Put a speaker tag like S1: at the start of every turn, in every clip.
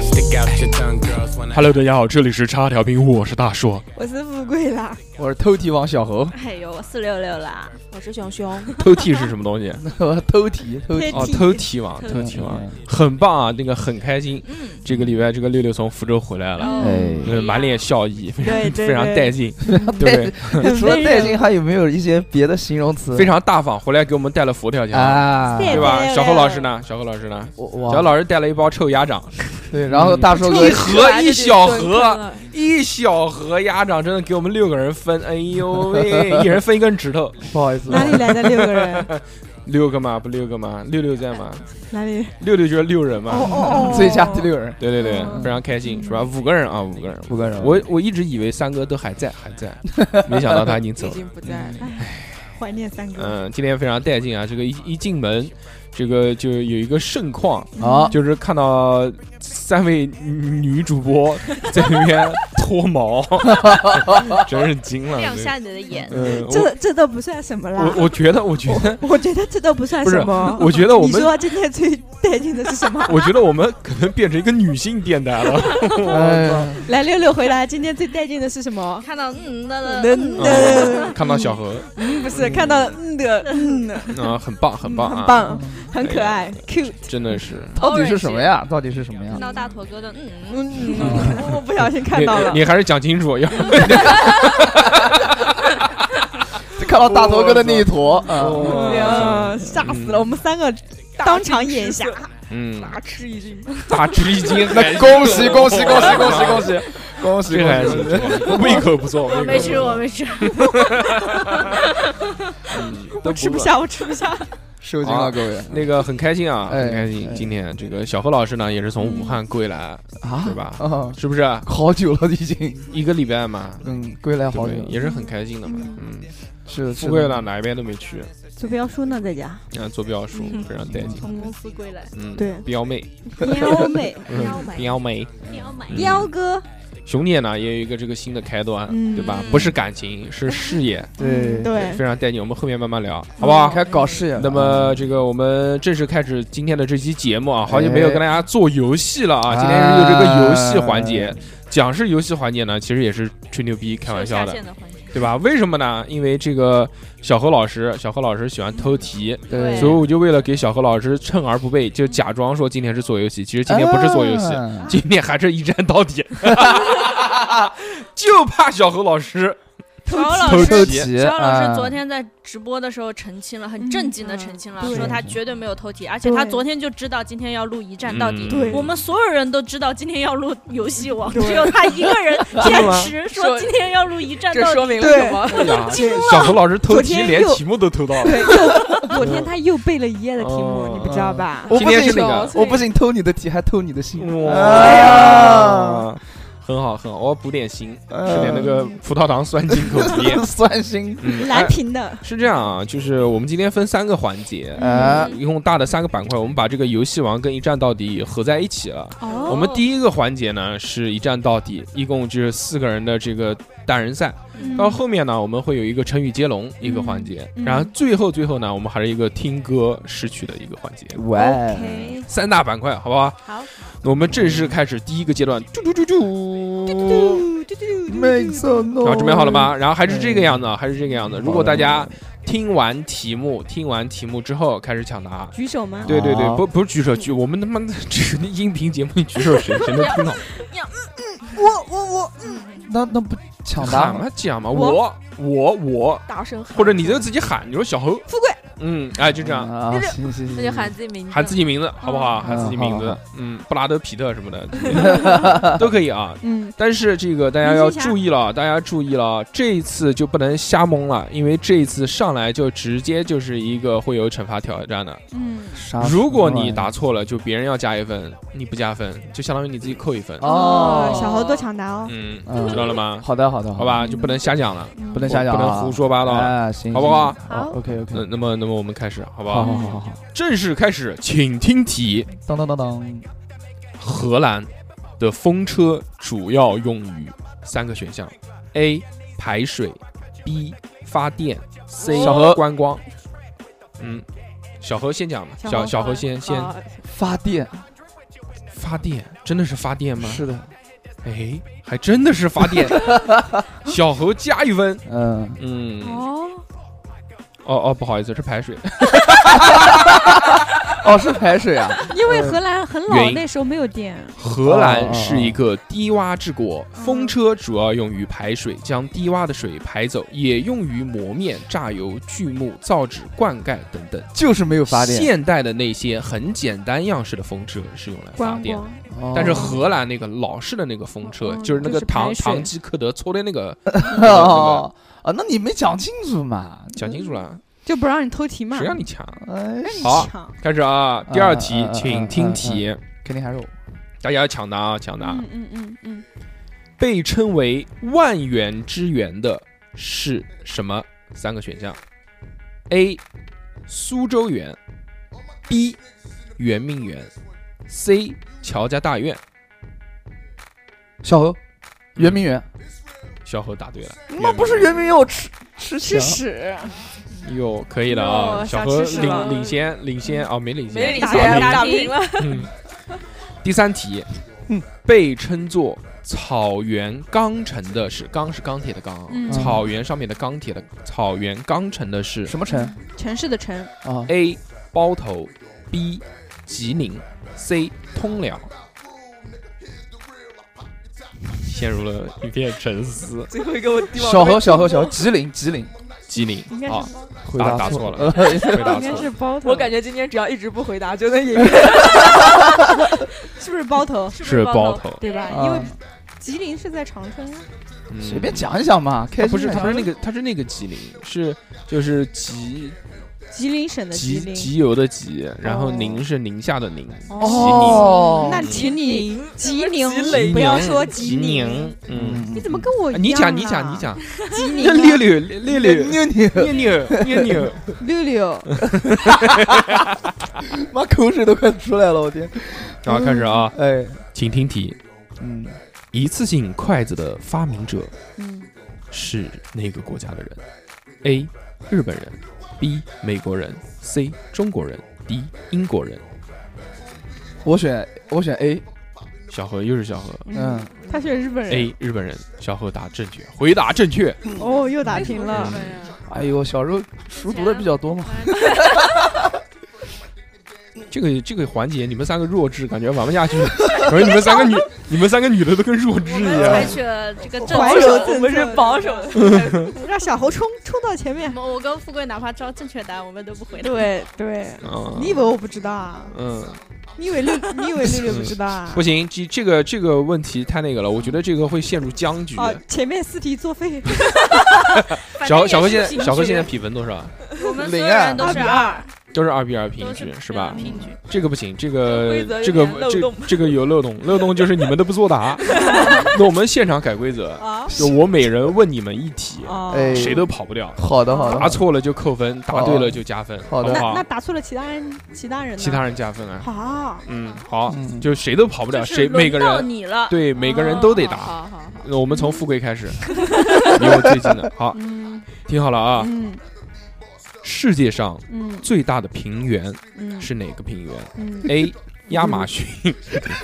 S1: Stick out your tongue, girls. When I
S2: Hello，大家好，这里是叉调频，我是大硕。
S3: 我是富贵啦，
S4: 我是偷题王小猴，
S5: 哎呦，我四六六啦！
S3: 我是熊熊，
S2: 偷剃是什么 东西？
S4: 我偷题偷题
S2: 哦，
S3: 剃
S2: 偷剃网，
S3: 偷
S2: 偷
S3: 剃
S2: 剃网，很棒啊！那个很开心，
S5: 嗯，
S2: 这个礼拜这个六六从福州回来了，
S4: 哎
S2: 嗯，满脸笑意，非
S3: 对对
S2: 常非常
S3: 对
S2: 带劲，对不对？
S4: 除了带劲，还有没有一些别的形容词？
S2: 非常大方，回来给我们带了佛跳墙，
S4: 啊，
S2: 对
S3: 对
S2: 吧？
S3: 对
S2: 小何老师呢？小何老师呢？
S4: 我
S2: 小
S4: 我
S2: 老师带了一包臭鸭掌，
S4: 对，然后大叔哥
S2: 一盒一小盒，一小盒鸭掌，真的给我们六个人分，哎呦喂，一人分一根指头，
S4: 不好意思，
S3: 哪 里来的六个人？
S2: 六个嘛，不六个嘛，六六在嘛，
S3: 哪里？
S2: 六六就是六人嘛，
S3: 哦
S4: 最佳第，六人，
S2: 对对对，
S3: 嗯
S2: 非常开心是吧？五个人啊，五个人。
S4: 五个人，
S2: 我我一直以为三哥都还在，还在，没想到他已经走
S3: 已
S2: 了。
S3: 经不在了，怀念三哥。
S2: 嗯，今天非常带劲啊！这个一一进门，这个就有一个盛况，
S4: 啊，
S2: 就是看到三位女主播在那边脱毛，真是惊了。
S5: 亮
S2: 对
S5: 瞎你的眼，
S2: 嗯，我
S3: 这这都不算什么啦，
S2: 我我觉得，我觉得，
S3: 我觉得这都不算
S2: 不是
S3: 什么。
S2: 我觉得我
S3: 你
S2: 们，
S3: 说今天最带劲的是
S2: ？
S3: 什么
S2: 我觉得我们可能变成一个女性电台了。
S4: 哎
S3: 来六六回来，今天最带劲的是什么？
S5: 看到嗯的了，
S3: 嗯
S5: 嗯
S2: 嗯看到小何，
S3: 嗯，不是看到嗯的嗯的，
S2: 嗯，很棒，很棒，
S3: 很，棒，
S2: 嗯
S3: 很可
S2: 哎
S3: 爱，cute。
S2: 真的是。
S4: 到底是什么呀？到底是什么
S5: 看
S4: 呀？
S5: 到大头哥的嗯，
S3: 嗯，我不小心看到了
S2: 你，你还是讲清 楚，要
S4: 看到大头哥的那一坨，嗯
S3: 哎呀，吓死了，我们三个当场眼瞎，
S2: 嗯，
S3: 大吃一惊。
S2: 大吃 一惊，
S4: 那恭喜恭喜恭喜恭喜恭喜 恭喜
S2: 这还
S4: 恭
S2: 是
S4: 喜！
S2: 胃口不错，我
S5: 没吃，我没吃，
S3: 我吃不下，我吃不下。
S4: 受惊了各位
S2: 那个很开心啊，
S4: 哎
S2: 很开心
S4: 哎。
S2: 今天这个小何老师呢，也是从武
S3: 嗯
S2: 汉归来，
S4: 啊
S2: 是
S3: 哦
S2: 吧
S4: 啊，
S2: 是不是
S4: 好久了已经，
S2: 一个礼拜嘛？
S4: 嗯，归来
S2: 对
S4: 好
S2: 不
S4: 久
S2: 对，
S4: 了，
S2: 也是很开心的嘛。嗯，
S4: 是
S2: 富贵了，，哪一边都没去，
S3: 坐标书呢，在家。
S2: 嗯，做标书非常带劲。
S5: 从公司归来，
S2: 嗯，
S3: 对
S2: 彪妹，
S3: 喵妹，
S6: 嗯
S2: 嗯
S5: 喵妹，
S2: 彪妹，
S5: 喵妹，
S3: 彪哥，
S2: 嗯熊姐呢也有一个这个新的开端，
S3: 嗯
S2: 对吧？不是感情，是事业，
S4: 是的对，嗯
S3: 对
S2: 非，常带劲。我们后面慢慢聊，好不好？
S4: 开始搞事业了，
S2: 那么这个我们正式开始今天的这期节目啊，好久没有跟大家做游戏了啊，
S4: 哎
S2: 今天是有这个游戏环节。讲是游戏环节呢，其实也是吹牛逼、开玩笑
S5: 下
S2: 的，
S5: 线的环节，
S2: 对吧？为什么呢？因为这个小何老师，小何老师喜欢偷题，
S4: 对，
S2: 所以我就为了给小何老师趁而不备，就假装说今天是做游戏，其实今天不是做游戏，
S4: 啊
S2: 今天还是一战到底， 就怕小何老师
S5: 小姚
S2: 偷
S5: 老
S2: 偷
S5: 师。
S2: 题
S4: 题
S5: 小姚老师昨
S4: 啊
S5: 天在直播的时候澄清了，很正经的澄清了，
S3: 嗯嗯
S5: 说他绝对没有偷题，而且他
S3: 对
S5: 昨天就知道今天要录一战到
S2: 嗯
S5: 底。
S3: 对
S5: 我们所有人都知道今天要录游戏王，
S3: 对
S5: 只有他一个 人坚持说
S6: 说
S5: 今天要录一战
S6: 这
S5: 到底
S6: 说。明了
S3: 对
S6: 什么？
S2: 哎呀小何老师偷
S3: 昨
S2: 题
S3: 天
S2: 连
S3: 又
S2: 题目都偷到了，
S3: 对，又昨天他又背了一夜的题目，
S2: 哦
S3: 你不知道吧？
S4: 我
S2: 今
S4: 不
S2: 天
S4: 信
S2: 是那个。
S4: 我不仅偷你的题，还偷你的心。
S2: 哇
S4: 哎呀，
S2: 很好很好，我要补点心，
S4: 嗯。
S2: 吃点那个葡萄糖酸精口服液
S4: 酸心
S2: 嗯，
S3: 蓝
S2: 哎
S3: 屏的，
S2: 是这样啊，就是我们今天分三个环节，
S4: 啊！
S2: 一共大的三个板块，我们把这个游戏王跟一站到底合在一起了。
S5: 哦
S2: 我们第一个环节呢是一站到底，一共就是四个人的这个单人赛。
S5: 嗯
S2: 到后面呢，我们会有一个成语接龙一个环节，
S3: 嗯
S2: 然后最后最后呢，我们还是一个听歌识曲的一个环节。
S4: 喂，
S3: OK
S2: 三大板块，好不好？
S3: 好，
S2: 那我们正式开始第一个阶段，嘟嘟嘟嘟。
S3: 嘟嘟嘟嘟
S4: 没
S3: 嘟，
S4: 错，然
S2: 然后准备好了？吗？然后还是这个样子，啊，还是这个样子。如果大家听完题目，听完题目之后开始抢答。啊
S3: 举手吗？
S2: 对对对，
S4: 好
S2: 不不是举手举，我们他妈的这个音频节目你举手谁谁能听到？
S3: 我我我，
S4: 嗯那那不抢答
S2: 喊
S4: 吗？
S2: 嘛讲嘛，
S3: 我
S2: 我我我，
S3: 大声喊
S2: 或者你就自己喊，你说小猴，
S3: 富贵，
S2: 嗯，哎就这样，
S4: 啊，行行
S6: 那
S4: 行，
S6: 就喊自己名字，
S2: 喊自己名字好不好？
S4: 嗯
S2: 喊自己名字
S4: 好，
S2: 嗯，布拉德皮特什么 的都可以啊。
S3: 嗯，
S2: 但是这个大家要
S3: 明星侠
S2: 注意了，大家注意了，这一次就不能瞎蒙了，因为这一次上来就直接就是一个会有惩罚挑战的。
S3: 嗯，
S4: 啥
S2: 如果你答错了，就别人要加一分，你不加分，就相当于你自己扣一分。
S4: 哦，
S3: 小猴多抢答哦，
S2: 嗯，
S4: 嗯
S2: 知道了吗？
S4: 好的好的，
S2: 好，吧，就不能瞎讲了，
S3: 嗯
S4: 不能瞎讲，
S2: 不能胡说八道。
S4: 啊，行，，OK
S2: 那
S4: OK，
S2: 那么那么我们开始好不
S4: 嗯好
S2: 嗯好？
S4: 好好好好，
S2: 正式开始，请听题：
S4: 当当当当，
S2: 荷兰的风车主要用于三个选项 A 排水，B 发电，C
S4: 小何
S2: 观光。嗯，小何先讲吧，小小何先先
S3: 好
S4: 发电
S2: 发电，真的是发电吗？
S4: 是的，
S2: 哎，还真的是发电。小何加一分。
S4: 嗯，
S2: 嗯，
S5: 哦，
S2: 哦哦，不好意思，是排水。
S4: 哦，是排水啊，
S3: 嗯因为荷兰很
S2: 原
S3: 老，
S2: 因
S3: 那时候没有电，
S2: 荷兰是一个低洼之国，风车主要用于排水，将低洼的水排走，也用于磨面、榨油、锯木、造纸、灌溉等等。
S4: 就是没有发电，
S2: 现代的那些很简单样式的风车是用来发
S3: 观
S2: 电的，
S3: 光
S4: 哦
S2: 但是荷兰那个老式的那个风车，
S3: 嗯
S2: 就是那个
S3: 就是
S2: 唐
S3: 排水
S2: 唐吉诃德搓的那个，
S4: 哦啊，那你没讲清楚嘛？
S2: 讲清楚了，
S3: 就不让你偷题嘛
S2: 谁。让你抢？
S4: 哎，
S3: 让你
S2: 好
S3: 抢，
S2: 开始嗯啊，第二题，
S4: 嗯嗯嗯
S2: 请听题，
S4: 肯定还是我。
S2: 大家要抢答啊，抢答。
S3: 嗯嗯嗯嗯，
S2: 被称为万园之源的是什么？三个选项：A. 苏州园，B. 圆明园，C. 乔家大院。
S4: 小何，圆明园，
S2: 小何答对了，
S4: 那不是圆明园，我吃吃
S3: 吃
S4: 翔
S3: 屎，
S2: 哟，可以了啊！
S3: 哟
S2: 小
S3: 想
S2: 何
S3: 吃屎了
S2: 领领先，领先啊，没领先，
S5: 没领
S3: 打
S5: 先
S2: 打
S3: 先
S2: 平
S5: 打
S3: 平
S5: 平了，
S2: 嗯，第三题，被称作草原钢城的是钢是钢铁的钢啊，
S3: 嗯
S2: 草原上面的钢铁的草原钢城的是
S4: 什么城
S3: 城市的城，
S4: 啊？
S2: A 包头，B 吉林，C 通辽。陷入了一片沉思。
S3: 最后一个我地
S4: 小何，小何，小何，吉林，吉林，
S2: 吉林
S3: 应该
S2: 啊，
S3: 是包
S4: 回
S2: 答
S4: 答
S2: 答错
S4: 错
S2: 了，
S4: 呃
S2: 回答
S3: 应该
S2: 错
S3: 是
S2: 啊了。
S3: 包头，
S6: 我感觉今天只要一直不回答，就能赢。
S3: 是不是包头，
S5: 是不
S2: 是包
S5: 头
S2: 头，
S3: 对吧？
S4: 啊
S3: 因为吉林是在长春，
S2: 嗯
S4: 随便。讲一讲嘛，
S2: 他
S4: 开
S2: 不是，
S4: 心嘛
S2: 他不是那个，他是那个吉林，是就是吉
S3: 吉林省的吉
S2: 集
S3: 林。
S2: 集邮的集，然后
S3: 哦
S2: 宁是宁夏的宁，
S4: 哦，
S3: 那
S2: 吉
S3: 请你吉
S2: 吉宁，
S3: 宁不要说
S2: 吉
S3: 宁，
S2: 宁，嗯，
S3: 你怎么跟我一样啊？
S2: 你讲你讲你讲，
S3: 吉
S2: 那 六
S3: 宁
S2: 六六 六
S4: 妞妞，
S2: 六六六六，
S3: 啊六六，
S4: 妈口水都快出来了，我天！
S2: 然
S5: 嗯
S2: 后开始啊，
S4: 哎，
S2: 请听题，
S4: 嗯，
S2: 一次性筷子的发明者
S3: 嗯，
S2: 是哪个国家的人？A. 日本人，B. 美国人，C. 中国人，D. 英国人。
S4: 我选我选 A，
S2: 小何又是小何
S4: 嗯，
S3: 他选日本人，
S2: ，A. 日本人。小何答正确，回答正确。
S3: 哦，又打平了
S2: 为什么。
S4: 哎呦，小时候熟读的比较多嘛，
S2: 这个这个环节你们三个弱智，感觉玩不下 去了。而你们三个女，你们三个女的都跟弱智
S5: 我
S2: 一
S5: 们
S2: 样
S5: 采。取了这个
S3: 保
S5: 正
S3: 守
S5: 确
S3: 自。
S6: 我们是保守的。
S2: 哎
S3: 让小猴冲冲到前面。
S5: 我我跟富贵哪怕知道正确答案，我们都不回答。
S3: 对对，
S2: 嗯
S3: 你以为我不知道啊？
S2: 嗯，
S3: 你以为六，你以为六六不知道啊
S2: 不？行，这这个这个问题太那个了，我觉得这个会陷入僵局。
S3: 哦，前面四题作废，
S5: 啊反正
S2: 小小何
S5: 也是
S2: 现在
S5: 平
S2: 小何
S5: 局
S2: 现在比分多少？
S5: 我们所有
S4: 零啊
S5: 人都
S3: 二
S5: 是
S3: 比
S5: 二，
S2: 都是二比二平
S5: 都
S2: 局
S5: 是
S2: 是吧？
S5: 平局。
S2: 这个不行，这
S6: 规
S2: 个
S6: 则有
S2: 这个
S6: 点漏
S2: 这
S6: 洞
S2: 这个有漏洞，漏洞就是你们都不作答。那我们现场改规则，
S3: 啊
S2: 就我每人问你们一题，
S3: 哦，
S4: 哎
S2: 谁都跑不掉。
S4: 好的好的，
S2: 答错了就扣分，答对了就加分，
S4: 好的
S2: 不
S3: 那
S2: 好
S3: 那？答错了其他人，其他人呢？
S2: 其他人加分啊。
S3: 好，
S2: 嗯，好，
S4: 嗯
S2: 就谁都跑不了，
S5: 就是
S2: 谁
S5: 轮
S2: 每个
S5: 到
S2: 人
S5: 你了，哦
S2: 对每个人都得答。
S6: 好好好，
S2: 那我们从富贵开始， 离我最近的。好，
S3: 嗯
S2: 听好了啊，
S3: 嗯
S2: 世界上
S3: 嗯
S2: 最大的平原
S3: 嗯
S2: 是哪个平原？
S3: 嗯，
S2: A 亚马逊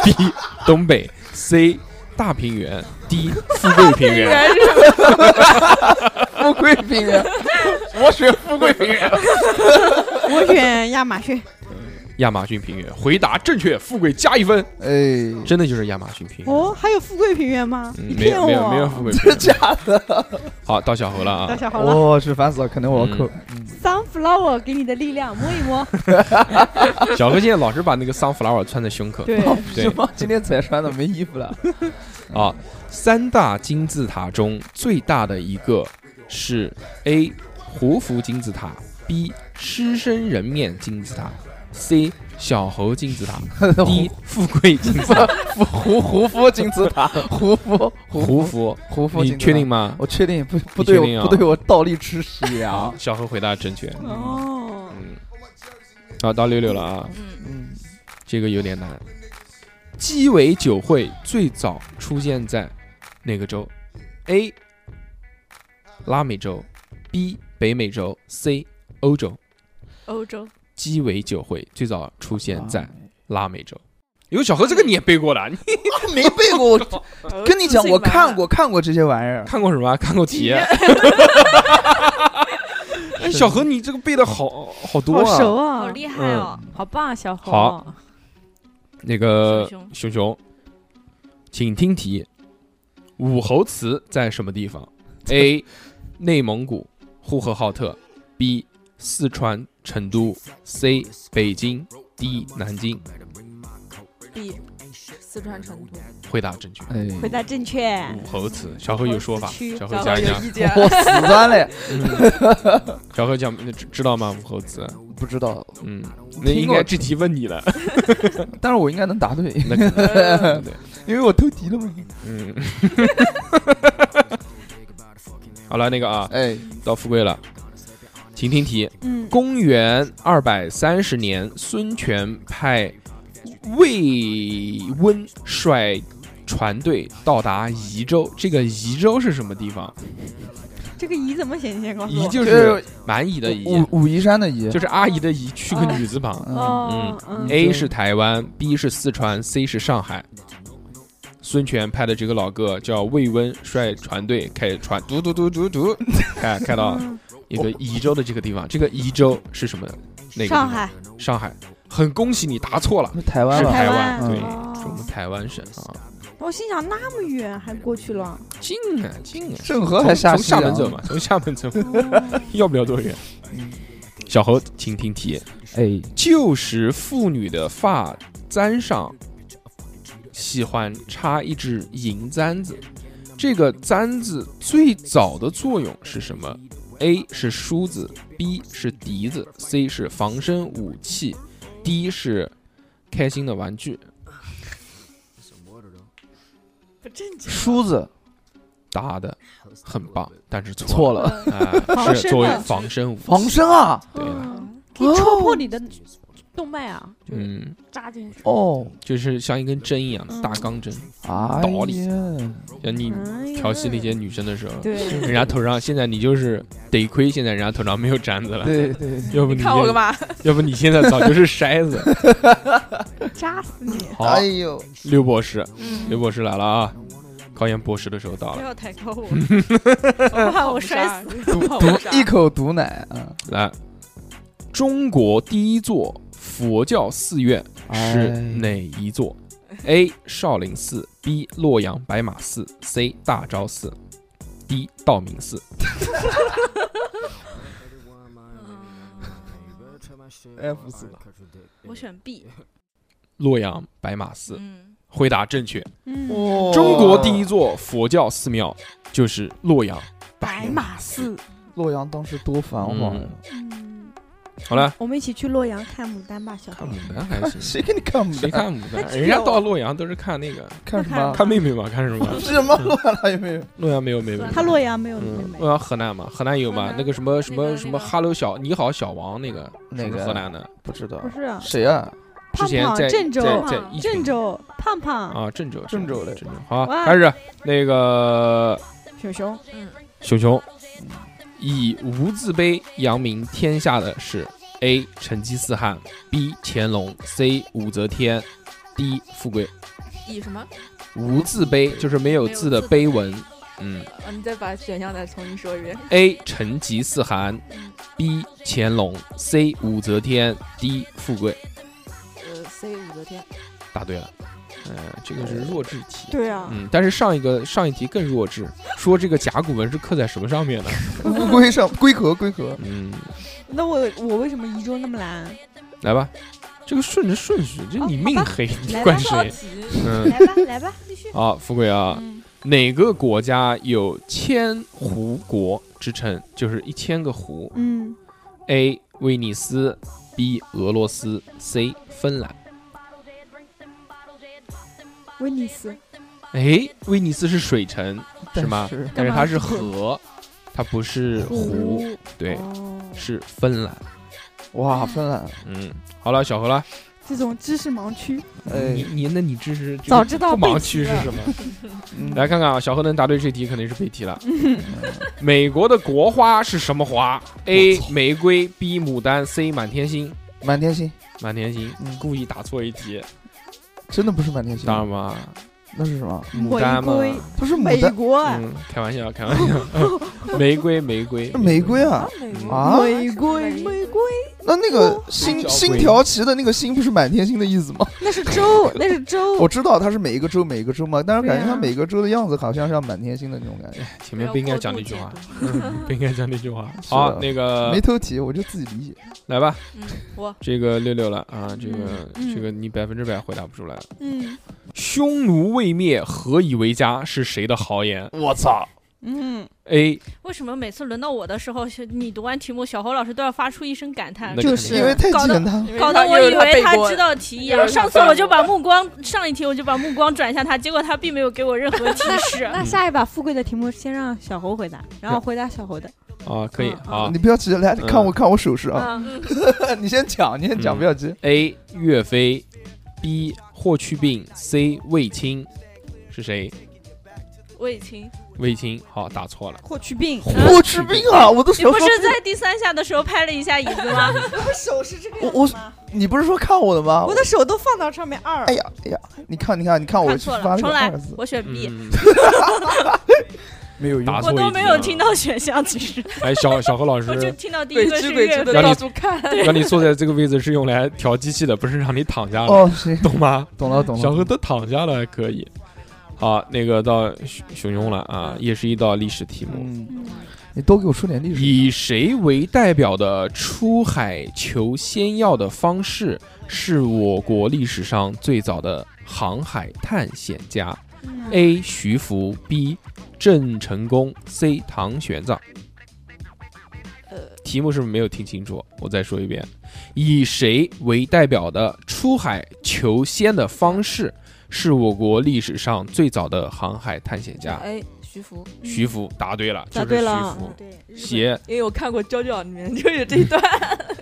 S2: ，B 东北，C 大平原，D 富贵平原。
S4: 富贵平原，我选富贵平原，
S3: 我选亚马逊。
S2: 亚马逊平原，回答正确，富贵加一分。
S4: 哎，
S2: 真的就是亚马逊平原，
S3: 哦，还有富贵平原吗？
S2: 嗯
S3: 你
S2: 没
S3: 骗
S2: 有
S3: 我！
S2: 没有没有富贵平
S4: 真的
S2: 原。
S4: 假的？
S2: 好，到小何了
S3: 到
S2: 啊，
S3: 小猴了。
S4: 我去烦死了，可能我要扣，
S3: Sunflower 给你的力量，摸一摸。
S2: 小何现在老是把那个 sunflower 穿在胸口。
S3: 对，
S2: 对
S4: 什么？今天才穿的，没衣服了。
S2: 啊，三大金字塔中最大的一个是 A 胡服金字塔，B 狮身人面金字塔，C 小猴金字塔，D 富贵金字塔。
S4: 胡胡胡夫金字 塔，胡夫
S2: 胡
S4: 胡
S2: 服，
S4: 胡夫，
S2: 你确定？吗？
S4: 我确定不不
S2: 你确
S4: 对
S2: 定
S4: 我
S2: 啊
S4: 不对我倒立吃屎呀！
S2: 小何回答正确，
S3: 哦，
S2: 嗯，好，到六六了啊，
S5: 嗯，
S4: 嗯，
S2: 这个有点难。鸡尾酒会最早出现在哪个州？A. 拉美洲，B 北美洲，C 欧洲。
S5: 欧洲
S2: 鸡尾酒会最早出现在拉美洲。有小何这个你也背过啊了，你
S4: 没背过，我 跟你讲，我看过看过这些玩意儿，
S2: 看过什么？啊看过题。哎，小何，你这 个背的好好多
S3: 好熟
S2: 啊！
S5: 好
S3: 啊，
S5: 厉害哦！
S6: 好棒啊，小红。
S2: 好那个
S5: 熊
S2: 熊熊，请听题：武侯祠在什么地方？A. 内蒙古呼和浩特，B. 四川成都，C. 北京，D. 南京。
S6: B，四川成都。
S2: 回答正确。
S4: 哎，
S6: 回答正确。
S2: 武侯祠，小何有说法，小何讲一
S6: 有
S2: 讲。
S6: 意见。
S5: 啊
S4: 我死酸 嘞，
S2: 小何讲知知道吗？武侯祠，
S4: 不知道，
S2: 嗯，那应该这题问你了。
S4: 但是我应该能 答对，
S2: 那可能对，
S4: 因为我偷题了嘛。
S2: 嗯。好了，那个啊，
S4: 哎，
S2: 到富贵了，请听题：
S6: 嗯，
S2: 公元二百三十年，孙权派魏温率船队到达宜州。这个宜州是什么地方？
S3: 这个乙怎么写？你先告诉
S2: 宜
S3: 我。
S2: 就是蛮夷的夷，
S4: 武武夷山的夷，
S2: 哎就是阿姨的姨，去个女字旁。
S4: 嗯，
S6: 哦，嗯，
S2: A 是台湾，B 是四川，C 是上海。孙权派的这个老哥叫魏温，率船队开船， 嘟嘟嘟嘟嘟，开开到
S3: 嗯
S2: 一个宜州的这个地方。这个宜州是什么？那个地方
S3: 上，海
S2: 上海。很恭喜你答错了，
S4: 是台湾
S2: 是
S4: 吧？
S2: 台
S3: 湾
S2: 湾，对，
S6: 哦
S2: 是我们台湾省啊，
S3: 我心想那么远还过去了，
S2: 近啊近啊，
S4: 郑和
S2: 从
S4: 还下啊
S2: 从
S4: 西
S2: 厦
S4: 洋
S2: 门走嘛，从厦门走， 要不了多远。小侯，请听题。
S4: 哎，
S2: 旧时妇女的发簪上喜欢插一支银簪子，这个簪子最早的作用是什么？A 是梳子，B 是笛子，C 是防身武器，D 是开心的玩具。
S5: 不正经，
S4: 梳子
S2: 答的很棒，但是
S4: 错
S2: 错了，
S4: 了，
S2: 啊、
S3: 防
S2: 是
S3: 身
S2: 作为
S3: 的
S2: 防身武器。
S4: 防身啊，
S2: 对了，
S3: 可以戳破你
S2: 哦
S3: 的动脉啊，就是
S2: 嗯，
S3: 扎进去。
S4: 哦，
S2: 就是像一根针一样的
S3: 嗯
S2: 大钢针，
S4: 啊，
S2: 道理像你
S3: 哎呀
S2: 调戏那些女生的时候，
S6: 对，
S2: 人家头上现在你就是得亏，现在人家头上没有簪子了，
S4: 对对，
S2: 要不你
S6: 看我干
S2: 现
S6: 嘛？
S2: 要不你现在早就是筛 子。
S3: 扎死你！
S2: 好，
S4: 哎呦，
S2: 刘博士，
S5: 嗯，
S2: 刘博士来了啊！考研博士的时候到
S5: 不
S2: 了，
S5: 要抬 高我，我怕我摔死。
S6: 死，
S4: 毒
S6: 我
S4: 毒
S6: 杀
S4: 一口毒奶，嗯，
S2: 来，中国第一座佛教寺院是
S4: 哎
S2: 哪一座？A. 少林寺，B. 洛阳白马寺，C. 大昭寺，D. 道明寺。
S5: 嗯
S4: F 四吧，
S5: 我选 B，
S2: 洛阳白马寺，
S5: 嗯，
S2: 回答正确。
S3: 嗯，
S4: 哇
S2: 中国第一座佛教寺庙就是洛阳。
S3: 白马寺。
S4: 洛阳当时多繁华呀
S2: 嗯！
S3: 嗯，
S2: 好了。
S3: 我们一起去洛阳看牡丹吧，小
S2: 看
S3: 孩。
S2: 牡丹还行，
S4: 谁给你看牡
S2: 谁
S4: 丹？
S2: 看牡
S3: 那
S2: 丹？
S3: 只有
S2: 人家到洛阳都是看那个，
S4: 看什么？
S2: 看妹妹嘛，看什么？
S4: 什么洛阳还有没有？
S2: 洛阳没有妹妹，
S3: 他洛阳没有妹
S2: 嗯，
S3: 妹，
S2: 洛阳河南嘛，河南有嘛
S5: 河？南
S2: 那个什么什
S5: 那
S2: 么
S5: 个
S2: 什么哈喽小你好小王那个，
S4: 哪个
S2: 是河南的？
S4: 不知道
S3: 不是
S2: 嗯
S4: 谁啊？
S2: 之
S3: 胖
S2: 前
S3: 胖
S2: 在
S3: 郑州
S2: 在在一
S3: 郑州胖胖
S2: 啊，郑州
S4: 郑州的
S2: 郑州好，啊
S3: 哇
S2: 开始那个
S3: 熊熊，
S5: 嗯
S2: 熊熊，以无字碑扬名天下的是 A 成吉思汗，B 乾隆，C 武则天，D 富贵。
S5: 以 E 什么？
S2: 无字碑就是没有
S5: 没有
S2: 字的
S5: 字的
S2: 碑文，嗯。
S6: 啊你再把选项再重新说一遍。
S2: A 成吉思汗，B 乾隆，C 武则天，D 富贵。
S6: 呃，C 武则天，
S2: 答对了，嗯、这个是弱智题。
S3: 对啊，
S2: 嗯，但是上一个上一题更弱智，说这个甲骨文是刻在什么上面的？
S4: 乌龟上龟壳，龟壳。
S2: 嗯，
S3: 那我我为什么宜州那么难？
S2: 来吧，这个顺着顺序，这你命黑，你
S3: 来吧
S2: 怪谁？嗯，
S3: 来吧来吧，继续。
S2: 好，富贵啊，
S5: 嗯
S2: 哪个国家有千湖国之称？就是一千个湖。
S3: 嗯，
S2: A 威尼斯，B 俄罗斯，C 芬兰。
S3: 威尼斯，
S2: 哎，威尼斯是水城是吗？
S4: 是
S3: 干
S2: 但是
S3: 嘛
S2: 它
S3: 是
S2: 是
S3: 水
S2: 河，它不是湖，对，
S3: 哦
S2: 是芬兰。嗯
S4: 哇，芬兰
S2: 嗯，好了，小何了，
S7: 这种知识盲区，
S4: 哎
S2: 你你那你知识这个
S7: 早知道
S2: 不
S7: 背
S2: 盲
S7: 齐
S2: 区是
S7: 了
S2: 什么？
S4: 嗯
S2: 来看看啊，小何能答对这题肯定是被题了。美国的国花是什么花？A 玫瑰，B 牡丹，C 满天星。
S4: 满天星，
S2: 满天星
S4: 嗯
S2: 故意打错一题，
S4: 真的不是满天星，
S2: 当然嗯嘛，
S4: 那是什么？
S2: 牡丹嘛，
S7: 瑰
S4: 不是牡
S7: 美
S4: 丹，
S7: 国啊，
S2: 嗯，开玩笑，开玩笑，玫瑰，玫 瑰，
S4: 是玫瑰啊啊！
S7: 玫瑰玫瑰，
S4: 那那个星
S2: 小
S4: 星
S2: 鬼
S4: 条旗的那个星不是满天星的意思吗？
S7: 那是州，那是州。
S4: 我知道它是每一个州每一个州嘛，但是感觉
S7: 对啊
S4: 它每个州的样子好像像满天星的那种感觉。
S2: 哎前面不应该讲那句话，嗯不应该讲那句话。
S4: 是的
S2: 好，那个
S4: 没偷题，我就自己理解。
S2: 来吧，
S5: 嗯，我
S2: 这个六六了啊，这个
S7: 嗯
S2: 这个你百分之百回答不出来。
S7: 嗯
S2: 匈奴未灭，何以为家？是谁的豪言
S4: 我操！
S7: 嗯，
S2: ？A
S5: 为什么每次轮到我的时候，是你读完题目，小侯老师都要发出一声感叹
S2: 那？
S4: 就
S7: 就是是
S4: 因为太
S5: 搞得
S4: 简单了，
S5: 搞得我以为他知
S8: 道。
S5: 道题一
S8: 又
S5: 样，
S8: 是他
S5: 上次我就把目光上一题我就把目光转向他，结果他并没有给我任何提 示。
S7: 那下一把富贵的题目先让小猴回答，然后回答小猴的。
S2: 啊，可以
S7: 嗯
S2: 啊。
S4: 你不要急，来
S2: 嗯
S4: 看我看我手势啊！
S5: 嗯，
S4: 你先讲，你先讲，
S2: 嗯
S4: 不要急。
S2: A 岳飞，B 霍去病，C 卫青，是谁？
S5: 卫青，
S2: 卫青，好，打错了。
S7: 霍去病，
S4: 我吃病啊！我都
S5: 嗯 你
S4: 手
S5: 不是在第三下的时候拍了一下椅子吗？
S7: 手是这个
S4: 我我你不是说看我的吗？
S7: 我的手都放到上面二
S4: 哎。呀哎呀！你看你看你看 我
S5: 看
S4: 去
S5: 错
S4: 发
S5: 了，
S4: 了
S5: 重
S4: 个
S5: 来
S4: 二字，，
S5: 我选 B，、
S2: 嗯，
S4: 没有
S2: 打
S4: 用。
S5: 我
S2: 错一题
S5: 都
S2: 了
S5: 没有听。到选项，其实
S2: 哎，小小何老师
S5: 我，就听到第一
S8: 鬼
S5: 个
S8: 吃
S5: 是
S8: 鬼
S5: 岳
S8: 吃
S5: 飞
S8: 的
S2: 让你
S8: 到处看，
S2: 让你坐在这个位置是用来调机器的，不是让你躺下了，
S4: 哦，行，
S2: 懂吗？
S4: 懂了懂了。
S2: 小何都躺下了还可以。好，那个到熊熊熊了啊，也是一道历史题目。
S4: 嗯，你多给我说点历史。
S2: 以谁为代表的出海求仙药的方式，是我国历史上最早的航海探险家。A. 徐福，B. 郑成功，C. 唐玄奘。题目是不是没有听清楚？我再说一遍，以谁为代表的出海求仙的方式，是我国历史上最早的航海探险家。
S5: 嗯
S8: 哎，徐福
S2: 徐福答对了，
S7: 答
S2: 就是
S7: 对
S2: 徐
S7: 了
S2: 福。
S3: 对，
S2: 携
S8: 因为我看过《娇娇》，里面就有这 一段。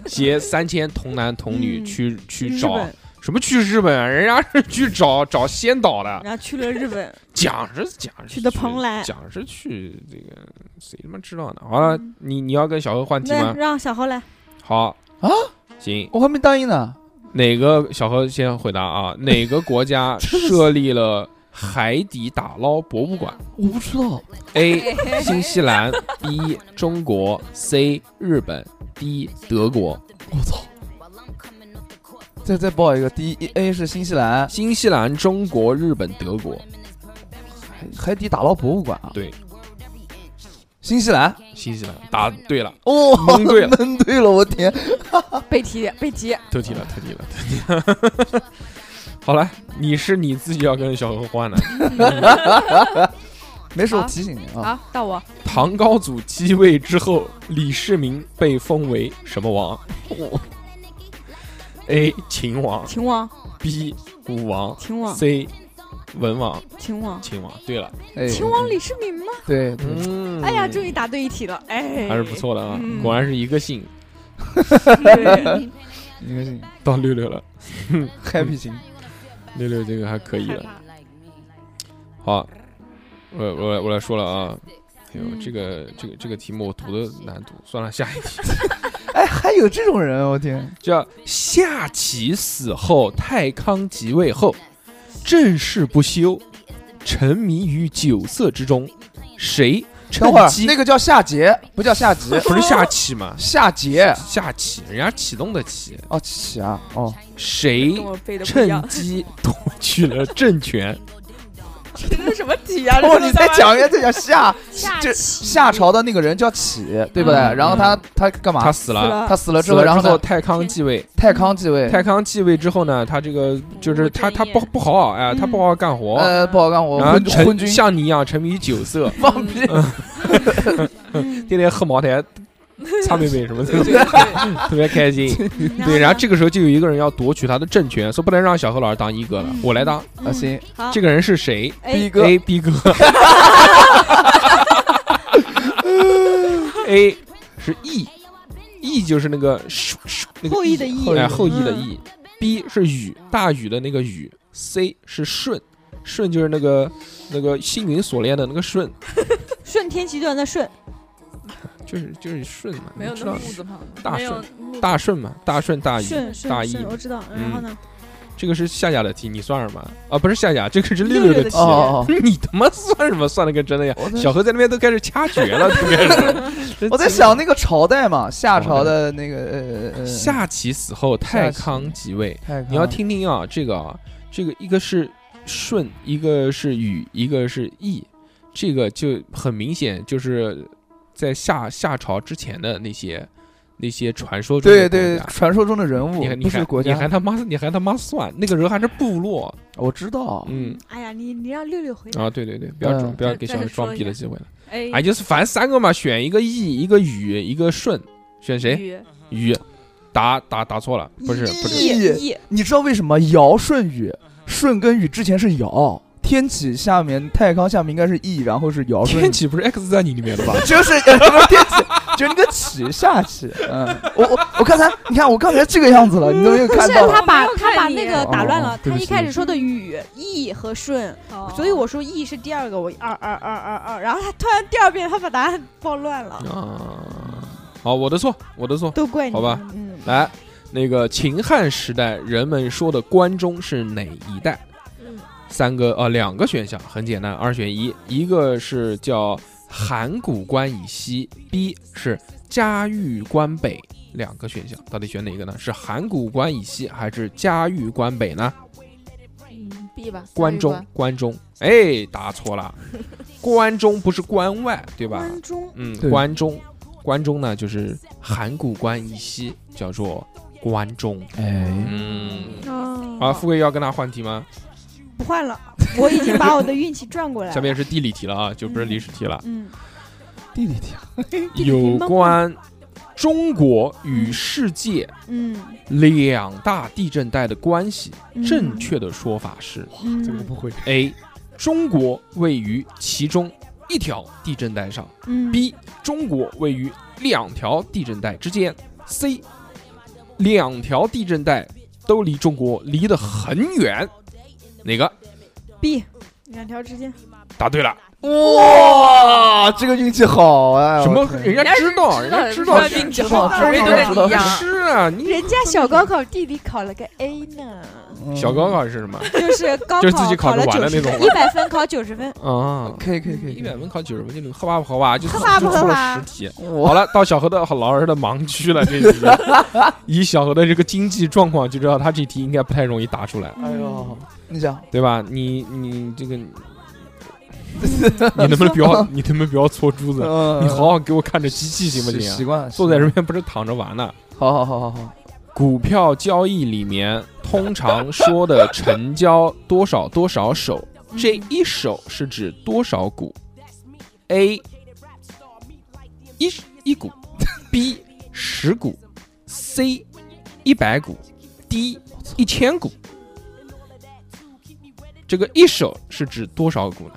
S2: 携三千童男童女
S7: 嗯
S2: 去去
S7: 日
S2: 找
S7: 本，
S2: 什么去日本啊？人家是去找找仙岛的，
S7: 然后去了 日本，
S2: 讲是讲是
S7: 嗯去的蓬莱
S2: 讲是去这个谁他妈知道呢？好了，
S7: 嗯
S2: 你你要跟小何换题
S7: 那
S2: 吗？
S7: 让小猴来。
S2: 好
S4: 啊，
S2: 行，
S4: 我还没答应呢。
S2: 哪个小何先回答啊？哪个国 家设立了海底打捞博物馆
S4: 我不知道，
S2: ？A. 新西兰 B. 中国 C. 日本 D. 德国。
S4: 我操！再再报一个，第一 A 是新西兰
S2: 新西兰、中国、日本、德国。
S4: 海海底打捞博物馆啊，
S2: 对，
S4: 新西兰
S2: 新西兰答对了，
S4: 哦，
S2: 蒙对了
S4: 蒙对了，我天！
S8: 背题，背题，
S2: 偷题了，偷题了，偷题了。好了，你是你自己要跟小何换的。
S4: 没事，我
S8: 好
S4: 提醒你啊，
S8: 好，到我。
S2: 唐高祖继位之后，李世民被封为什么王？A. 秦王
S7: 秦王，
S2: ，B. 武王
S7: 秦王，
S2: ，C. 文王。
S7: 秦王，
S2: 秦王，对了，
S4: 哎
S7: 秦王李世民吗？
S4: 对，对
S2: 嗯
S7: 哎呀，终于答对一题了，哎，
S2: 还是 不。错的啊，
S7: 嗯
S2: 果然是一个姓
S4: 应该是你
S2: 到六六了，
S4: happy 型，
S2: 六六这个还可以了。 好，我我我来说了啊，哎呦，
S7: 嗯
S2: 这个这个这个题目我读的难读，算了，下一题。
S4: 哎，还有这种人，我天！
S2: 叫夏桀死后，太康即位后，政事不修，沉迷于酒色之中。谁趁
S4: 等会儿
S2: 机？
S4: 那个叫夏桀，不叫夏桀，
S2: 不是夏启 吗？
S4: 夏桀
S2: 夏启，人家启动的启。
S4: 哦，启啊，哦，
S2: 谁
S8: 跟我背的不一
S2: 趁
S8: 样。
S2: 机夺取了政权？
S8: 这是什么题
S5: 啊
S8: 呀？
S4: 哦，你再讲一遍，再讲夏，
S7: 夏
S4: 就
S7: 启
S4: 夏朝的那个人叫启，对不对？
S2: 嗯
S4: 然后他他干
S2: 啊他
S4: 嘛？
S2: 死了。
S4: 他死了之
S2: 死
S4: 后，然
S2: 了
S4: 后
S2: 之后，
S4: 呢？
S2: 太康继位。
S4: 太康继位，
S2: 太康继位之后呢，他这个就是他他不不好好哎，他不好好干活，
S4: 呃，不好干活，
S2: 然后
S4: 昏昏
S2: 沉
S4: 君
S2: 像你一样沉迷于酒 色，
S4: 放屁，
S2: 天天喝茅台、擦妹妹什么的，特别开心。对，然后这个时候就有一个人要夺取他的政权，说不能让小何老师当一哥了，我来当。
S4: 啊，行，
S2: 这个人是谁
S7: A
S4: B 哥
S2: ？A B 哥，A 是 E，E 就是那个咻咻那个
S7: 后羿的羿
S2: 哎后羿的
S7: 嗯
S2: E。 B 是禹，大禹的那个禹。C 是舜，舜就是那个那个星云锁链的那个舜，
S7: 顺天集团的顺，
S2: 就是就是舜嘛，
S8: 没有
S2: 你知
S8: 那个
S2: 道
S8: 木字旁的，
S2: 大
S5: 没有
S2: 舜，大舜嘛，大舜大禹。
S7: 顺
S2: 大
S7: 顺
S2: 一
S7: 顺，我知道。
S2: 嗯
S7: 然后呢？
S2: 这个是夏夏的题，你算什么？啊，不是夏夏，这个是六六
S7: 六
S2: 的题
S7: 的题。
S4: 哦，
S2: 你他妈算什么？算的跟真的一样。
S4: 我在
S2: 小何在那边都开始掐诀 了，都开始
S4: 嗯我在想那个朝代嘛，夏
S2: 朝
S4: 朝的那个呃呃
S2: 夏启死后，太康即位。
S4: 太
S2: 你要听听
S4: 嗯
S2: 啊，这个啊，这个一个是舜，一个是禹，一个是羿，这个就很明显就是在夏夏朝之前的那些那些传说中
S4: 对
S2: 的
S4: 对
S2: 国家
S4: 传说中的人物
S2: 你还，你
S4: 不是
S2: 还
S4: 国
S2: 你还
S4: 家，
S2: 他妈你还他妈算那个人还是部落，
S4: 我知道，
S2: 嗯
S7: 哎呀，你你让六六回答。
S2: 啊对对对，不要装
S4: 哦嗯
S2: 不要
S5: 再
S2: 给
S5: 再
S2: 小孩
S5: 说
S2: 装
S5: 一
S2: 逼的
S5: 下
S2: 机会了，
S5: 哎
S2: 哎就是反正三个嘛，选一个羿一个禹一个舜，选谁？
S5: 鱼
S2: 禹，答答答错了，不是不是
S4: 羿
S7: 羿
S4: 你知道为什么尧舜禹，
S2: 嗯
S4: 舜跟禹之前是尧，天启下面太康下面应该是羿，然后是尧舜
S2: 天
S4: 禹，
S2: 启不是 X 战警里面的吧？
S4: 就是 呃不是天启，就是那个启下启，嗯，我我我刚才你看我刚才这个样子了，你都没有看
S7: 是
S4: 到，
S7: 嗯他把
S5: 我没有
S7: 他
S5: 看
S7: 把
S5: 你啊
S7: 那个打乱了
S2: 哦，对
S7: 他
S2: 不起
S7: 一开始说的禹、羿和舜，
S5: 哦
S7: 所以我说羿是第二个，我二二二二二，然后他突然第二遍他把答案报乱了，
S2: 啊，好，我的错，我的错。
S7: 都怪你。
S2: 好吧，
S7: 嗯，
S2: 来，那个秦汉时代人们说的关中是哪一带？
S5: 嗯
S2: 三个呃，两个选项很简单，二选一，一个是叫函谷关以西，B 是嘉峪关北，两个选项，到底选哪个呢？是函谷关以西还是嘉峪关北呢？
S8: 嗯，B 吧，
S2: 关中，关中，哎，答错 了，关中不是关外，对吧？
S7: 关中
S2: 嗯，
S4: 对
S2: 关中，关中呢就是函谷关以西，叫做关中。
S4: 哎，
S2: 嗯，
S7: 啊，
S2: 啊，富贵要跟他换题吗？
S7: 不换了，我已经把我的运气转过来了。
S2: 下面是地理题了啊，就不是历史题了。
S7: 嗯，
S4: 弟弟听，
S7: 地理题
S2: 有
S7: 懵了
S2: 关中国与世界
S7: 嗯
S2: 两大地震带的关系，
S7: 嗯，
S2: 正确的说法是
S7: 嗯，
S4: 不会，
S2: ：A. 中国位于其中一条地震带上
S7: 嗯
S2: ；B. 中国位于两条地震带之间；C. 两条地震带都离中国离得很远。哪个？
S7: B 两条之间，
S2: 答对了。
S4: 哇，这个运气好啊，
S2: 什么
S4: 我？天
S2: 人家知道，人家知道
S8: 人家
S2: 是
S8: 运气
S4: 知道
S8: 好，说明都
S4: 知道
S8: 跟你一样。
S2: 是啊，你
S7: 人家小高考地理考了个 A 呢，
S4: 嗯
S2: 小啊高考是什么？
S7: 就是高
S2: 就是自己考
S7: 考
S2: 着
S7: 了
S2: 玩的那
S7: 九十
S2: 种
S7: 分，一百分考九十分，
S2: 啊，
S4: 可以可以可
S2: 一
S4: 以，
S2: 百分考九十分，就能喝吧不喝 吧，就
S7: 喝吧
S2: 就
S7: 不
S2: 出了
S7: 喝吧
S2: 十题。好
S4: 我
S2: 了，到小何的和老二的盲区了，这一题。以小何的这个经济状况，就知道他这题应该不太容易答出
S7: 嗯
S2: 来，
S4: 哎呦，你想，
S2: 对吧？你你这个，你能不能不要，你能不能不要搓珠子？
S4: 嗯
S2: 你好好给我看着机器行不行
S4: 习
S2: 啊？
S4: 惯了，
S2: 坐在这边不是躺着玩呢？
S4: 好好好好好，
S2: 股票交易里面通常说的成交多少多少手，这一手是指多少股？A 一一股，B 十股，C 一百股，D 一千股。这个一手是指多少股呢？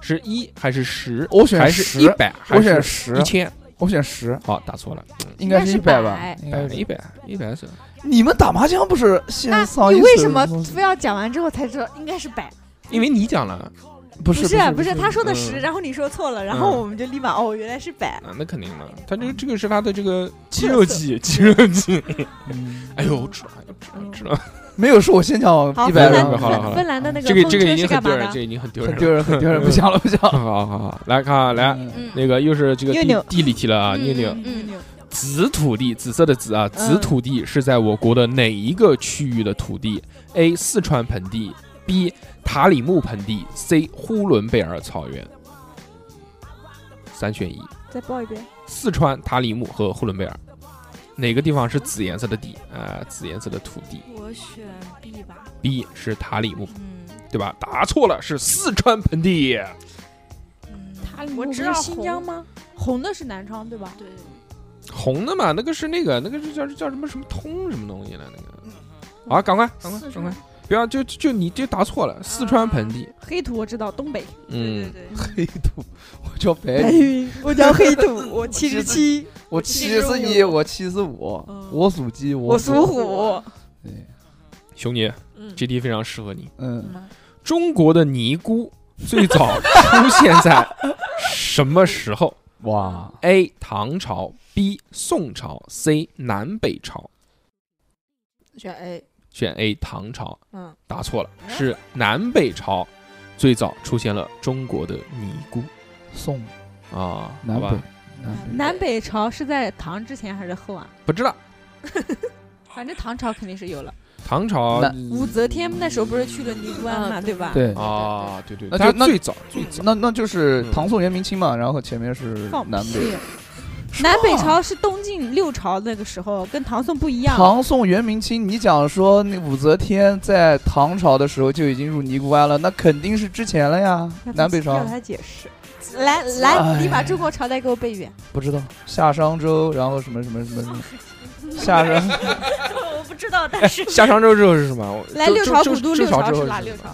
S2: 是一还是十？
S4: 我选
S2: 还是
S4: 十
S2: 一百？还
S4: 我选
S2: 是一
S4: 十，
S2: 千？
S4: 我选十，
S2: 好，哦打错了，嗯哎
S4: 应该
S8: 应该
S4: 是
S8: 是
S4: 一百吧
S8: 百，
S4: 应该是
S2: 一百一百手。
S4: 你们打麻将不是线
S7: 那
S4: 上
S7: 啊你
S4: 一
S7: 为
S4: 起
S7: 什么
S4: 弄
S7: 非要讲完之后才知道应该是百？
S2: 因为你讲了。
S4: 不
S7: 不
S4: 是
S7: 是啊
S4: 不
S7: 不是，他说的
S2: 嗯
S7: 十，然后你说错了，然后
S2: 嗯
S7: 我们就立马哦，原来是百。
S2: 啊，那肯定的，他这个这个是他的这个 肌肉记，肌肉记。
S4: 嗯
S2: 哎呦，我知道，哎呦知道，知道，
S4: 没有是我先讲
S7: 好，
S4: 一
S7: 芬
S4: 百
S7: 兰
S2: 好了
S4: 的，
S2: 好了好了
S7: 芬芬兰的嗯那个
S2: 这个
S7: 风
S2: 这个
S7: 车
S2: 已
S7: 是
S2: 经很
S7: 干
S2: 丢
S7: 嘛
S2: 人，
S7: 的
S2: 这？个已经很丢人
S4: 很
S2: 了。
S4: 丢人很丢人，不讲了不讲了，
S2: 好好好好，来看啊来
S4: 嗯
S5: 嗯
S2: 那个又是这个
S7: 妞
S2: 地
S7: 妞
S2: 地理题了啊，
S5: 嗯
S2: 妞妞
S5: 嗯，嗯
S2: 紫土地，紫色的紫啊，紫土地是在我国的哪一个区域的土地？A. 四川盆地，B. 塔里木盆地，C. 呼伦贝尔草原。三选一，
S7: 再报一遍。
S2: 四川塔里木和呼伦贝尔，哪个地方是紫颜色的地啊、紫颜色的土地。
S5: 我选 B 吧，
S2: B 是塔里木，
S5: 嗯
S2: 对吧？答错了，是四川盆地。
S5: 嗯，
S7: 我
S5: 我
S7: 知
S5: 知
S7: 道
S5: 道
S7: 新疆
S5: 红
S7: 吗？红的是南昌对吧？
S5: 对，
S2: 红的嘛，那个是那个，那个是叫叫什么什么通什么东西了？那个，啊，赶快赶快
S5: 嗯四
S2: 赶
S5: 川啊
S2: 快，，不要就就就你就答错了，四川盆地。
S7: 黑土我知道，东北。
S5: 对
S2: 嗯，
S5: 对
S4: 黑土，我叫白
S7: 白
S4: 土，
S7: 云，我叫黑 土，我七十七，
S4: 我七十一，我七十五，我属鸡，
S7: 嗯我
S4: 我
S7: 属虎。
S4: 对
S2: 熊爷
S5: 嗯，
S2: 这题非常适合你。
S4: 嗯，
S2: 中国的尼姑最早出现在什么时候
S4: 哇，
S2: ？A. 唐朝，B. 宋朝，C. 南北朝。
S6: 选
S7: 哎
S6: A，
S2: 选 A. 唐朝，
S6: 嗯，
S2: 答错了，是南北朝最早出现了中国的尼姑
S4: 宋
S2: 啊，
S4: 南
S2: 好
S4: 北
S2: 吧，
S4: 南北
S7: 南北朝是在唐之前还是后啊？
S2: 不知道
S7: 反正唐朝肯定是有了。
S2: 唐朝
S4: 那
S2: 嗯
S7: 武则天那时候不是去了尼姑庵嘛，
S6: 嗯
S7: 对吧？
S4: 对，
S2: 啊，对对，
S4: 那
S2: 它
S4: 就那
S2: 最早最 早
S4: 那那就是
S2: 嗯
S4: 唐宋元明清嘛，然后前面是
S7: 放
S4: 南北
S7: 屁。南北
S5: 哦
S7: 朝是东晋六朝那个时候，跟唐宋不一样。
S4: 唐宋元明清，你讲说那武则天在唐朝的时候就已经入尼姑庵了，那肯定是之前了呀。
S7: 要他
S4: 南北朝
S7: 要他解释。来来，
S4: 哎
S7: 你把中国朝代给我背远。
S4: 不知道，夏商周，然后什么什么什么什么，夏 商
S5: 我不知道，但是
S2: 哎 夏商周之后是什么？我
S7: 来
S2: 周
S7: 六
S2: 周
S7: 朝
S2: 周
S7: 古都，
S2: 周
S7: 六
S2: 朝之后
S7: 是
S2: 是
S7: 哪
S2: 什
S7: 六
S2: 么
S7: 朝？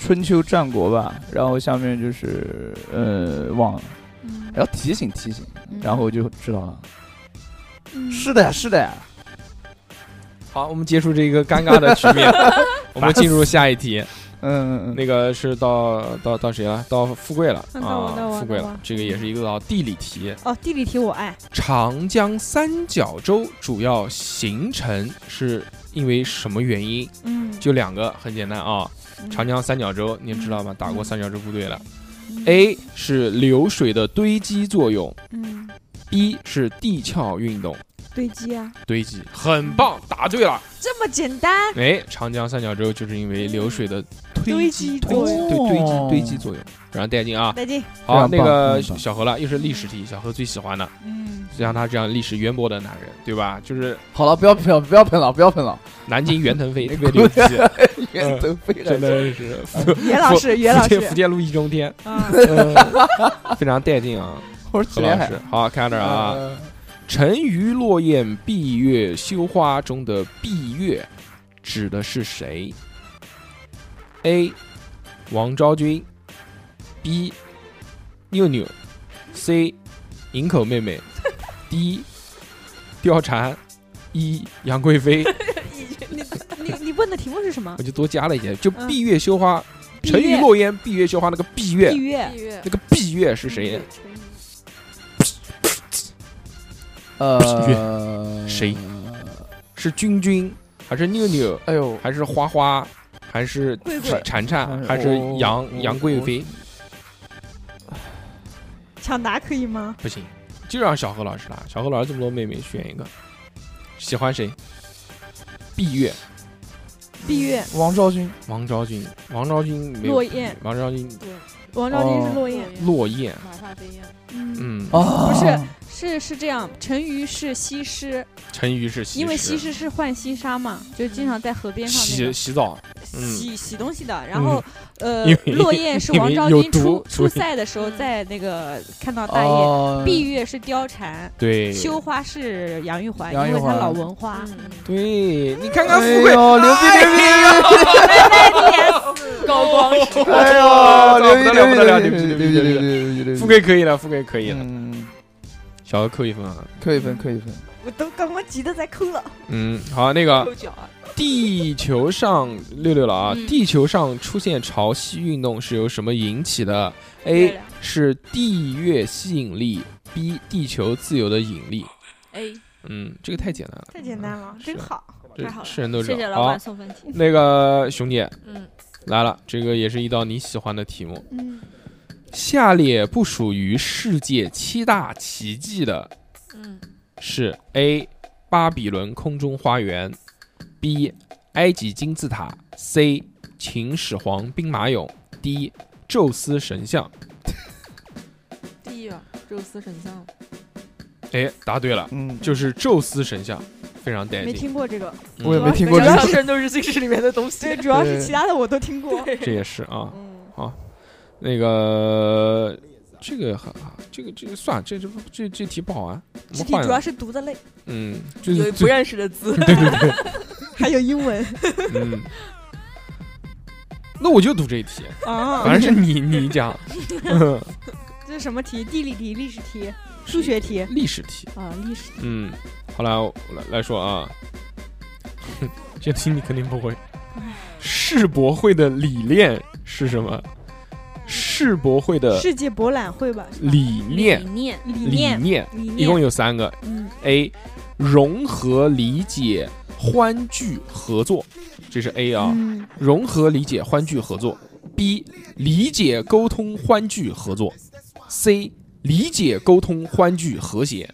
S4: 春秋战国吧，然后下面就是呃忘了，
S5: 嗯
S7: 哎
S4: 要提醒提醒，
S7: 嗯
S4: 然后我就知道了。是的呀，是的呀，
S2: 好，我们结束这个尴尬的局 面，我们进入下一题。
S4: 嗯嗯嗯，
S2: 那个是到到到谁了？到富贵了
S7: 嗯到我到
S2: 啊，
S7: 我
S2: 富贵
S7: 到
S2: 了
S7: 我。
S2: 这个也是一个道地理题。
S7: 哦，地理题我爱。
S2: 长江三角洲主要形成是因为什么原因？
S7: 嗯，
S2: 就两个，很简单啊。
S7: 嗯
S2: 长江三角洲，你知道吗？打过三角洲部队了。A 是流水的堆积作用
S7: 嗯
S2: ，B 是地壳运动
S7: 堆积啊，
S2: 堆积，很棒，答对了。
S7: 这么简单。
S2: 哎，长江三角洲就是因为流水的
S7: 堆
S2: 积
S7: 积
S2: 堆积
S4: 作
S2: 对
S4: 用
S2: 堆积堆积作用，然后带劲啊！
S7: 再见。
S2: 好，
S4: 非
S2: 那
S4: 常棒
S2: 个
S4: 非常棒
S2: 小何了，又是历史题，小何最喜欢的，
S7: 嗯，
S2: 像他这样历史渊博的男人，对吧？就是
S4: 好了，不要不要不要喷了，不要喷 了，
S2: 南京袁腾飞 特别牛逼，
S4: 原则非常
S2: 真的是
S7: 袁老师，袁老
S2: 福
S7: 师
S2: 建福建路易中天，
S7: 啊，
S2: 嗯非常带劲啊！
S4: 我是
S2: 何
S4: 祁连
S2: 老
S4: 海
S2: 师，好，看着啊，
S7: 嗯
S4: 呃
S2: 沉鱼落雁、闭月羞花中的闭月指的是谁？A. 王昭君，B. 妞妞，C. 营口妹妹，D. 貂蝉，E. 杨贵妃。
S7: 你你问的题目是什么
S2: 我？就多加了一些，就
S7: 嗯
S2: 闭月羞花、沉鱼落雁、闭月羞花那个闭月
S7: 闭，月
S6: 地月
S2: 那个闭月是谁呢？
S4: 呃
S2: 谁？是君君还是妞妞，
S4: 哎呦，
S2: 还是花花，还是
S7: 贵贵
S2: 是蝉蝉
S4: 嗯
S2: 还是
S4: 我
S2: 杨
S4: 我
S2: 杨贵
S4: 哦
S2: 妃？
S7: 抢答可以吗？
S2: 不行，就让小何老师来。小何老师这么多妹妹，选一个，喜欢谁？闭月、
S7: 闭月，
S4: 王昭君，
S2: 王昭君、王昭君没有
S7: 落雁，
S2: 王昭君、
S7: 王昭君
S4: 哦
S7: 是落雁。
S2: 落雁，
S6: 马上飞燕，
S7: 嗯，
S2: 嗯，
S4: 啊，
S7: 不是是是这样，成鱼是西施，
S2: 沉鱼是西
S7: 因为西
S2: 施，
S7: 施是浣溪沙嘛，就经常在河边上那
S2: 洗
S7: 个
S2: 洗澡，嗯
S7: 洗洗东西的。然后呃
S2: 因，为
S7: 落雁是
S2: 因
S7: 王
S2: 为
S7: 昭
S2: 有
S7: 君
S2: 毒
S7: 出
S2: 所
S7: 出
S2: 以
S7: 塞的时候
S6: 嗯
S7: 在那个看到大雁，
S4: 哦，
S7: 闭月是貂蝉，
S2: 对，
S7: 羞花是杨玉环，
S4: 杨
S7: 因
S4: 玉
S7: 为她
S4: 环
S7: 老文花。
S5: 嗯
S2: 对你看看
S4: 哎
S2: 富贵，
S4: 呦，牛逼牛逼！
S5: 高光是
S4: 哎
S2: 呦
S4: 呦，
S2: 牛
S4: 牛
S2: 逼牛
S4: 逼牛
S2: 逼牛逼
S4: 逼牛
S2: 牛
S4: 逼牛
S2: 逼
S4: 逼
S2: 牛
S4: 牛逼牛逼！
S2: 富贵可以了，富贵可以了，
S4: 嗯，
S2: 小何扣一分啊。
S4: 扣一分，扣一分。
S7: 我都刚刚急得在抠了，
S2: 嗯，好，那个
S7: 抠脚啊！
S2: 地球上六六了啊，
S5: 嗯
S2: 地球上出现潮汐运动是由什么引起的
S5: 月
S2: ？A
S5: 亮
S2: 是地月吸引力，B 地球自由的引力。
S5: A，
S2: 嗯，这个太简单了，
S7: 太简单了，
S2: 是
S7: 真好。
S5: 太
S2: 这
S5: 好了
S2: 是人都知
S5: 谢谢
S2: 道。
S5: 老
S2: 好
S5: 板，送分题。
S2: 那个熊姐
S5: 嗯，
S2: 来了，这个也是一道你喜欢的题目。
S7: 嗯，
S2: 下列不属于世界七大奇迹的
S6: 嗯，
S2: 是 A 巴比伦空中花园，B 埃及金字塔，C 秦始皇兵马俑，D 宙斯神像。
S6: 地月宙斯神像，
S2: 哎，答对了，
S4: 嗯，
S2: 就是宙斯神像，非常带
S7: 没
S2: 劲。
S7: 听过这个，
S2: 嗯
S4: 我也没听过
S5: 每
S4: 这
S5: 个
S4: 个
S5: 上身都是最是里面的东西。
S7: 对，主要
S4: 对
S7: 是其他的我都听过。
S2: 这也是啊，
S7: 嗯，
S2: 那个这个很啊，这个这个算了这这这这题不好玩，我
S7: 这
S2: 们
S7: 题
S2: 换
S7: 主要
S2: 了。
S7: 是读的累，
S2: 嗯， 就
S5: 有
S2: 是
S5: 不
S2: 最
S5: 认识 的字，
S7: 还有英文
S2: 嗯。那我就读这一题，
S7: 啊。
S2: 反正是你你讲，
S7: 这是什么题？地理题、历史题、数学题
S2: 历史题。
S7: 啊，历史题。
S2: 嗯，好了，我来来说啊， 这题你肯定不会。世博会的理念是什么？世博会的
S7: 世界博览会吧，是吧
S2: 理念
S5: 理，念，
S7: 理
S2: 理
S7: 念
S2: 念
S7: 理
S2: 一
S7: 念，
S2: 共有三个
S7: 嗯。
S2: A，融合理解、欢聚合作，这是 A 啊。
S7: 嗯，
S2: 融合理解、欢聚合作。B 理解沟通欢聚合作。C 理解沟通欢聚和谐。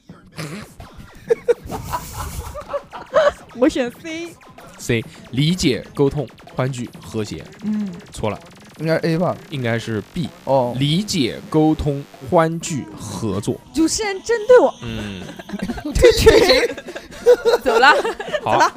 S7: 我选 C，
S2: C 理解沟通欢聚和谐。
S7: 嗯，
S2: 错了，
S4: 应该是 A 吧？
S2: 应该是 B
S4: 哦，
S2: 理解沟通欢聚合作。
S7: 主持人针对我，
S2: 嗯，
S5: 走了。
S2: 好。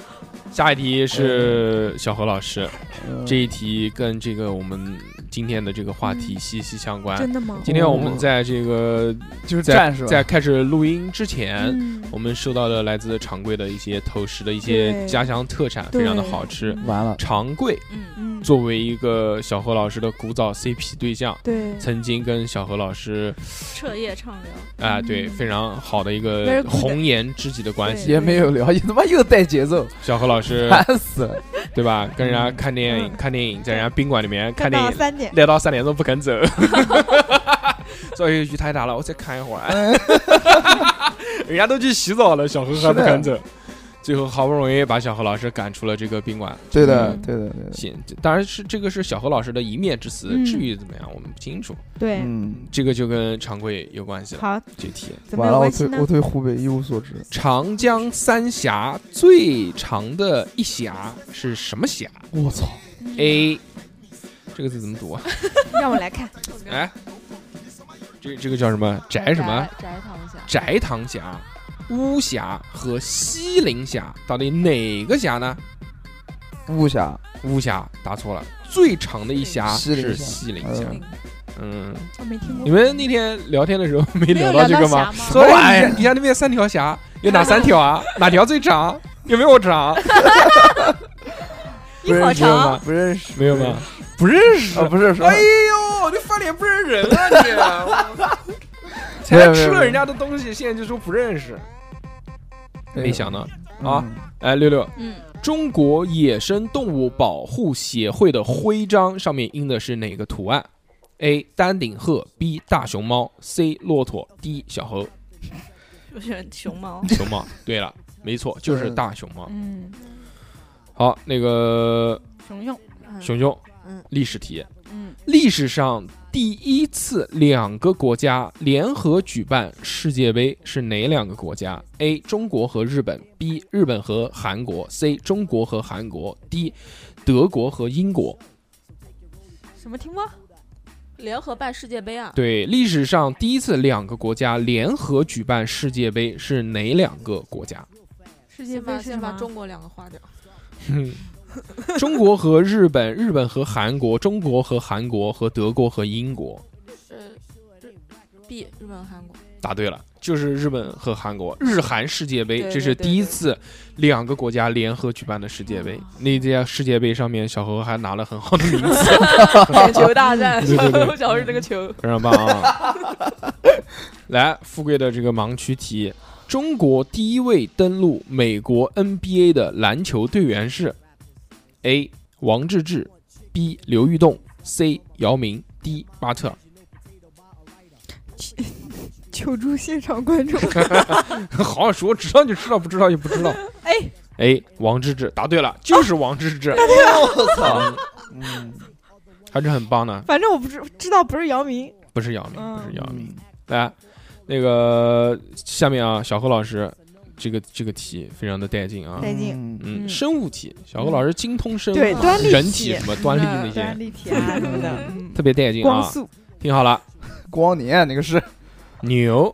S2: 下一题是小何老师，
S4: 嗯
S2: 这一题跟这个我们今天的这个话题息息相关。
S7: 真的吗？
S2: 今天我们在这个
S4: 就是
S2: 在
S4: 战士吧
S2: 在开始录音之前，
S7: 嗯，
S2: 我们收到了来自常贵的一些投食的一些
S7: 对
S2: 家乡特产，非常的好吃。
S7: 嗯
S4: 完了，
S2: 常贵
S5: 嗯，
S7: 嗯，
S2: 作为一个小何老师的古早 CP 对象，
S7: 对，
S2: 曾经跟小何老师
S5: 彻夜畅聊，
S2: 啊、
S7: 嗯
S2: 对非常好的一
S7: Very
S2: 个
S7: good
S2: 红颜知己的关系。
S4: 也没有聊，也他妈又带节奏，
S2: 小何老 师
S4: 烦死了。
S2: 对吧？跟人
S7: 嗯
S2: 家看电影，看电影，在人家宾馆里面看
S7: 干
S2: 电
S7: 到
S2: 影，
S7: 三点，
S2: 赖到三点钟不肯 走，所以去太大了，我再看一会儿。
S7: 哎
S2: 人家都去洗澡了，小何还不肯走，最后好不容易把小何老师赶出了这个宾馆。
S4: 对的，
S7: 嗯
S4: 对的，对的。
S2: 行，这当然是这个是小何老师的一面之词，
S7: 嗯
S2: 至于怎么样我们不清楚，
S7: 对，
S4: 嗯，
S2: 这个就跟常规有关系了。
S7: 好，
S2: 这题，
S7: 怎么有
S4: 完了，我
S7: 关系
S4: 对
S7: 呢
S4: 我？对湖北一无所知。
S2: 长江三峡最长的一峡是什么峡
S4: 我操，
S2: ？A，这个字怎么 读啊？
S7: 让我来看，
S2: 哎，这这个叫什么？翟哎什么？
S8: 翟翟堂侠，
S2: 翟塘峡、巫峡和西陵峡，到底哪个峡呢？
S4: 巫峡，
S2: 巫峡答错了，最长的一峡
S4: 西陵
S2: 是
S4: 峡
S2: 西陵峡。
S4: 嗯，
S2: 嗯，
S7: 我没听
S2: 你
S7: 过，
S2: 们那天聊天的时候没
S8: 没有
S2: 聊到这个
S8: 侠
S2: 吗？
S8: 吗？
S2: 说哎，你家那边三条峡，有哪三条 啊？哪条最长？有没有我长？没有
S4: 不认识
S2: 吗？
S4: 不认识，
S2: 没有吗？不认识
S4: 啊，不是说
S2: 哎呦，你翻脸不认人了 你！
S4: 没
S2: 才
S4: 有没有
S2: 吃
S4: 没
S2: 了
S4: 有
S2: 人家的东西，现在就说不认识，没想到。啊
S4: 嗯，
S2: 哎，六六，
S5: 嗯，
S2: 中国野生动物保护协会的徽章上面印的是哪个图案？A. 丹顶鹤，B. 大熊猫，C. 骆驼，D. 小猴。
S5: 我选熊猫。
S2: 熊猫。对了，没错，就是大熊猫。
S7: 嗯，
S2: 好，那个
S5: 熊熊，
S2: 熊熊
S6: 嗯，
S2: 历史题，
S5: 嗯，
S2: 历史上第一次两个国家联合举办世界杯是哪两个国家？A. 中国和日本，B. 日本和韩国，C. 中国和韩国，D. 德国和英国。
S7: 什么听过？
S8: 联合办世界杯啊，
S2: 对，历史上第一次两个国家联合举办世界杯是哪两个国家？
S7: 世界
S8: 先
S7: 杯
S8: 把
S7: 是
S8: 先把
S7: 吗？
S8: 中国两个划掉，
S2: 中国和日本，日本和韩国，中国和韩国和德国和英国。
S8: 呃日，B 日本韩国，
S2: 答对了，就是日本和韩国日韩世界杯，
S8: 嗯对
S2: 这是
S8: 对哦对
S2: 第一次两个国家联合举办的世界杯。那届世界杯上面，小何还拿了很好的名次，
S8: 点球大 战，
S2: 对对 嗯对
S8: 小时这个球，
S2: 非 常棒啊！来，富贵的这个盲区题：中国第一位登陆美国 NBA 的篮球队员是：A. 王治郅，B. 刘玉栋，C. 姚明，D. 巴特。
S7: 求助现场观众，
S2: 好好说，知道就知道，不知道就不知道。
S7: 哎
S2: A. 王治郅，答对了，就是王治 郅，
S4: 我操，嗯，
S2: 还是很棒的，
S7: 反正我不知知道不是姚明，
S2: 不是姚明，不是
S7: 嗯
S2: 姚明。来，那个下面啊，小何老师，这个这个题非常的带劲啊。
S7: 带劲
S4: 嗯
S2: 嗯，
S7: 嗯
S2: 生物体，小何老师精通生物，
S7: 对端粒
S2: 人
S7: 体
S2: 体什么端粒那
S7: 当然
S2: 些，
S7: 立体 啊什么的，嗯
S2: 特别带劲
S7: 光
S2: 啊！
S7: 速
S2: 听好了，
S4: 光年那个是
S2: 牛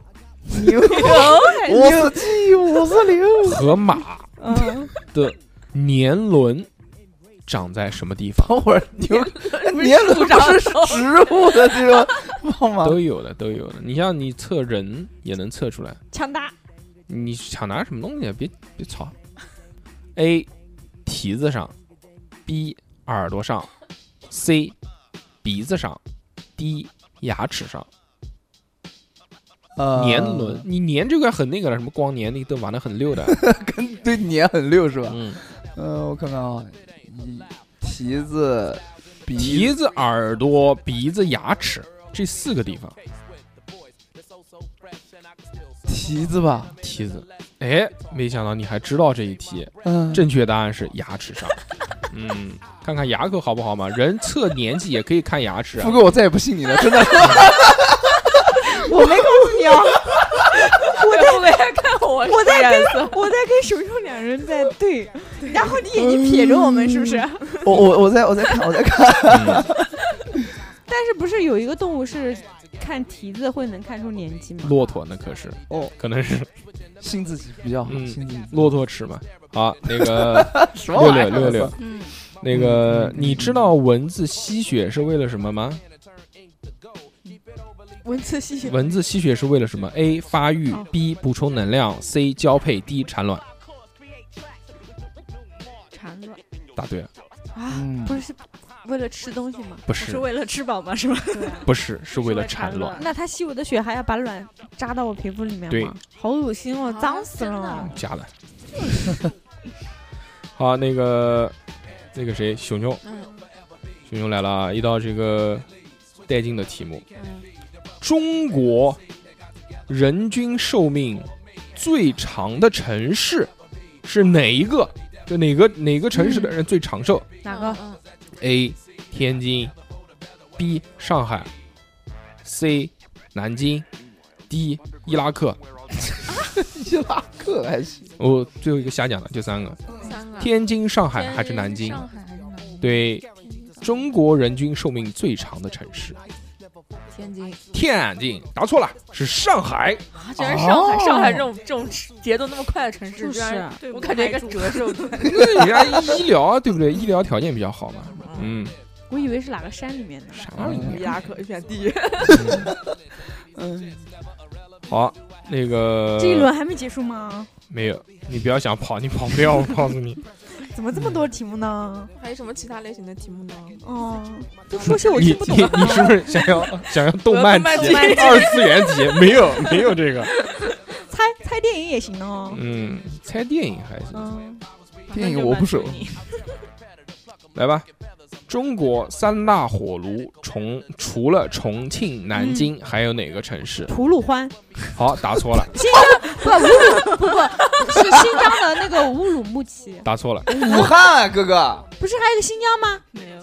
S7: 牛，
S5: 哦
S4: 我是鸡，我是牛，
S2: 和马
S7: 嗯，
S2: 的年轮长在什么地 方？
S4: 等会儿牛年轮不是植物的这种 棒吗？
S2: 都有的，都有的。你像你测人也能测出来，
S7: 强大，
S2: 你想拿什么东西啊？别别吵。A 蹄子上，B 耳朵上，C 鼻子上，D 牙齿上。
S4: 呃
S2: 年轮， 你年这个很那个了，什么光年那个都玩的很溜的。
S4: 呃跟对年很溜是吧？
S2: 嗯，
S4: 呃，我看看啊，一蹄子、鼻
S2: 蹄子、耳朵、鼻子、牙齿这四个地方，
S4: 蹄子吧，
S2: 蹄子。哎，没想到你还知道这一题，
S4: 嗯，
S2: 正确答案是牙齿 上。嗯，看看牙口好不好嘛？人测年纪也可以看牙齿啊
S4: 富。哥，我再也不信你了，真的。
S7: 我没告诉你啊，
S8: 我在看我，
S7: 我在跟我在跟熊熊两人在对，嗯然后你眼睛瞥着我们是不是？
S4: 我我我在我在看我在看，
S2: 嗯
S7: 但是不是有一个动物是看蹄子会能看出年纪吗？
S2: 骆驼那可是
S4: 哦，
S2: 可能是
S4: 信自己比较好，
S2: 嗯
S4: 信自己。
S2: 骆驼齿嘛。好，那个
S4: 什么
S2: 六
S4: 玩意
S2: 六六
S4: 儿？
S2: 六，
S8: 嗯，
S2: 那个你知道蚊子吸血是为了什么吗？
S7: 文字细写
S2: 蚊子吸血是为了什么？A. 发育
S7: 哦
S2: ，B. 补充能量，C. 交配，D. 产卵。
S7: 产卵
S2: 答对了，
S7: 啊，
S4: 嗯
S7: 不是是为了吃东西吗？
S2: 不
S5: 是
S2: 是，
S5: 为了吃饱吗？是吧？
S2: 不是，是为了产卵。
S7: 那它吸我的血还要把卵扎到我皮肤里面
S2: 对
S7: 吗？好恶心哦，
S8: 啊
S7: 脏死
S8: 真
S7: 了
S8: 的！
S2: 假的。 好，那个那个谁，熊熊，
S8: 嗯
S2: 熊熊来了啊！一道这个带劲的题目，
S8: 嗯，
S2: 中国人均寿命最长的城市是哪一个？就哪个哪个城市的人最长寿、
S7: 哪个？
S8: 嗯？
S2: a 天津，B 上海，C 南京，D 伊拉克。
S4: 伊拉克还行，
S2: 我最后一个瞎讲的，就三个：
S8: 嗯三个。
S2: 天津、上海
S8: 天
S2: 还是南京？
S8: 上海还是南京？
S2: 对，中国人均寿命最长的城市，
S8: 天津
S2: 天津。答错了，是上海。
S8: 啊，居然上海，上海这种这种节奏那么快的城市，
S7: 就
S8: 居
S7: 是
S8: 然
S7: 啊
S5: 对
S8: 我感觉一个折寿的。
S2: 那人家哎医疗啊对不对？医疗条件比较好嘛。嗯，
S7: 我以为是哪个山里面的呢。
S2: 啥玩意儿？
S8: 伊拉克一片地，
S4: 嗯，
S2: 好，那个
S7: 这一轮还没结束吗？
S2: 没有，你不要想跑，你跑不掉。我告诉你，
S7: 怎么这么多题目呢？
S8: 还有什么其他类型的题目呢？
S7: 哦，都说 些我
S2: 你
S7: 听不懂
S2: 你
S7: 的
S2: 你是不是想 要想要动漫
S8: 我要
S2: 题、
S8: 动漫题
S2: 二次元题？没有没有这个。
S7: 猜猜电影也行哦。
S2: 嗯，猜电影还行。
S7: 嗯，
S4: 电影我不熟，
S2: 来吧，中国三大火炉，重除了重庆、南
S7: 嗯
S2: 京，还有哪个城市？
S7: 吐鲁番
S2: 好，答错 了，
S7: 不乌鲁不不是新疆的那个乌鲁木齐，
S2: 答错了。
S4: 武汉啊哥哥，
S7: 不是还有一个新疆吗？
S5: 没有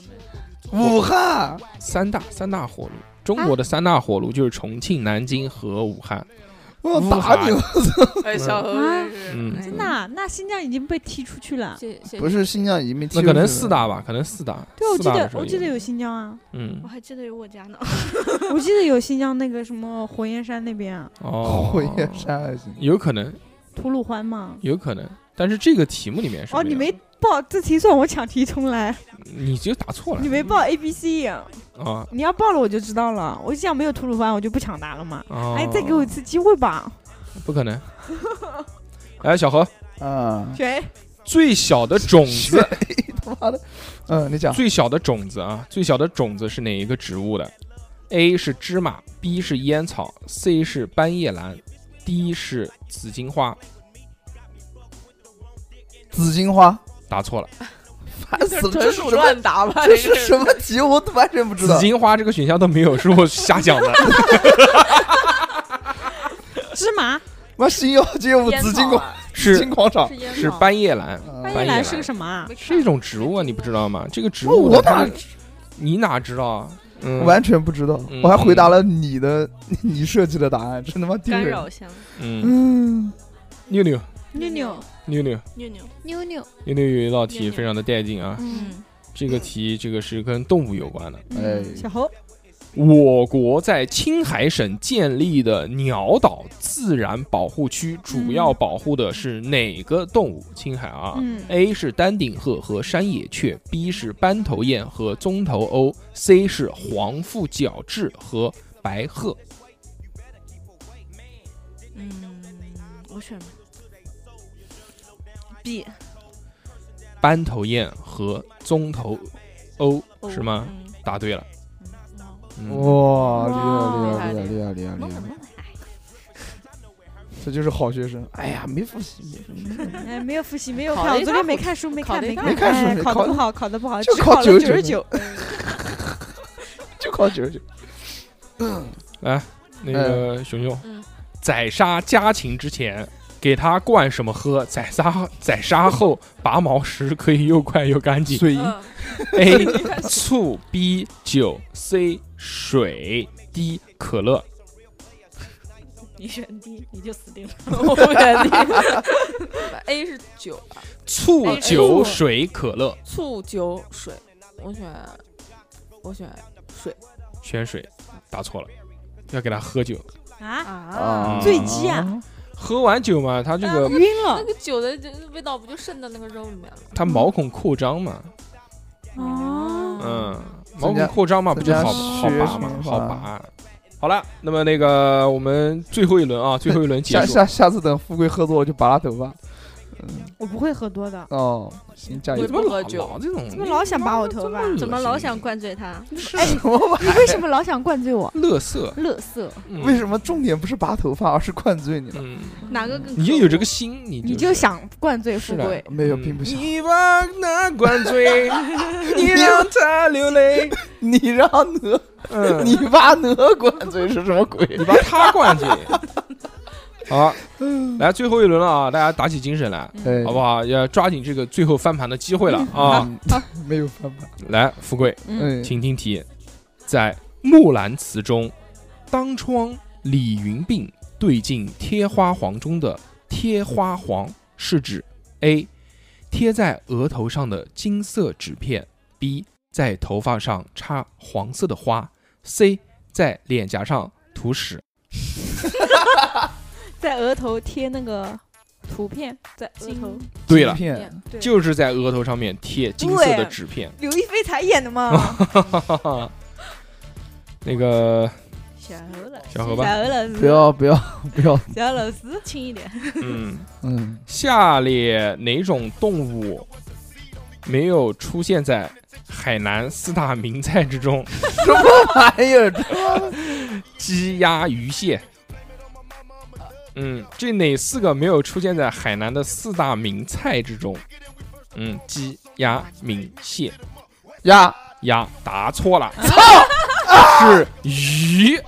S5: 没有，
S4: 武汉，
S2: 三大三大火炉，中国
S7: 啊
S2: 的三大火炉就是重庆、南京和武汉。
S4: 我
S2: 武
S4: 打你！
S8: 哎，小何
S7: 啊
S8: 真是
S2: 嗯
S8: 哎
S7: 真的啊？那新疆已经被踢出去了。
S8: 谢谢
S4: 不是新疆已经被踢
S2: 那
S4: 出去
S2: 可能
S4: 了
S2: 四大吧，可能四大。
S7: 对，我
S2: 四
S7: 记
S2: 大的
S7: 得
S2: 时候
S7: 我记得
S2: 有。
S7: 有新疆啊，
S2: 嗯
S5: 我，还记得有我家 呢。
S7: 我记得有新疆那个什么火焰山那边啊，
S2: 哦，
S4: 火焰山还行，
S2: 有可能，
S7: 吐鲁番嘛。
S2: 有可能。但是这个题目里面是
S7: 哦，
S2: 有
S7: 你没报这题算我抢题重来，
S2: 你就答错了
S7: 你没报 A B C，
S2: 啊
S7: 你要报了我就知道了。我想没有吐鲁番，我就不抢答了嘛。
S2: 啊！
S7: 哎，再给我一次机会吧。
S2: 不可能。 来，小何，
S4: 啊，
S7: 谁？
S2: 最小的种
S4: 嗯
S2: 子，
S4: 他妈的，嗯，你讲，
S2: 最小的种子啊，最小的种子是哪一个植物的？A 是芝麻，B 是烟草，C 是斑叶兰，D 是紫荆花。
S4: 紫荆花，
S2: 答错了，
S4: 烦死了，这
S8: 纯
S4: 是
S8: 属
S4: 什么？
S8: 乱答 吧？
S4: 这
S8: 个
S4: 是什么题？我完全不知
S2: 紫
S4: 道。
S2: 荆花这个选项都没有，是我瞎讲 的。
S7: 芝麻？
S4: 妈，星耀街舞
S8: 烟
S4: 紫荆
S8: 草
S4: 广，
S8: 啊
S4: 紫
S2: 是
S4: 荆广场
S8: 是烟
S2: 是
S8: 草
S2: 斑叶兰，
S4: 啊
S7: 斑
S2: 叶兰
S7: 叶兰是个什么啊？
S2: 是一种植物啊，你不知道吗？这个植
S4: 哦
S2: 物
S4: 我
S2: 它
S4: 哪
S2: 是你哪知道啊？嗯，
S4: 完全不知道
S2: 嗯，
S4: 我还回答了你的你设计的答案，真他妈丢
S5: 干
S4: 人
S5: 扰！香，
S2: 嗯，
S4: 嗯，
S2: 妞妞
S7: 妞妞，
S2: 妞妞
S5: 妞妞，
S6: 妞妞，
S2: 妞妞有一道
S5: 妞
S2: 题
S5: 妞
S2: 非常的带劲啊，
S7: 嗯，
S8: 嗯，
S2: 这个题这个是跟动物有关的。
S4: 哎，
S7: 小猴，
S2: 我国在青海省建立的鸟岛自然保护区，主要保护的是哪个动物？青海啊。
S7: 嗯，
S2: A 是丹顶鹤和山野雀，B 是斑头雁和棕头鸥，C 是黄腹角雉和白鹤。
S5: 嗯，我选 B
S2: 斑头雁和棕头鸥是吗？
S5: 嗯
S2: 答对了。
S5: 嗯
S2: 嗯
S4: 哦哇，厉害厉
S8: 哇
S4: 嗯
S7: 嗯
S4: 害厉害厉害厉害厉害！
S9: 这就是好学生。
S4: 哎呀，没复习，没复习
S7: 哎，没有复习，没有
S8: 考
S7: 看，
S8: 得
S7: 我
S8: 一
S7: 昨
S8: 塌
S7: 天没
S8: 糊
S7: 看书，没
S8: 考
S7: 看，
S8: 得一
S7: 没
S8: 塌
S7: 看，
S4: 糊涂没看
S7: 哎
S4: 书
S7: 考得
S4: 考得
S7: 不好，考得不好，
S4: 就
S7: 只
S4: 考
S7: 了
S4: 99
S7: 十
S4: 分
S7: 九。
S4: 就考九十九。
S2: 那个熊熊
S8: 嗯，
S2: 宰杀家禽之前给它灌什么喝？宰杀宰杀后拔毛时可以又快又干净。
S4: 水银
S5: 呃
S8: 嗯
S2: A 醋 B 酒 C 水 D 可乐。
S5: 你选 D 你就死定 了。
S8: 我不敢听。
S6: A 是酒
S5: 啊
S6: 吧，
S2: 醋
S8: 哎
S2: 酒
S8: 醋
S2: 水可乐，
S6: 醋酒水，我选我选水，
S2: 选水，答错了，要给它喝酒。
S7: 啊，
S4: 啊
S7: 醉鸡啊！
S2: 喝完酒嘛，它这个
S7: 晕
S8: 那
S7: 了
S8: 个酒的这味道不就渗到那个肉里面了？
S2: 它毛孔扩张嘛，
S7: 哦，
S2: 嗯，
S4: 增
S2: 毛孔
S4: 加
S2: 扩张嘛，不
S4: 增
S2: 就
S4: 加
S2: 好好
S4: 血液
S2: 拔
S4: 循
S2: 嘛，好
S4: 环
S2: 拔。好了，那么那个我们最后一轮 啊，最后一轮结
S4: 下
S2: 束。
S4: 下下次等富贵喝多了就拔他头发。
S7: 我不会喝多的，
S4: 哦，行，加
S2: 你
S4: 油
S2: 哎怎！么
S6: 不
S2: 老
S6: 喝酒
S2: 老这种？
S7: 怎么老想拔我头发？
S5: 怎么老想灌醉他？
S4: 哎，什么 玩意
S7: 你为什么老想灌醉我？
S2: 乐色？
S7: 乐色，
S2: 嗯
S4: 为什么重点不是拔头发，而是灌醉你呢？
S2: 嗯，
S5: 哪个更？
S2: 你就有这个心，你
S7: 你
S2: 就
S7: 就是想灌醉
S2: 是
S7: 富
S2: 的
S7: 贵，
S4: 没有，并不想。
S2: 你把那灌醉，你让他流泪，
S4: 你让哪，
S2: 嗯，
S4: 你把哪灌醉是什么 鬼？
S2: 你把他灌醉。 好，来最后一轮了啊！大家打起精神来，
S7: 嗯
S4: 哎
S2: 好不好？要抓紧这个最后翻盘的机会了啊！
S4: 嗯没有办法。
S2: 来，富贵，
S4: 嗯，
S2: 请听题，在《木兰辞》中，当窗理云鬓对镜贴花黄中的贴花黄是指 A 贴在额头上的金色纸片，B 在头发上插黄色的花，C 在脸颊上涂屎。
S7: 在额头贴那个图片，在额头。
S2: 对了
S4: 芯，片
S2: 就是在额头上面贴金色的纸片。
S7: 刘亦菲才演的 嘛，
S2: 那个
S7: 小何老
S2: 小何吧，
S7: 小何老师，
S4: 不要不要 不要，
S7: 小何老师，
S5: 轻一点，
S2: 嗯。
S4: 嗯，
S2: 下列哪种动物没有出现在海南四大名菜之中？
S4: 玩意儿，
S2: 鸡、鸭、鱼、蟹。嗯，这哪四个没有出现在海南的四大名菜之中？嗯，鸡、鸭、明、蟹、
S4: 呀，
S2: 鸭，答错了，是鱼，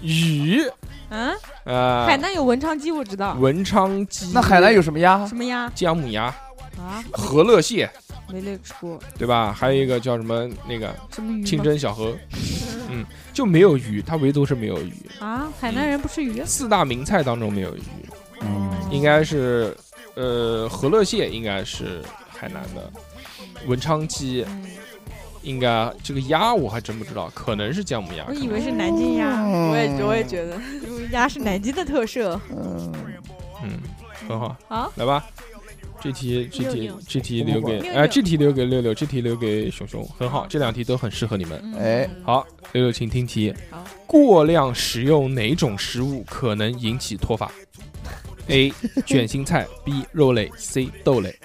S2: 鱼，
S7: 啊，嗯
S2: 呃，
S7: 海南有文昌鸡，我知道，
S2: 文昌鸡，
S4: 那海南有什么鸭
S7: 什？么鸭
S2: 姜母鸭、
S7: 啊？
S2: 和乐蟹，
S7: 没那吃过，
S2: 对吧？还有一个叫什么那个
S7: 什么鱼吗？
S2: 清蒸小河，嗯，就没有鱼，它唯独是没有鱼。
S7: 啊，海南人不吃鱼，
S2: 四大名菜当中没有鱼，
S7: 哦
S4: 嗯
S2: 应该是呃和乐蟹应该是海南的，文昌
S7: 嗯
S2: 鸡应该这个鸭我还真不知道，可能是姜母鸭。
S7: 我以为是南京鸭，
S4: 我
S8: 我也我也觉
S4: 嗯
S8: 得，
S7: 因为鸭是南京的特色。
S2: 可能嗯，很好，
S7: 好，
S2: 来吧。这题这题
S5: 六六
S2: 这题留给
S7: 六
S2: 哎，
S7: 六
S2: 这题留给六六，这题留给熊熊，很好，这两题都很适合你
S7: 嗯
S2: 们。
S4: 哎，
S8: 嗯
S2: 好，六六，请听题
S8: 好。
S2: 过量食用哪种食物可能引起脱发？A. 卷心菜 B. 肉类 C. 豆类。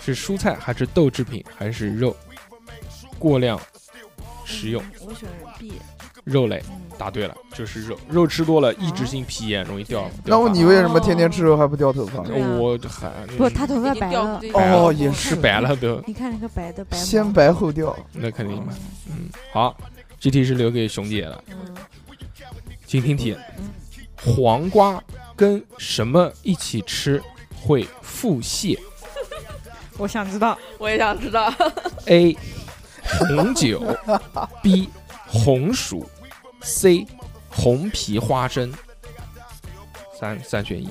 S2: 是蔬菜还是豆制品还是肉？过量食用
S5: 我选 B，
S2: 肉类，
S8: 嗯
S5: 嗯
S2: 答对了，就是肉。肉吃多了，抑制性皮炎容易掉。
S4: 那
S2: 掉
S4: 我
S2: 发
S4: 你为什么天天吃肉还不掉头发？
S7: 对啊
S2: 我还
S7: 不，他头发
S8: 已
S7: 白
S8: 经掉
S7: 了
S8: 不，对
S2: 白了
S4: 哦，也
S2: 吃
S4: 是，
S2: 白了都，
S7: 你看那个白的白毛，
S4: 先白后掉。
S2: 那肯定嘛。
S7: 哦
S2: 嗯，好，这题是留给熊姐了。
S7: 嗯
S2: 请听题：黄瓜跟什么一起吃会腹泻
S7: 我想知道，
S8: 我也想知道。
S2: ？A. 红 酒 B. 红薯 C. 红皮花生。三三选一，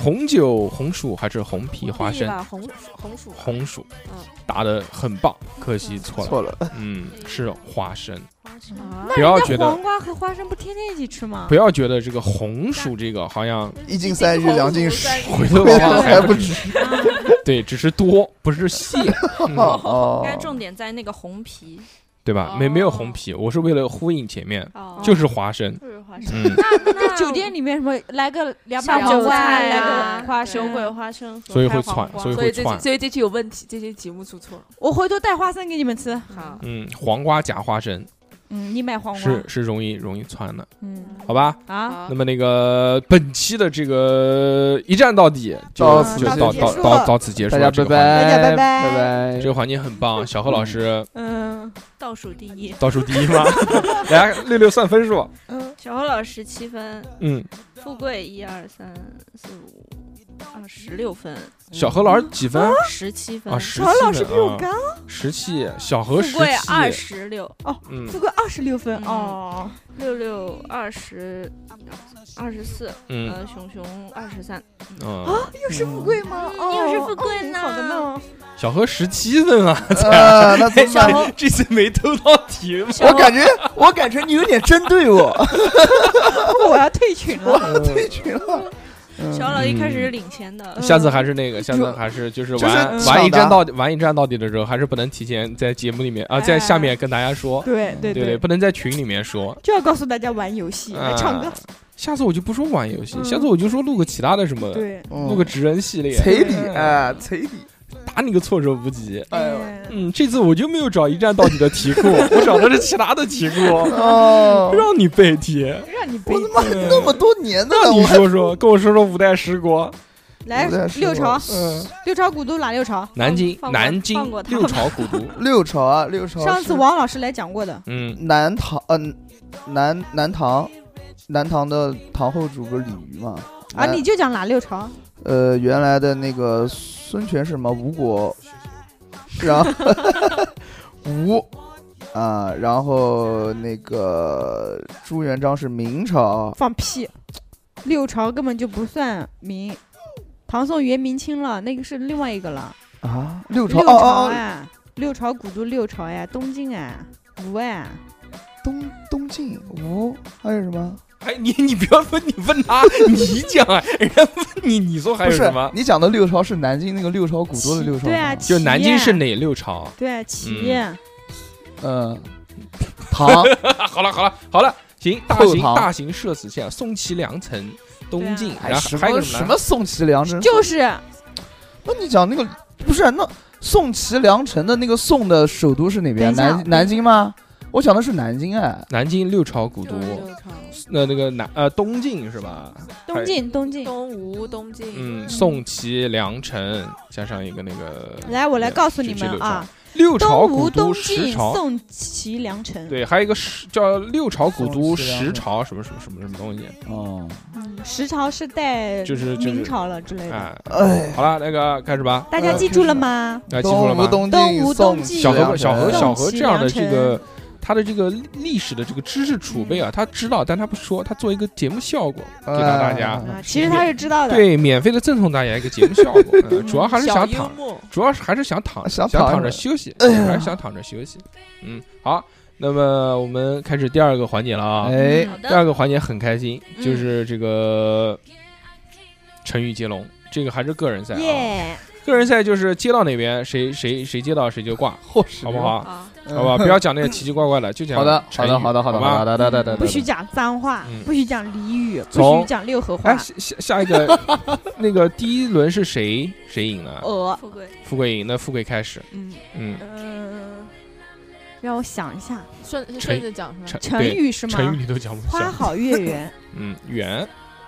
S2: 红酒、红薯还是红皮花
S8: 地
S2: 生？
S8: 吧，红红
S5: 啊
S8: 薯，
S2: 红薯
S8: 嗯，
S2: 答的很棒，可惜错了。
S4: 错了，
S2: 嗯，是花生。
S7: 啊
S2: 不要
S7: 那
S2: 觉得
S7: 黄，瓜和花生不天天一起吃吗
S2: 不？要觉得这个红薯这个好像
S4: 一斤三日，两斤十，
S2: 回头
S4: 回
S2: 往
S4: 头
S2: 往
S4: 还
S2: 还
S4: 不
S2: 不
S4: 止
S2: 止。。对，只是多，不是蟹， 嗯
S4: 哦
S5: 应该重点在那个红皮
S2: 对吧？没没有红皮，我是为了呼应前面，
S5: 哦
S2: 就是花生。
S5: 就是花生，
S2: 嗯，
S7: 那酒店里面什么来个两
S5: 下
S7: 把
S5: 酒
S7: 黄瓜，
S5: 菜
S7: 来
S5: 啊
S7: 个花
S5: 酒
S7: 生，
S5: 鬼花生和
S2: 所以会
S5: 开
S2: 窜，
S5: 黄瓜
S2: 所以
S8: 所
S2: 会
S8: 以这
S2: 窜
S8: 期。所以这期有问题，这期节目出错了。
S7: 我回头带花生给你们吃。
S8: 好，
S2: 嗯嗯，黄瓜夹花生，
S7: 嗯，你买黄瓜，
S2: 是是容易容易窜的，
S7: 嗯
S2: 好吧？
S7: 啊，
S2: 那么那个本期的这个一站到底就
S4: 到
S2: 就
S4: 此
S2: 到
S4: 结
S2: 到
S7: 束
S2: 到到到此结束
S4: 大
S2: 了
S4: 家
S2: 这
S4: 拜
S2: 个环节，
S7: 大
S4: 拜，
S7: 家拜拜
S4: 拜拜
S2: 这。个环节很棒，小何老师
S7: 嗯，
S5: 倒数第一，
S2: 倒数第一吗？ 来，六六算分数，
S7: 嗯
S5: 小何老师七分，
S2: 嗯，
S5: 富贵一二三四五啊十六分，
S2: 小何老师几分
S5: 十七分
S2: 啊？，十啊
S7: 曹老师比我
S2: 七
S7: 高，
S2: 十七，小何十
S5: 富贵二
S2: 七，
S5: 十六，
S2: 嗯
S7: 富贵二十六分
S5: 嗯
S7: 哦，
S5: 六六二十，二十四，
S2: 嗯
S5: 呃，熊熊二十三，
S2: 嗯，
S7: 啊又是富贵吗？哦，
S5: 又是富贵
S7: 哦
S5: 呢
S7: 好的呢，
S2: 小何十七分啊，
S4: 呃，那怎么办？
S2: 这次没偷到题吗？
S4: 我感觉，我感觉你有点针对我，
S7: 哦我要退群 了。
S4: 我退群了。嗯
S5: 小老一开始是领先的，
S2: 下次还是那个，下次
S4: 就
S2: 还是就是
S4: 就是
S2: 玩
S4: 抢
S2: 玩一
S4: 答
S2: 站到底，玩一站到底的时候，还是不能提前在节目里面啊，在下
S7: 哎
S2: 面跟大家说，
S7: 对对
S2: 对对，，不能在群里面说。
S7: 就要告诉大家玩游戏，来唱歌
S2: 嗯。下次我就不说玩游戏，
S7: 嗯
S2: 下次我就说录个其他的什么，
S7: 对，
S4: 嗯
S2: 录个职人系列，
S4: 彩礼啊，彩礼。
S2: 打你个措手不及。
S4: 哎呦，
S2: 嗯，这次我就没有找一站到底的题库，我找的是其他的题库，
S4: 哦，
S2: 让你背题。
S7: 让你背
S4: 我他妈那么多年的
S2: 那
S4: 了，
S2: 你
S4: 我还
S2: 说说，跟我说说五代十国。
S7: 来
S4: 不太
S7: 六
S4: 熟
S7: 朝，
S2: 嗯，
S7: 六朝古都哪六朝？
S2: 南京，
S5: 放过
S2: 南京
S5: 放过他
S2: 六
S5: 吧
S2: 朝古都。
S4: 六朝啊，六朝是。
S7: 上次王老师来讲过的，
S2: 嗯，
S4: 南唐，嗯，南南唐，南唐的唐后主不是李渔嘛？
S7: 啊，
S4: 南
S7: 你就讲哪六朝？
S4: 呃，原来的那个孙权是什么吴国，然后吴啊，然后那个朱元璋是明朝，
S7: 放屁！六朝根本就不算明，唐宋元明清了，那个是另外一个了。
S4: 啊，六朝
S7: 六朝
S4: 哦哦，哦
S7: 啊，六朝古都六朝呀，东晋啊，吴啊，
S4: 东东晋吴还有什么？
S2: 哎，你你不要问，你问 他，你讲啊，人家问你，你说还有
S4: 不
S2: 什
S4: 是
S2: 么？
S4: 你讲的六朝是南京那个六朝古都的六朝
S7: 对啊，
S4: 吗
S2: 就
S7: 齐
S2: 南京是
S7: 呀
S2: 哪六朝？
S7: 对啊，齐
S2: 嗯
S7: 呀
S4: 嗯，唐
S2: 啊，好了好了好了，行，大
S4: 后
S2: 型
S4: 唐
S2: 大型社死线，宋齐梁陈，
S7: 对
S2: 东
S7: 啊
S2: 晋，
S4: 哎
S2: 然后
S4: 什
S2: 还有
S4: 么
S2: 个什
S4: 什
S2: 么？
S4: 么宋齐梁陈，
S7: 就是
S4: 那你讲那个不是、啊那宋齐梁陈的那个宋的首都是哪
S7: 等
S4: 边？
S7: 一下
S4: 南南京吗？我讲的是南京哎，
S2: 南京六朝古都
S6: 就，是六朝，
S2: 那那个南呃东晋是吧？
S7: 东
S2: 哎
S7: 晋东晋。
S6: 东吴、东晋，
S2: 嗯，宋齐梁陈加上一个那个，
S7: 来，我来告诉
S2: 这
S7: 你
S2: 这
S7: 们
S2: 六朝
S7: 啊，
S2: 六朝
S7: 东
S2: 古
S7: 吴、
S2: 都
S7: 东
S2: 十
S7: 晋、
S2: 朝，
S7: 宋齐、梁陈，
S2: 对，还有一个是叫六朝古都
S4: 宋齐梁
S2: 十
S4: 陈
S2: 朝什么什么什么什么东西，
S4: 哦，
S7: 嗯十朝是代
S2: 就是就是
S7: 明朝了之类的。
S2: 哎，
S4: 哎，
S2: 好了，那个开始吧，
S7: 大家记住了吗？
S2: 大家记住了
S4: 东
S2: 吗
S4: 吴？东
S7: 东吴
S4: 晋宋
S7: 东晋
S4: 齐
S2: 小
S4: 梁
S2: 何小何
S4: 陈
S2: 小何
S7: 齐
S2: 这样的
S7: 梁
S2: 这个。他的这个历史的这个知识储备啊，他知道，但他不说，他做一个节目效果给到大家
S4: 哎。
S7: 啊，其实他是知道的。
S2: 对，免费的赠送大家一个节目效果，呃主要还是
S6: 小
S2: 想
S6: 幽
S2: 躺，
S6: 默，
S2: 主要是还是想躺，
S4: 想躺
S2: 躺着
S4: 着
S2: 休息，
S4: 哎呀
S2: 还是想躺着休息。嗯，好，那么我们开始第二个环节了啊。
S4: 哎，
S5: 好
S2: 第二
S5: 的，
S2: 个环节很开心，
S5: 嗯
S2: 就是这个成语接龙，这个还是个人赛啊。
S7: 耶，
S2: 个人赛就是接到哪边谁谁谁接到谁就挂，
S4: 好
S2: 好不？好？
S5: 啊，
S2: 嗯好吧，不要讲那个奇奇怪怪的，就讲
S4: 好的，好
S2: 成语
S4: 的，好的，好的，
S2: 吧
S4: 好的，好的，好的，好的
S7: 不许讲脏话
S2: 嗯，
S7: 不许讲俚语，不
S2: 从
S7: 许讲六合
S2: 哎，
S7: 话。
S2: 下下下一个，那个第一轮是谁谁赢了？
S7: 呃，
S5: 富贵
S2: 富贵赢，那富贵开始。
S7: 嗯
S2: 嗯，
S7: 嗯，让我想一下，
S6: 顺顺着讲是吧？
S2: 成
S7: 成
S2: 对
S7: 语是吗？
S2: 成语你都讲不
S7: 花
S2: 下。
S7: 好月圆，
S2: 嗯，圆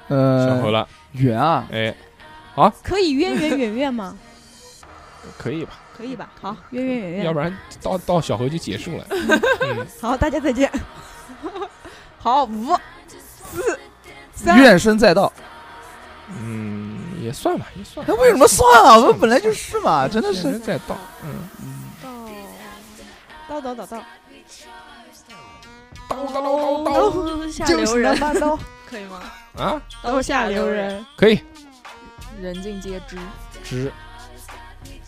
S2: 想回
S4: 呃，
S2: 了，
S4: 圆啊，
S2: 哎，
S7: 可以渊源远月吗？
S2: 可以吧？
S7: 可以吧？好，渊源远月。
S2: 要不然到到小何就结 束了。嗯，
S7: 好，大家再见。 好，五、四、三、
S4: 怨声载道。
S2: 嗯，也算吧，也算吧。
S4: 哎，为什么算啊？我们本来就是 嘛，真的
S2: 人
S4: 是。
S2: 再到，嗯，
S7: 叨叨叨叨，
S2: 到到到到
S7: 哦
S5: 刀下
S7: 就
S5: 留
S7: 是
S5: 人
S7: 他妈叨，
S5: 可以吗？
S2: 到啊，
S5: 刀下留人，
S7: 人，
S2: 可以，
S6: 人尽皆知，
S2: 值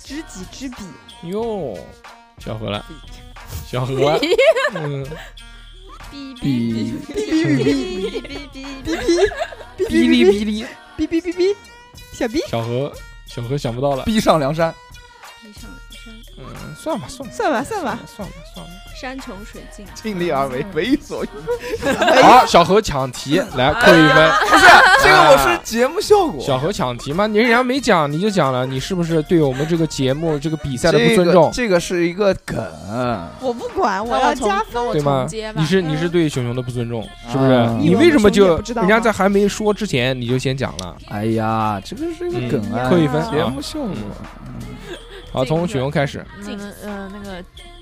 S7: 知己知彼。
S2: 哟，小何了，小何，嗯，
S5: 哔哔
S4: 比
S5: 哔哔哔哔，
S2: 哔哩哔哩，
S7: 哔哔哔哔，小 B，
S2: 小何，小何想不到了，
S4: 逼上梁山，
S5: 闭上眼睛
S2: 嗯，算吧，算吧，
S7: 算吧算吧，
S2: 算吧，算吧，
S5: 山穷水尽。
S4: 尽力而为，为所欲。
S2: 好，小何抢题，来扣一分。
S4: 不是， 这个我是节目效果。
S2: 小何抢题嘛，你人家没讲你就讲了，你是不是对我们这个节目这个比赛的不
S4: 这
S2: 尊
S4: 个
S2: 重，啊
S4: 这个是一个梗，
S7: 我不管，我
S6: 那
S7: 要
S6: 我重
S7: 啊加分。
S6: 那我
S2: 对吗
S6: 重接？吧
S2: 你。是你是对熊熊的不尊重，是不是
S4: 啊？
S2: 你为什么
S7: 你以为我
S2: 就
S7: 们熊也不知道啊
S2: 人
S7: 吗
S2: 家在还没说之前你就先讲了？
S4: 哎呀，这个是一个梗啊，
S2: 嗯扣一分
S4: 节目效果。
S2: 好，从熊熊开始，
S6: 嗯呃那个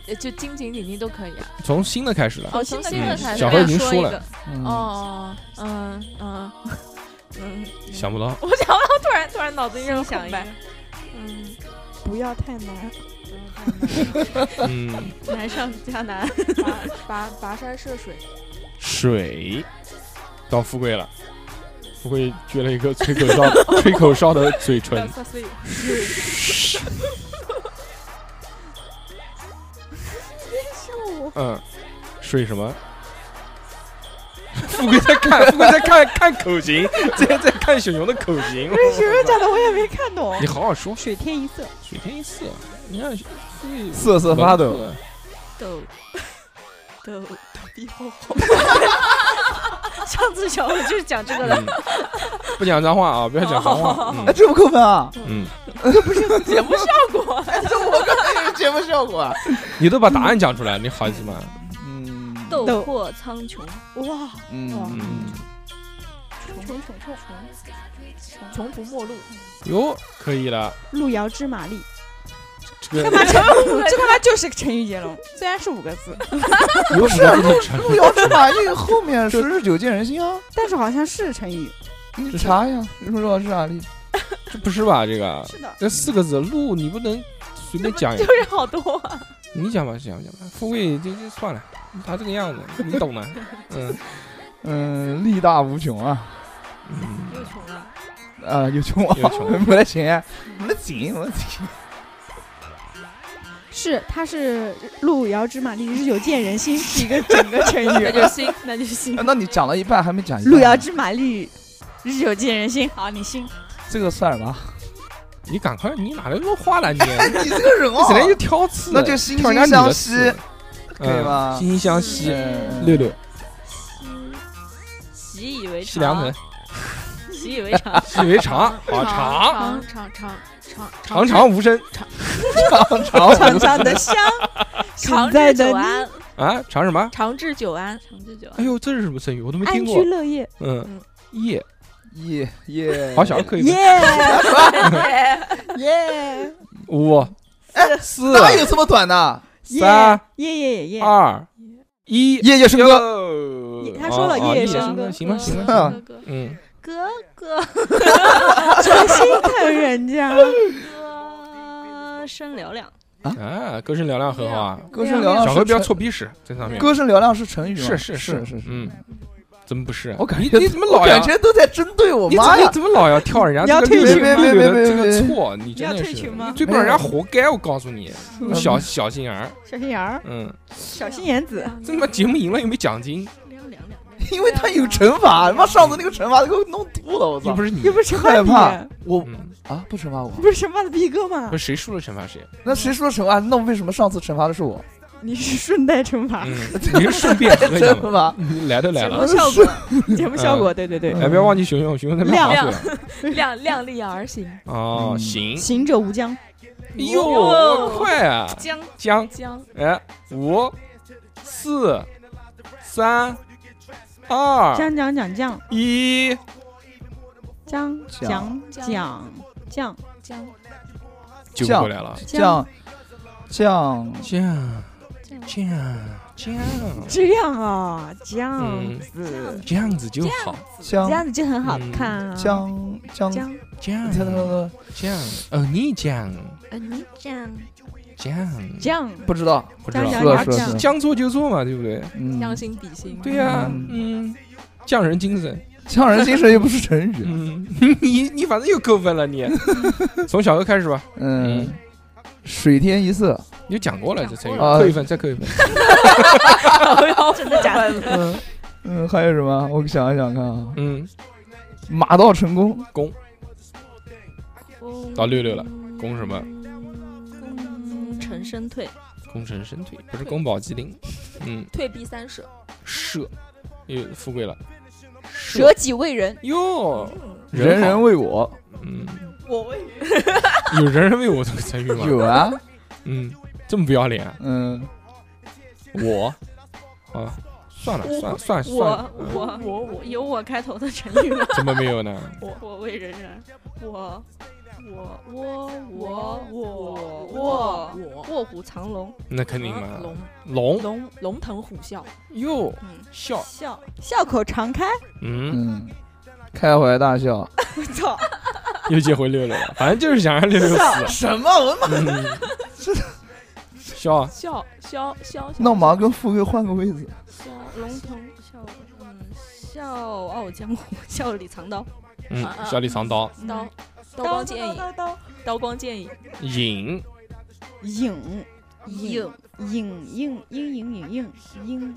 S6: 呃就金井鼎鼎都可以啊。
S2: 从新的开始了。
S5: 哦，
S6: 从
S5: 新
S6: 新的
S5: 的开
S6: 开
S5: 始，
S6: 始
S2: 小
S5: 我
S2: 何已
S5: 想
S2: 经
S5: 说
S2: 输
S5: 一
S2: 了
S5: 个，
S4: 嗯，
S6: 哦，嗯嗯嗯，
S2: 想不到，
S5: 我想不到，突然突然脑子一阵
S8: 想
S5: 空
S8: 一
S5: 白
S8: 个。
S6: 嗯，
S7: 不要太难，
S2: 嗯，
S5: 难上加 难。
S6: 跋跋山涉水，
S2: 水到富贵了，富贵撅了一个吹口哨 吹口哨的嘴唇。
S6: 快碎语。
S2: 嗯，水什么？ 富贵在看，富贵在看看口型，在在看熊熊的口型。
S7: 熊熊讲的我也没看懂。
S2: 你好好说，
S7: 水天一色，
S2: 水天一色，你看富贵
S4: 瑟瑟发抖。
S5: 抖抖抖比吼吼。 上次小我就是讲这个 了，
S2: 嗯不讲脏话啊，不要讲脏话。
S4: 哎，这不扣分啊！
S2: 嗯，嗯
S8: 节目效 果，
S4: 这我刚才有节目效果啊。
S2: 你都把答案讲出来，你好意思吗？
S4: 嗯，
S5: 斗破苍穹，
S7: 哇，
S4: 嗯
S2: 嗯，
S5: 穷穷穷穷
S6: 穷途末路，
S2: 哟，可以了，
S7: 路遥知马力，
S2: 这个
S7: 这他妈成，这他妈就是成语接龙，虽然是五个字，
S2: 有什么不能成？
S4: 路遥知马力后面十之九见人心啊！
S7: 但是好像是成语。
S4: 你查呀，路遥知马啊力。
S2: 这不是吧？这个
S7: 的，
S2: 这四个字路你不能随便讲一
S8: 就
S2: 个，
S8: 是好多啊。
S2: 你讲吧，讲吧讲吧。富贵这这算了，他这个样子你懂的。嗯
S4: 嗯，力大无穷啊！
S2: 嗯，
S5: 又穷了，
S4: 啊，有穷啊
S2: 有穷，
S4: 没得钱，没得钱，没得 钱。
S7: 是他是路遥知马力，日久见人心，是一个整个成语。
S5: 行，那 就行。
S4: 哎那你讲了一半还没讲一半呢，
S7: 路遥知马力，日久见人心。好，你信？
S4: 这个算什么？
S2: 你赶快，你哪来那么话了你？
S4: 哎，你这个人
S2: 你整天就挑刺，
S4: 那就惺惺
S2: 挑人家女
S4: 相
S2: 的
S4: 惜
S2: 刺，
S4: 可以吗
S2: 嗯惺惺相惜，
S4: 嗯
S2: 六六
S5: 习以为
S2: 西凉
S5: 常
S2: 藤，，。
S5: 习以为常
S2: 习以为常，好长
S6: 长长长长
S2: 长长无声
S4: 长长
S7: 长长的香，
S6: 长
S7: 常在
S6: 治
S7: 的
S6: 久
S7: 你
S6: 安，
S2: 啊，长什么？
S6: 长治久安，
S5: 长治久
S2: 哎
S5: 安，
S2: 呦，这是什么成语？我都没
S7: 安
S2: 听
S7: 居
S2: 过。
S7: 乐业。
S2: 嗯，夜，
S4: 耶耶，
S2: 好小可以
S7: 耶
S2: 分。
S7: 耶
S2: 五、四、
S4: 哪有这么短的？
S2: 三、
S7: 耶耶耶耶！
S2: 二、一。
S4: 夜夜笙歌，
S2: 哟
S7: 他说了
S2: 哦哦
S7: 夜
S2: 夜
S7: 笙
S2: 歌，
S7: 歌
S2: 行吧，行吧，
S4: 吧
S5: 哥哥
S2: 嗯，
S5: 哥哥
S7: 真心疼人家。
S5: 歌声嘹亮，
S2: 啊，歌声嘹亮很好啊。
S4: 歌声嘹亮。
S2: 小何不要搓鼻屎，在上面。
S4: 歌声嘹亮是成语吗？
S2: 是是
S4: 是
S2: 是
S4: 是，
S2: 嗯，怎么不是？
S4: 我感
S2: 你
S4: 觉
S2: 你怎么
S4: 我
S2: 老要
S4: 感？觉都在针对我
S2: 你怎
S4: 妈呀
S2: 么！怎么老要跳人家
S7: 你要
S2: 这个
S7: 退
S2: 六
S4: 群吗
S2: 六
S4: 别
S2: 六
S4: 别
S2: 的这
S4: 别别
S2: 个错？你
S7: 要
S2: 真的
S7: 退
S2: 是
S7: 群吗，
S2: 你最不让人家活该，我告诉你，
S4: 嗯
S2: 小小心眼儿。
S7: 小心眼儿，
S2: 嗯，
S7: 小心眼子。
S2: 这他妈节目赢了又没奖金，
S5: 亮亮亮。
S4: 因为他有惩罚，他妈上次那个惩罚都给我弄吐了，我
S2: 又
S4: 操
S2: 不！是你
S7: 又。不是
S4: 害怕
S7: 你
S4: 我
S2: 嗯，
S4: 啊，不惩罚我
S7: 你，不是惩罚的逼哥吗
S2: 不？是谁输了惩罚谁。
S4: 那谁说惩罚？那为什么上次惩罚的是 我？哎
S7: 你是顺带惩罚
S2: 嗯，你是顺便合一下
S4: 惩
S2: 嘛？
S4: 罚？
S2: 你来都来
S5: 节
S2: 了
S5: 目，效果，
S7: 节目效果，对对对
S4: 嗯。
S2: 哎，不要忘记熊熊，熊熊在那
S7: 亮
S2: 边划水了。
S6: 量量力 而行，
S2: 哦，
S4: 嗯
S2: 行，
S7: 行者无疆，
S2: 哟，快啊！
S5: 江
S2: 江，
S6: 将
S2: 哎，五、四、三、二、
S7: 将将将将
S2: 一，
S7: 将将将将
S6: 将
S2: 救
S4: 酱
S2: 不回来了。
S7: 将，
S4: 酱酱
S2: 酱酱酱，
S7: 这样啊，这样
S2: 嗯，
S7: 子，
S2: 这样子就好。
S7: 这样
S4: 酱
S7: 子就很好看
S4: 嗯
S7: 啊。
S4: 酱酱
S7: 将
S2: 酱
S4: 酱，
S2: 酱，哦，你酱
S5: 呃你讲
S2: 酱，
S7: 将
S4: 不知道，
S2: 不知
S7: 将
S2: 道
S7: 将
S4: 是
S7: 将
S4: 是
S7: 将
S4: 是，
S2: 将错就错嘛，对不对？
S4: 嗯，
S6: 将心比心，
S2: 对呀，
S4: 嗯
S2: 嗯，匠人精神。
S4: 匠人精神又不是成语，
S2: 嗯， 你你反正又扣分了， 你从小何开始吧，
S4: 嗯，水天一色，
S2: 你就讲过了这成语，
S4: 啊
S2: 扣一分，再扣一分。
S5: 真的假的？
S4: 嗯嗯，还有什么？我想一想看啊，
S2: 嗯，
S4: 马到成功，
S2: 到六六了，攻什么？
S5: 功成身退，
S2: 功成身退，不是宫保鸡丁。嗯，
S6: 退避三舍，
S2: 社，又富贵了。
S3: 舍己为人，
S2: 哟，
S4: 人
S2: 好
S4: 人为我
S2: 嗯，
S8: 我为
S2: 有人人为我这个成语吗？
S4: 有啊，
S2: 嗯，这么不要脸啊，
S4: 嗯，
S2: 我，啊，算了算了算了算
S5: 我
S2: 了，嗯
S5: 我我我有我开头的成语吗？
S2: 怎么没有呢？
S5: 我我为人人，我我我我我我
S6: 我
S5: 卧虎藏龙，
S2: 那肯定
S6: 啊
S2: 嘛，
S6: 龙
S2: 龙
S6: 龙龙腾虎啸，
S2: 哟
S5: 嗯
S2: 笑，
S5: 笑
S7: 笑口常开，
S2: 嗯，
S4: 嗯，开怀大笑，
S2: 又接回六六了，反正就是想让六六死。
S4: 什么？我妈，
S2: 嗯，笑啊，
S6: 笑笑笑
S4: 那我马上跟富贵换个位置。
S5: 笑龙腾笑嗯笑傲江湖，笑里藏刀，
S2: 嗯
S6: 啊，啊
S2: 笑里藏刀，
S6: 刀
S5: 嗯
S6: 刀光剑影，
S8: 刀光剑影，
S2: 影
S7: 影
S5: 影
S7: 影影阴影影影阴。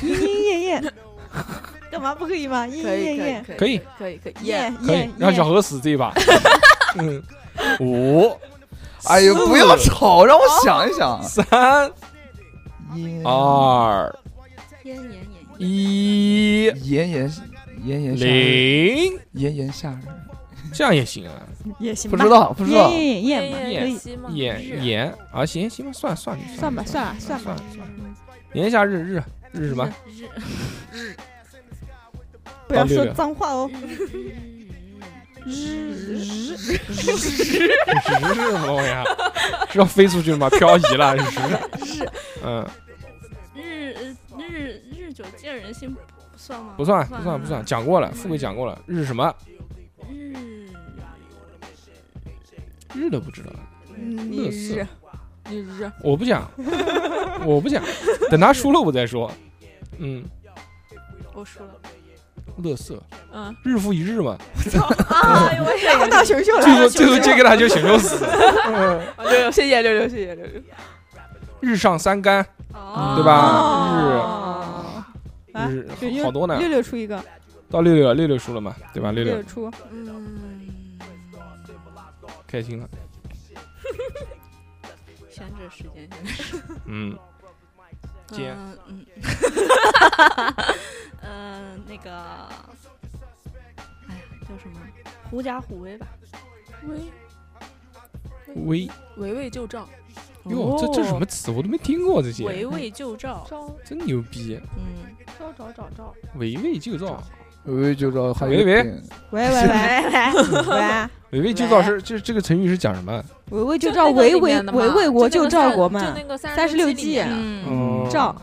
S7: 莺莺燕燕， 干嘛不可以吗？莺莺
S6: 可
S7: 燕
S6: 以可以
S7: 燕，
S6: 可以
S2: 可以
S6: 可以可以，
S7: 燕
S2: 可以
S7: 燕，
S2: 让小
S7: 燕，
S2: 何死这一把。嗯，五
S4: 哎呦，
S2: 四
S4: 不要吵，让我想一想。啊
S2: 三
S4: 咽
S2: 二
S5: 烟炎炎
S2: 一
S4: 炎炎炎炎夏日，
S2: 零，
S4: 炎炎夏日，
S2: 这样也行啊。
S7: 也行
S4: 不
S7: 吧。
S4: 知道不知道
S7: 燕。燕燕燕
S2: 燕
S7: 可
S2: 燕
S7: 以，
S6: 西吗？
S2: 演演啊，行行吧，算了算了
S7: 算吧
S2: 了
S7: 算了算吧
S2: 算。了算了，年下日日日什么？
S5: 日
S7: 不要
S2: 到六
S7: 说
S2: 六
S7: 脏话哦。
S2: 日是什么玩意儿？是要飞出去了吗？漂移了？日
S5: 日
S2: 嗯，
S5: 日日日久见人心不算吗？
S2: 不算不算不算，讲过了，富贵讲过了，日什么？
S5: 日
S2: 日都不知道，
S6: 你
S2: 乐色
S6: 日，你日，
S2: 我不讲，我不讲，等他输了我再说。嗯，
S5: 我输了，
S2: 乐色，
S6: 嗯，
S2: 日复一日嘛，
S5: 哎呦
S7: 打不到熊熊
S2: 最后
S7: 了，
S2: 最后这个他就选就死，嗯
S7: 啊
S6: 六六 谢谢六六谢谢六六，
S2: 日上三竿，
S5: 哦
S2: 对吧？
S7: 哦啊
S2: 日
S7: 熊
S2: 日
S7: 熊
S2: 好多呢
S7: 六，六出一个，
S2: 到六六六六输了嘛，对吧？六
S7: 六
S2: 六
S7: 六出
S6: 嗯，
S2: 开心了，
S5: 闲着时间，
S2: 嗯，接
S5: 嗯嗯，嗯，那个，哎呀，叫什么？狐假虎威吧。
S6: 喂
S2: 微。
S6: 围魏救赵，
S2: 哟，这这什么词？我都没听过这些，
S5: 围魏救赵，
S6: 赵
S2: 真牛逼！
S6: 嗯，
S5: 招找找赵，
S2: 围魏救赵，
S4: 喂，就知道还
S2: 喂喂
S4: 有点
S7: 喂 喂喂喂，
S2: 围魏救赵是这这个成语是讲什么？
S7: 围魏
S6: 就
S7: 救赵，
S6: 那个里
S7: 围魏
S6: 面的嘛
S7: 围魏国救赵国嘛
S6: 就。那个
S7: 三
S6: 三
S7: 十
S6: 十
S7: 六
S6: 六
S7: 计啊
S6: 计里面的，
S2: 嗯，
S7: 赵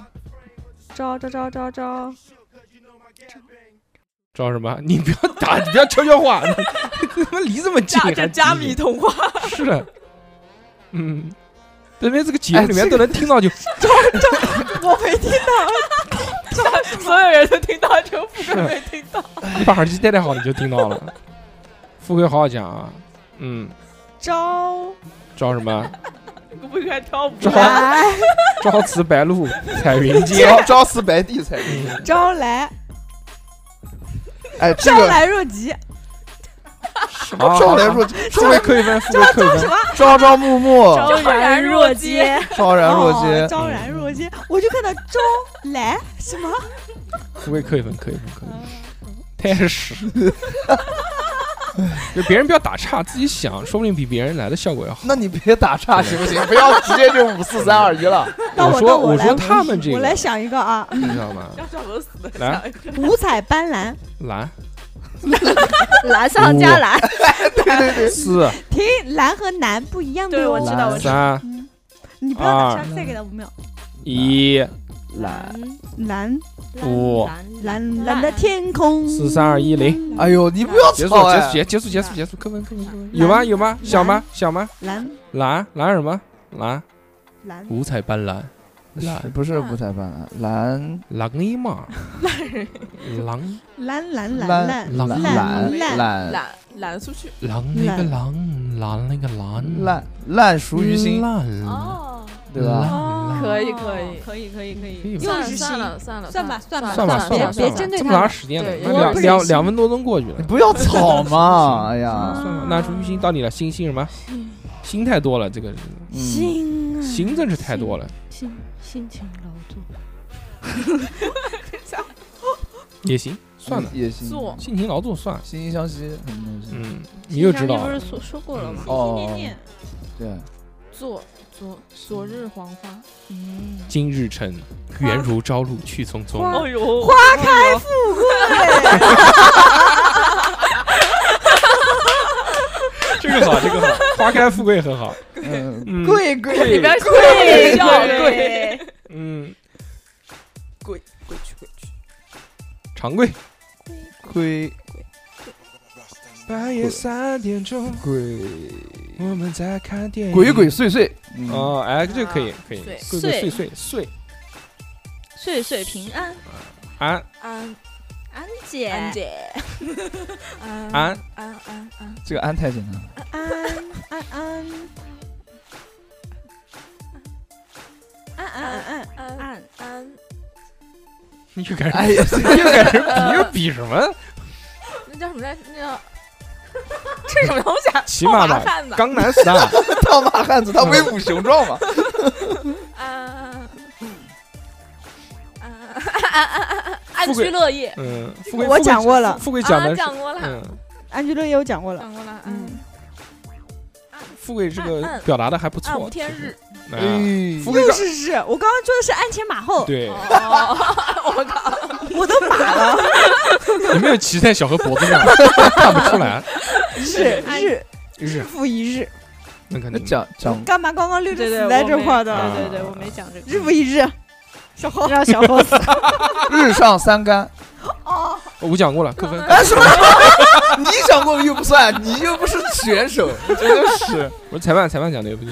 S7: 招招招招招，
S2: 赵什么？你不要打， 你不要悄悄话，你他妈离这么近，
S8: 加这
S2: 还
S8: 加密通话，
S2: 是的，嗯，这边这个节
S4: 哎
S2: 目里面
S4: 这
S2: 都能听到，就嗯
S8: 所有人都听到，只有富
S2: 是
S8: 贵没听到。
S2: 你把耳机戴戴好，你就听到了。富贵好好讲啊，嗯，
S7: 招
S2: 赵什么？
S8: 我不该跳舞，
S2: 招
S7: 来
S2: 朝辞白露，彩 云间。
S4: 招朝辞白帝彩。
S2: 嗯
S7: 招来
S4: 哎，这
S7: 招
S4: 个
S7: 来若急，
S2: 什么
S4: 照来说，
S2: 富贵扣一分，富贵扣一分。
S4: 朝朝暮暮，
S8: 昭然若揭。
S4: 昭然若
S7: 哦
S4: 揭。
S7: 昭然若揭，我就看到招来什么
S2: 不会扣一分，扣一分，扣一分，太屎。 就别人不要打岔，自己想，说不定比别人来的效果要好。
S4: 那你别打岔行不行？不要直接就五四三二一了。
S7: 到
S2: 我
S7: 到
S2: 说
S7: 我来
S2: 说他们这
S7: 我来
S2: 个，
S7: 想一个啊，
S2: 你知道吗？
S8: 让赵何死的
S2: 来
S8: 想一个
S7: 五彩斑斓，
S2: 蓝
S5: 蓝上加蓝，
S4: 对对对，
S2: 四
S7: 停，蓝和南不一样的
S8: 对我知道
S7: 哦。
S8: 我知道
S2: 三
S7: 嗯，你不要打
S2: 二
S7: 岔，再给他五秒。
S2: 一，
S4: 懒。
S7: 蓝
S2: 五
S7: 蓝蓝的天空，
S2: 四三二一零，
S4: 哎呦，你不要
S2: 结束
S4: 吵哎！
S2: 结束结束结束结束，扣分扣分扣分，有吗有吗？想吗想吗？
S7: 蓝
S2: 蓝蓝什么？蓝
S7: 蓝
S2: 五彩斑斓，
S4: 是不是五彩斑斓？蓝
S2: 狼尼 玛，狼
S7: 蓝蓝蓝蓝
S4: 蓝
S2: 蓝
S4: 蓝
S7: 蓝
S4: 蓝
S6: 懒
S7: 嗯
S6: 懒出去
S2: 狼那个狼，狼那个狼，
S4: 烂烂熟于心，
S2: 烂
S7: 嗯
S2: 了，
S6: 哦，
S4: 对吧？
S2: 烂了
S6: 可以可以
S3: 可以可以可以。
S2: 可以吧
S7: 又
S6: 算
S7: 是
S6: 了
S7: 心
S6: 算了算了
S7: 算吧
S6: 算
S7: 算
S2: 算
S7: 吧
S2: 吧
S7: 别
S2: 算吧，算
S7: 别
S2: 吧
S7: 针对
S2: 这
S7: 他
S2: 么长
S7: 们
S2: 时间
S6: 对
S2: 了，
S6: 因为
S2: 两
S7: 不忍
S2: 两
S7: 心
S2: 两分多钟过去了
S4: 你，不要吵 嘛！哎
S2: 算
S4: 呀，
S2: 了，那出于心到你了，心心什么？心太多了，这个
S4: 嗯
S7: 心啊，
S2: 行真是太多了。
S5: 辛辛勤劳作，
S2: 也行，算了，
S4: 也行，
S6: 做
S2: 辛勤劳作算。
S4: 惺惺相惜什么东西？
S2: 嗯，你又知道
S5: 你不
S2: 了
S5: 是说说过了吗？
S4: 哦，对，
S6: 做昨昨日黄花，
S2: 今日晨，缘如朝露去匆匆。
S8: 哎呦，花开富
S2: 这个好，这个好，花开富贵很好。
S4: 嗯，
S2: 嗯，
S4: 贵贵
S8: 里边
S7: 对
S8: 贵笑贵，
S7: 对，
S2: 嗯，
S6: 鬼去鬼去，
S2: 常贵。
S4: 亏
S2: 半
S4: 夜
S2: 三点钟，
S4: 鬼
S2: 我们在看电
S4: 鬼鬼祟祟，嗯
S2: 哦，哎，这个可以，可以，
S6: 碎
S2: 鬼鬼祟祟祟
S7: 岁岁平安，
S6: 嗯
S2: 安
S6: 安
S7: 安姐，
S6: 安姐，安安
S2: 安
S6: 安安，
S4: 这个安太简单了，
S7: 安安安安安安
S6: 安
S7: 安
S6: 安，
S2: 你又开始
S4: 哎呀，
S2: 又开始比又比什 么？
S6: 那叫什么来？那叫
S8: 这什么东西啊？
S2: 骑马吧，
S8: 麻烦的，
S2: 江南 style，
S4: 套马汉子，他威武雄壮嘛，
S6: 安
S5: 嗯
S6: 安
S8: 安居乐业。
S2: 嗯，富贵
S7: 我讲过了，
S2: 富贵讲
S6: 安，
S2: 的是，
S6: 啊讲过了，
S2: 嗯，
S7: 安居乐业我讲过了，
S6: 讲过了，
S7: 嗯
S6: 安，
S2: 富贵这个
S6: 按
S2: 表达的还不
S6: 安无
S2: 错，
S6: 天日，
S2: 其实哎富贵
S7: 又
S2: 表
S7: 是是，我刚刚说的是鞍前马后，
S5: 哦
S2: 对，
S6: 哦
S7: 我都马了，
S2: 你没有骑在小何脖子 上，看不出来，
S7: 是日
S2: 是
S7: 日复一日，
S2: 那肯
S4: 那
S2: 定
S4: 讲讲
S7: 干嘛刚刚溜着
S5: 对对，
S7: 死在这块的？
S2: 啊
S5: 对对对，我没讲这个。
S7: 日复一日，小猴让小猴死。
S4: 日上三竿，
S2: 我讲过了，扣
S6: 嗯
S2: 分，
S4: 哎，什么？ 你讲过又不算，你又不是选手，
S2: 真的是，我裁判裁判讲的也不行，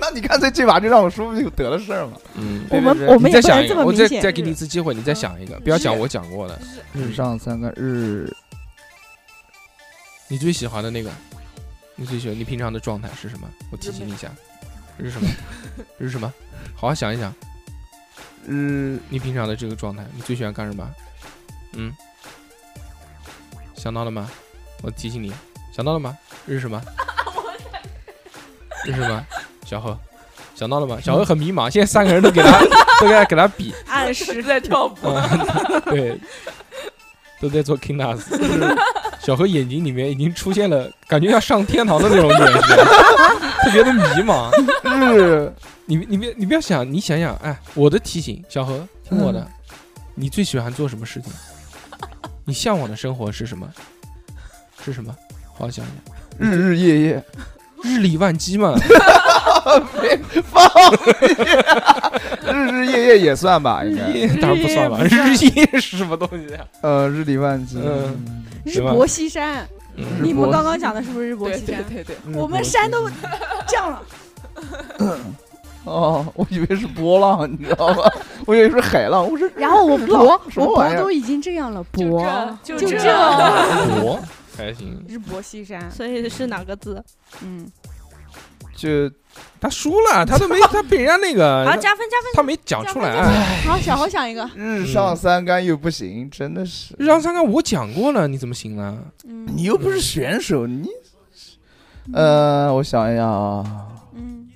S4: 那你干脆这把就让我说不就得了事儿嘛？
S2: 嗯。
S7: 我们
S4: 对对对
S7: 我们
S2: 你再
S7: 也不
S2: 想
S7: 能
S2: 一
S7: 这
S2: 个，我
S7: 么
S2: 再
S7: 明显嗯
S2: 再。给你一次机会，你再想一个，不要讲我讲过的。嗯
S4: 日上三竿，日
S2: 你最喜欢的那个，你最喜欢你平常的状态是什么？我提醒你一下，这是什么？这是什么？好好想一想，
S4: 日
S2: 你平常的这个状态，你最喜欢干什么？嗯，想到了吗？我提醒你，想到了吗？这是什么？这是什么？小何，想到了吗？小何很迷茫，现在三个人都给 他都给他给他比，
S7: 按时
S8: 在跳舞，
S2: 嗯对，都在做 King Nas，就是小何眼睛里面已经出现了感觉要上天堂的那种眼神，特别的迷茫。
S4: 日
S2: 你你别你不要想，你想想，哎，我的提醒，小何听我的，你最喜欢做什么事情？你向往的生活是什么？是什么？好好想想，
S4: 日日夜夜，
S2: 日理万机 嘛，
S4: 日日夜夜也算吧，应该
S2: 哎当然不算了，日夜是什么东西啊？
S4: 呃，日理万机。
S2: 嗯
S7: 日薄西山，
S2: 嗯
S7: 你们刚刚讲的是不是日薄
S6: 对
S7: 西
S6: 对
S7: 山？
S6: 对对，
S7: 我们山都降了，
S4: 哦，我以为是波浪，你知道吗？我以为是海浪，我说
S5: 然后我
S4: 日
S5: 脖
S4: 浪什
S5: 我
S4: 么玩
S5: 脖
S4: 意儿
S5: 都已经这样了，脖
S8: 就
S5: 就
S8: 这
S5: 这，
S2: 我还行，
S7: 日薄西山。
S5: 所以是哪个字？
S7: 嗯，
S4: 就
S2: 他输了，他都没他被人家那个
S5: 好，加分加分。
S2: 他没讲出来。哎
S5: 好，小侯想一个。
S4: 日上三竿又不行，真的是。
S2: 日常三纲我讲过了，你怎么行呢？
S5: 嗯
S4: 你又不是选手，你，呃，我想一想啊，
S5: 嗯，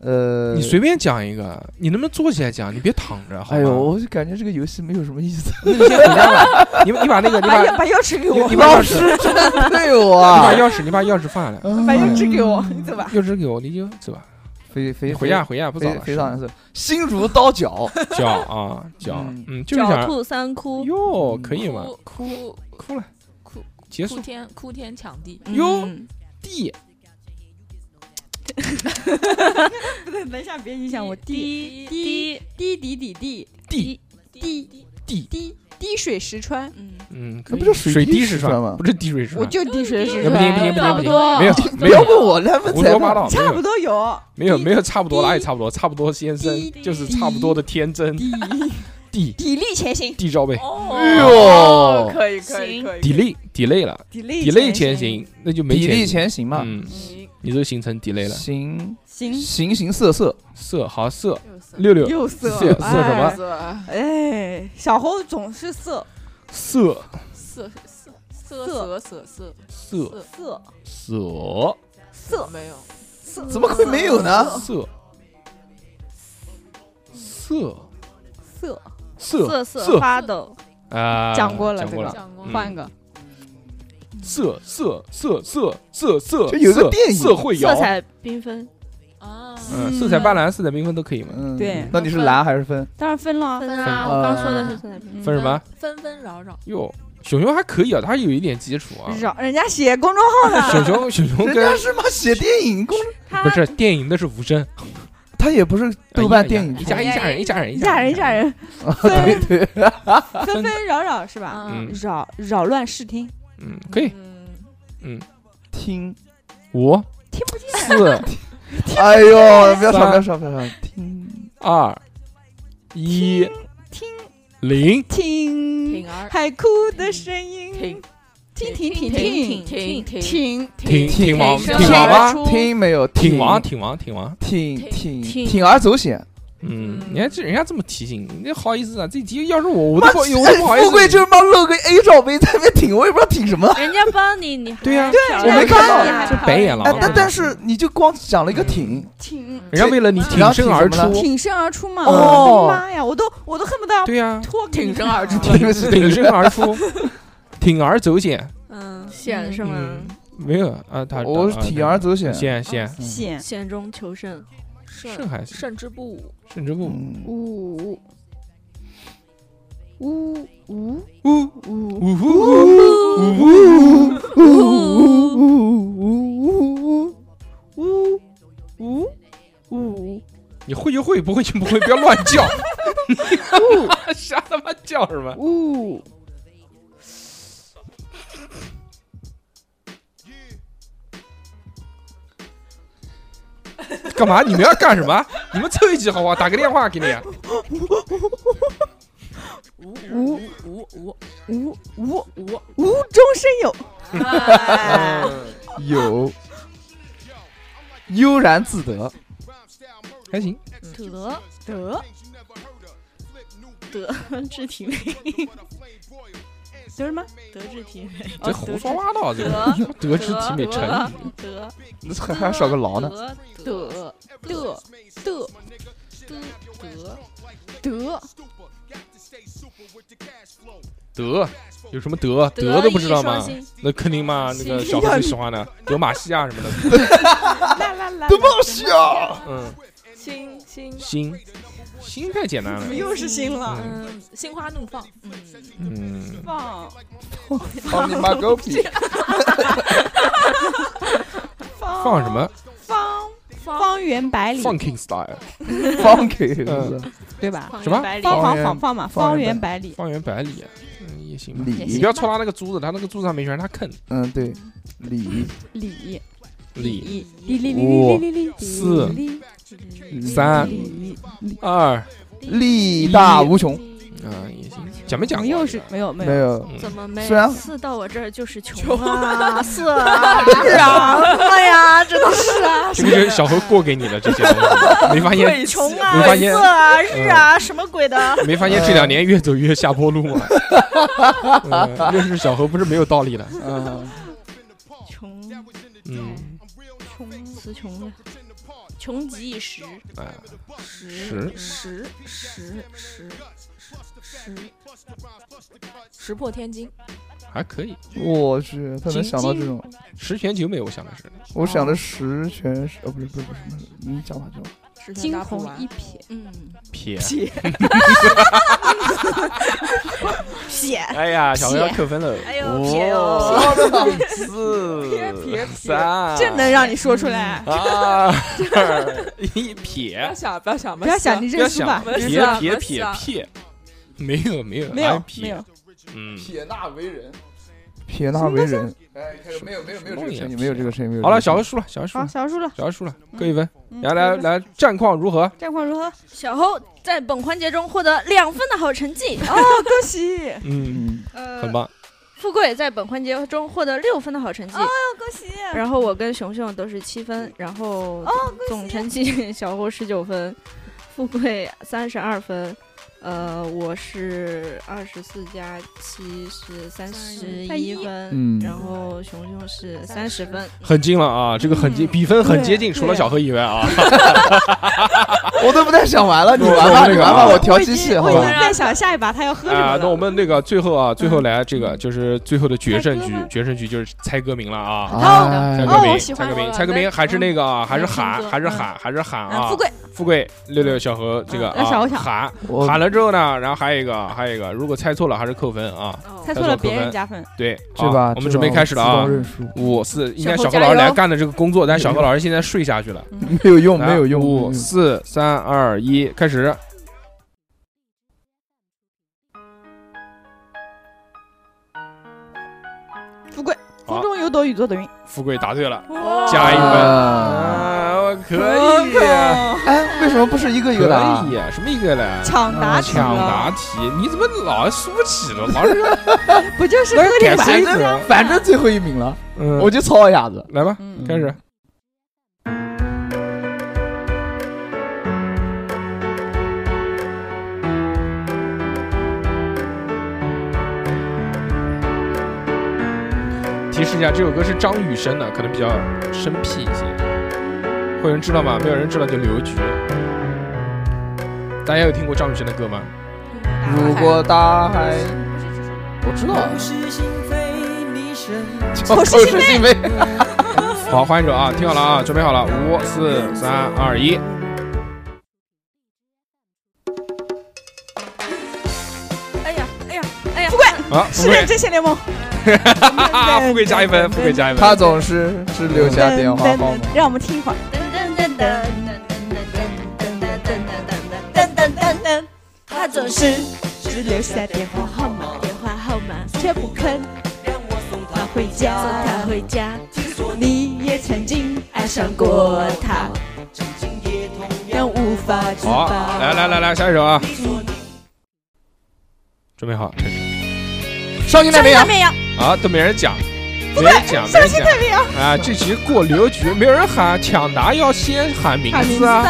S4: 呃，
S2: 你随便讲一个，你能不能坐起来讲？你别躺着，好
S4: 哎呦，
S2: 吗？
S4: 我就感觉这个游戏没有什么意思。
S2: 那你先回家吧。你你把那个，你
S7: 把
S2: 把
S7: 钥把钥匙给
S2: 你
S7: 我
S2: 你，把钥匙，
S4: 师针对我
S2: 你把
S4: 啊，
S2: 钥匙，你把钥匙放下来，
S7: 把
S4: 把
S7: 钥匙给我，你走 吧。
S2: 钥匙给我，你就走吧。
S4: 肥肥
S2: 你回家，回家不早
S4: 肥
S2: 了。
S4: 哎肥上是心如 刀绞，
S2: 是脚啊脚
S4: 嗯，
S2: 嗯，就是
S5: 狡
S2: 想
S5: 兔三窟。
S2: 哟，哎可
S4: 啊
S2: 以
S8: 嗯
S2: 吗？
S6: 哭哭
S2: 哭了，
S6: 哭
S2: 结
S6: 哭
S2: 束
S6: 天哭天抢地，
S2: 哟
S6: 嗯
S2: 地
S7: 等一下，别影响我弟。
S5: 滴滴滴滴滴滴
S2: 地
S5: 滴
S2: 地，
S5: 滴滴水石穿，
S6: 嗯，
S2: 嗯，
S4: 那
S2: 可以
S4: 不就
S2: 水
S4: 滴
S2: 石
S4: 石穿吗
S2: 不？是滴水石
S7: 我
S2: 穿，
S7: 就滴水石
S2: 那不行不行不行
S8: 差
S2: 不
S8: 不
S2: 行，
S8: 多
S2: 没有
S4: 不
S2: 没有
S4: 要问我来问
S2: 胡
S4: 裁
S2: 说八道，
S4: 判。
S2: 没有
S7: 差不多有，
S2: 没有
S5: 滴
S2: 没有差不多了，
S5: 滴
S2: 也差不多，差不多先生
S5: 滴
S2: 就是差不多的天真，地
S7: 砥砺前行，
S2: 地罩杯
S4: 哎
S8: 哦，
S4: 呦，
S8: 可以可以可以，
S2: ，delay delay 了
S7: 砥砺
S2: ，delay 前，行，那就没
S4: 砥砺
S2: 前
S4: 前行嘛，
S2: 嗯，你这个行程 delay 了，
S4: 形
S7: 行
S4: 形形色色，
S2: 色好色
S6: 又色
S2: 六六
S7: 又色
S2: 色色什么
S6: 色
S7: 哎，小猴总是色
S2: 色
S6: 色色色色色色
S2: 色
S7: 色
S2: 色
S6: 没有
S7: 色，
S4: 怎么会没有呢？
S2: 色瑟
S7: 色，
S2: 瑟
S5: 瑟瑟发抖，
S2: 啊，
S7: 讲过了
S2: 讲
S7: 这
S2: 过
S7: 个
S2: 了，
S5: 讲过
S2: 嗯
S7: 换一个
S2: 瑟瑟瑟瑟瑟瑟，
S4: 这有一个
S2: 瑟
S4: 电影
S2: 瑟会摇
S5: 色，彩缤纷，
S8: 啊，
S2: 嗯，色彩斑斓，色彩缤纷都可以嘛。
S4: 嗯，
S7: 对
S4: 那你是蓝还是分？
S7: 当然分了啊，嗯
S5: 分
S2: 分
S5: 啊！我刚说的
S4: 呃
S5: 是色彩缤纷，
S2: 分什么？
S8: 纷纷扰扰，
S2: 哟，熊熊还可以啊，他有一点基础啊。
S7: 扰人家写公众 号
S2: 熊熊
S7: 的，
S2: 熊熊
S4: 人
S2: 跟
S4: 家是妈写电影公，
S2: 不是电影，那是无声。
S4: 他也不是豆瓣电影
S2: 哎一
S4: 出
S2: 家
S4: 的，
S2: 一家人，一家人，
S7: 一家人一家人
S4: 啊对对，
S7: 纷纷扰扰是吧？
S8: 啊
S2: 嗯
S7: 扰扰乱视听，
S2: 嗯，可以。
S8: 嗯，
S4: 听，
S2: 五
S7: 听不见。
S2: 四
S4: 哎呦，不要
S2: 三
S4: 吵，不要吵，不要吵，听，
S2: 二一
S7: 听
S2: 零，
S7: 听
S8: 挺儿，
S7: 海哭的声音
S8: 挺，
S7: 听听听听
S8: 挺挺挺
S7: 听，
S2: 挺挺王
S8: 挺
S2: 挺王
S8: 吧
S2: 八，
S4: 听没有？
S2: 挺王，挺王，挺王。
S4: 挺挺
S8: 挺
S4: 铤而走险，
S2: 嗯，
S8: 嗯
S2: 你看这人家这么提醒，你这好意思啊？这题要是我，我都不，我都不好意思。
S4: 富贵就是妈露个 A 罩杯在那边挺，我也不知道挺什么。
S5: 人家帮你，你还
S2: 对呀
S5: 对
S4: 我没看到
S2: 这白眼狼
S4: 哎，但
S2: 对
S4: 但是你就光讲
S2: 嗯
S4: 了一个挺，
S7: 挺
S2: 人家为了你挺身而出
S4: 然后，
S7: 挺身而出嘛！
S4: 哦
S7: 我的妈呀，我都我都恨不得要
S2: 对 呀，
S7: 脱给你
S8: 挺身而出
S7: 看
S4: 不起
S2: 挺身而 出，铤而走险。
S5: 嗯，
S8: 显是
S2: 嗯
S8: 吗？，
S2: 没有啊，他啊
S4: 我是铤而走险。
S2: 险险
S7: 险
S5: 险中求胜，
S8: 胜
S2: 胜还是
S8: 胜之不武，
S2: 胜之不武。
S4: 嗯，
S7: 呜呜呜
S4: 嗯
S2: 呜呜呜呜
S7: 呜
S5: 呜
S7: 呜呜呜呜
S2: 你会就会，不会就不会，不要乱叫。瞎他妈叫什么？
S7: 呜
S2: 干嘛？你们要干什么？你们凑一起好不好？打个电话给你。
S8: 无
S7: 无
S8: 无无无
S7: 呜呜
S8: 无，
S7: 无中生有，
S4: 有悠然自得，
S2: 还行，
S5: 得
S7: 得
S5: 得志体美，
S7: 得什么？
S5: 德智体美，
S2: 这胡说八道，这个
S5: 得
S2: 德智体美成。
S5: 得
S4: 还还少个 劳呢。
S5: 得
S7: 得
S5: 得
S7: 得得
S5: 得
S7: 得
S2: 德有什么德？德都不知道吗？那肯定嘛，那个小孩最喜欢的德玛西亚什么的。
S7: 啦啦啦，
S4: 德玛西 亚，
S2: 嗯，
S8: 心心
S2: 心心太简单了。
S7: 又是新
S5: 啊
S7: 了，
S8: 嗯，心花怒放，
S2: 嗯，
S7: 放
S4: 放你妈狗屁！
S5: 哦
S7: 放
S2: 放什么
S7: 方方圆百里，
S2: ？Funking style，
S4: 放 给
S2: 嗯
S7: 对吧？
S2: 什么
S7: 方
S4: 方
S7: 方
S4: 圆
S7: 方方嘛，
S4: 方
S7: 方
S4: 圆
S7: 圆百里，
S2: 方圆百里，嗯，也行吧。你
S4: 礼
S2: 不，要戳他那个珠子，他那个珠子上面全是他坑。
S4: 嗯对，礼
S7: 里
S2: 里
S7: 里里
S4: 五
S7: 里里
S2: 四
S7: 里
S2: 三
S7: 里
S2: 二
S4: 力大无穷，
S5: 嗯
S2: 啊，也行，讲没讲
S7: 我
S2: 过？
S7: 又是没有没
S4: 没
S7: 有
S4: 有
S2: 嗯
S5: 怎么没
S4: 虽然
S5: 四到我这儿就是穷啊，色啊，是啊，
S7: 哎呀，真的是啊，
S2: 这个就是小何过给你的这些东西，没发现？
S5: 穷
S2: 没
S5: 啊，
S2: 发现嗯
S5: 色啊，日啊，什么鬼的？
S2: 没发现这两年越走越下坡路 吗？嗯认识小何不是没有道理的。
S4: 嗯，
S5: 穷
S2: 嗯，
S5: 穷词穷的，穷极一时，
S2: 哎，
S8: 十嗯十十十十石破天惊，
S2: 还可以。
S4: 我去，他能想到这种，
S2: 十全九美，我想的是，
S4: 我想的十全十，哦不是不是不是，你讲吧讲吧，
S8: 十全
S7: 惊
S8: 大补
S7: 鸿
S8: 丸
S7: 一，瞥，
S5: 嗯，
S2: 撇。
S7: 撇
S2: 哎 呀，小何要扣分了。哦
S5: 哎呦，撇哟，
S2: 四
S7: 哦撇撇
S2: 三，
S7: 这能让你说出
S2: 嗯
S7: 来？
S2: 二一撇
S8: 不要。想不要想
S7: 不要想，你
S2: 不要
S7: 认输
S2: 想
S7: 吧，
S8: 我们
S2: 撇
S8: 想
S2: 撇
S8: 我
S2: 撇
S8: 想
S2: 撇，没有没有
S7: 没
S2: 哎
S7: 有没有
S2: 撇，，嗯，
S4: 撇纳为人，撇纳为人，哎没有没有没有这个成语，没有这个成语，没有这个成语
S2: 啊好了，小何输了，小何输
S7: 好，
S2: 了，
S7: 小叔了，
S2: 小何输了，
S7: 嗯
S2: 各一分。
S7: 嗯
S2: 来来，来，战况如何？
S7: 战况如何？
S5: 小侯在本环节中获得两分的好成绩，
S7: 哦，恭喜，
S2: 嗯，
S4: 嗯，
S2: 很
S5: 呃，
S2: 棒。
S5: 富贵在本环节中获得六分的好成绩，
S7: 恭喜，
S5: 然后我跟熊熊都是七分，然后总成绩 小侯十九分，富贵三十二分，呃，我是二十四加七是三十一分，
S4: 嗯
S5: 然后熊熊是三十分，
S2: 很近了啊，这个很近，比分很接近，
S7: 嗯对
S2: 除了小何以外啊，
S4: 我都不太想玩了，你玩
S2: 我
S4: 吧，
S2: 那
S4: 你
S2: 个
S4: 玩
S2: 啊
S4: 吧，我调
S7: 我已
S4: 机器
S7: 经
S4: 好
S7: 我已
S4: 吧
S7: 经？在想下一把他要喝什么
S2: 啊、
S7: 了。
S2: 那我们那个最后啊，最后来这个就是最后的决胜局
S7: 嗯猜歌吗，
S2: 决胜局就是猜歌名了啊。
S4: 哎
S2: 猜
S8: 哦
S2: 歌
S8: 我
S2: 名，
S8: 喜
S2: 猜
S8: 欢
S2: 歌名，
S8: 我
S2: 猜歌名，
S8: 来
S2: 还是那个啊，还是
S8: 来
S2: 喊，
S8: 听嗯
S2: 还是
S8: 歌
S2: 喊，还是喊
S7: 啊
S2: 啊
S7: 富！贵，
S2: 富贵六六小何这个
S7: 嗯那少
S2: 啊
S7: 想
S2: 喊
S4: 我
S2: 喊了之后呢，然后还有一个还有一个，如果猜错了还是扣分啊。
S5: 哦
S4: 呃
S7: 猜错了别人加分。
S2: 对，
S4: 这
S2: 好
S4: 把
S2: 我们准备开始了啊！
S4: 输，
S2: 五四，应该小
S8: 小何
S2: 何老师
S8: 加油
S2: 来干的这个工作，但是小何老师现在睡下去了。
S4: 没有用，
S2: 来
S4: 嗯没有用。
S2: 五四三二一，开始。
S7: 富贵，
S2: 好
S7: 风中有朵雨做的云。
S2: 富贵答对了，
S8: 哇
S2: 加一分。
S4: 啊！
S2: 啊，我可以啊。
S7: 嗯
S4: 哎，为什么不是一个一个答
S2: 可？以啊，什么一个嘞？
S7: 抢答题
S2: 抢答
S7: 了，
S2: 题，你怎么老输不起了？老 是
S7: 不就是
S2: 不
S7: 喝
S2: 是
S7: 点
S2: 改
S7: 白
S2: 规
S7: 的
S2: 则？
S7: 吗
S4: 反正最后一名了，
S2: 嗯，
S4: 我就抄一下子。
S2: 来吧，
S7: 嗯
S2: 开始。提示一下，这首歌是张雨生的，可能比较生僻一些。会有人知道吗？没有人知道就留局。大家有听过张雨生的歌 吗？
S4: 如果大海，我知道啊，
S2: 哦
S7: 口是心
S4: 心非。
S2: 好，换一首啊，听好了啊，准备好了，五、四、三、二、一。
S8: 哎呀哎呀哎呀，
S7: 富贵，
S2: 啊，富
S7: 失恋
S2: 贵，
S7: 真心联盟。
S2: 啊富贵加一分，富贵加一分。
S4: 他总是只留下电话号
S7: 噔
S4: 码
S7: 噔。让我们听一会儿。他总是只留下电话号码，
S5: 电话号码，
S7: 却不肯让我送他回家。
S5: 送他回家。
S7: 你也曾经爱上过他，让无法自
S2: 好，
S7: 拔。
S2: 来来来来，下一首啊，准备好，开始。
S4: 伤心难绵
S7: 上
S4: 羊，
S7: 面呀，
S2: 啊，都没人讲，没人讲，没
S7: 伤
S2: 人
S7: 心
S2: 讲
S7: 太平洋，
S2: 啊！这局过刘局，没有人喊抢答，要先喊名
S7: 喊名
S2: 字
S7: 字
S2: 啊，
S7: 的，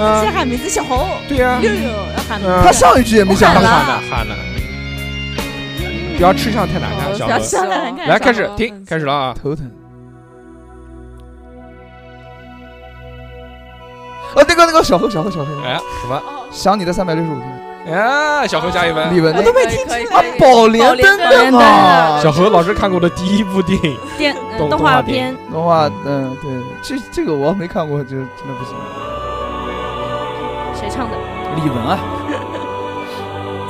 S2: 嗯
S7: 先，喊名字小红，
S2: 对呀，
S7: 六六要喊名
S2: 嗯
S7: 字。
S4: 他上一句也没讲
S2: 喊
S4: 到
S2: 了喊了喊了，不要吃相太难看，小
S8: 小
S2: 何。
S8: 小
S2: 来开始听，开始了啊！
S4: 头疼。啊，那个那个小何小何小何，
S2: 哎，什么？
S4: 想你的三百六十五天，
S2: 哎，小何加一分
S4: 李。玟
S8: 我
S4: 的
S8: 都没听 清啊
S4: 宝莲灯啊的嘛。
S2: 小何老师看过的第一部电影，
S5: 电
S2: 动
S5: 呃动
S2: 画
S5: 画
S2: 电
S5: 片，
S4: 的话，嗯，对，这这个我没看过，就真的不行。
S5: 谁唱的？
S4: 李玟啊，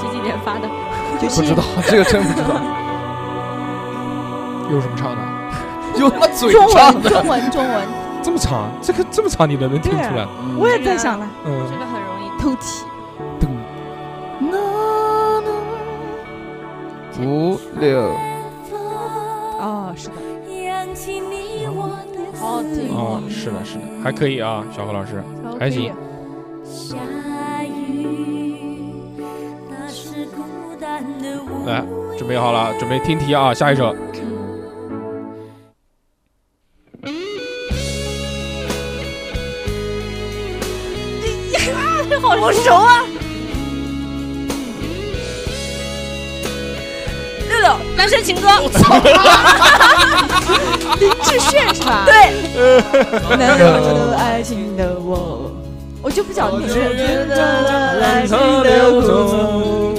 S5: 几几年发的？
S4: 不知道啊这个真不知道，
S2: 有什么唱的？
S4: 有他妈嘴
S7: 中
S4: 唱
S7: 文，
S4: 的。
S7: 中文，中文。
S2: 这么长，这个这么长你都能听出来？
S7: 我也在想呢，
S2: 嗯
S5: 这，个很容易。
S7: 偷题。
S4: 五六，
S7: 哦，是的。
S8: 哦对
S2: 啊，是的，是的，还可以啊，小何老师还行。来，准备好了，准备听题啊，下一首。
S7: 好熟啊！
S8: 六六，男生情歌，
S7: 林志炫是吧？对。难道知道爱情的我，我就不讲
S6: 嗯
S4: 啊
S7: 你是爱情的我。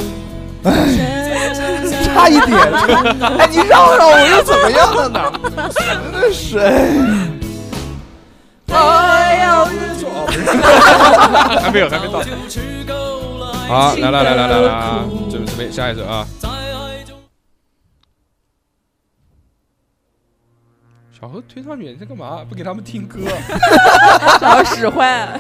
S4: 差一点。 哎，你让让我又怎么样了呢？ 真的是，哎
S7: 哎呀，
S2: 还没有，还没到。好，来来来来来来啊，准备准备下一首啊。小何推上去，你在干嘛？不给他们听歌？
S8: 老使坏，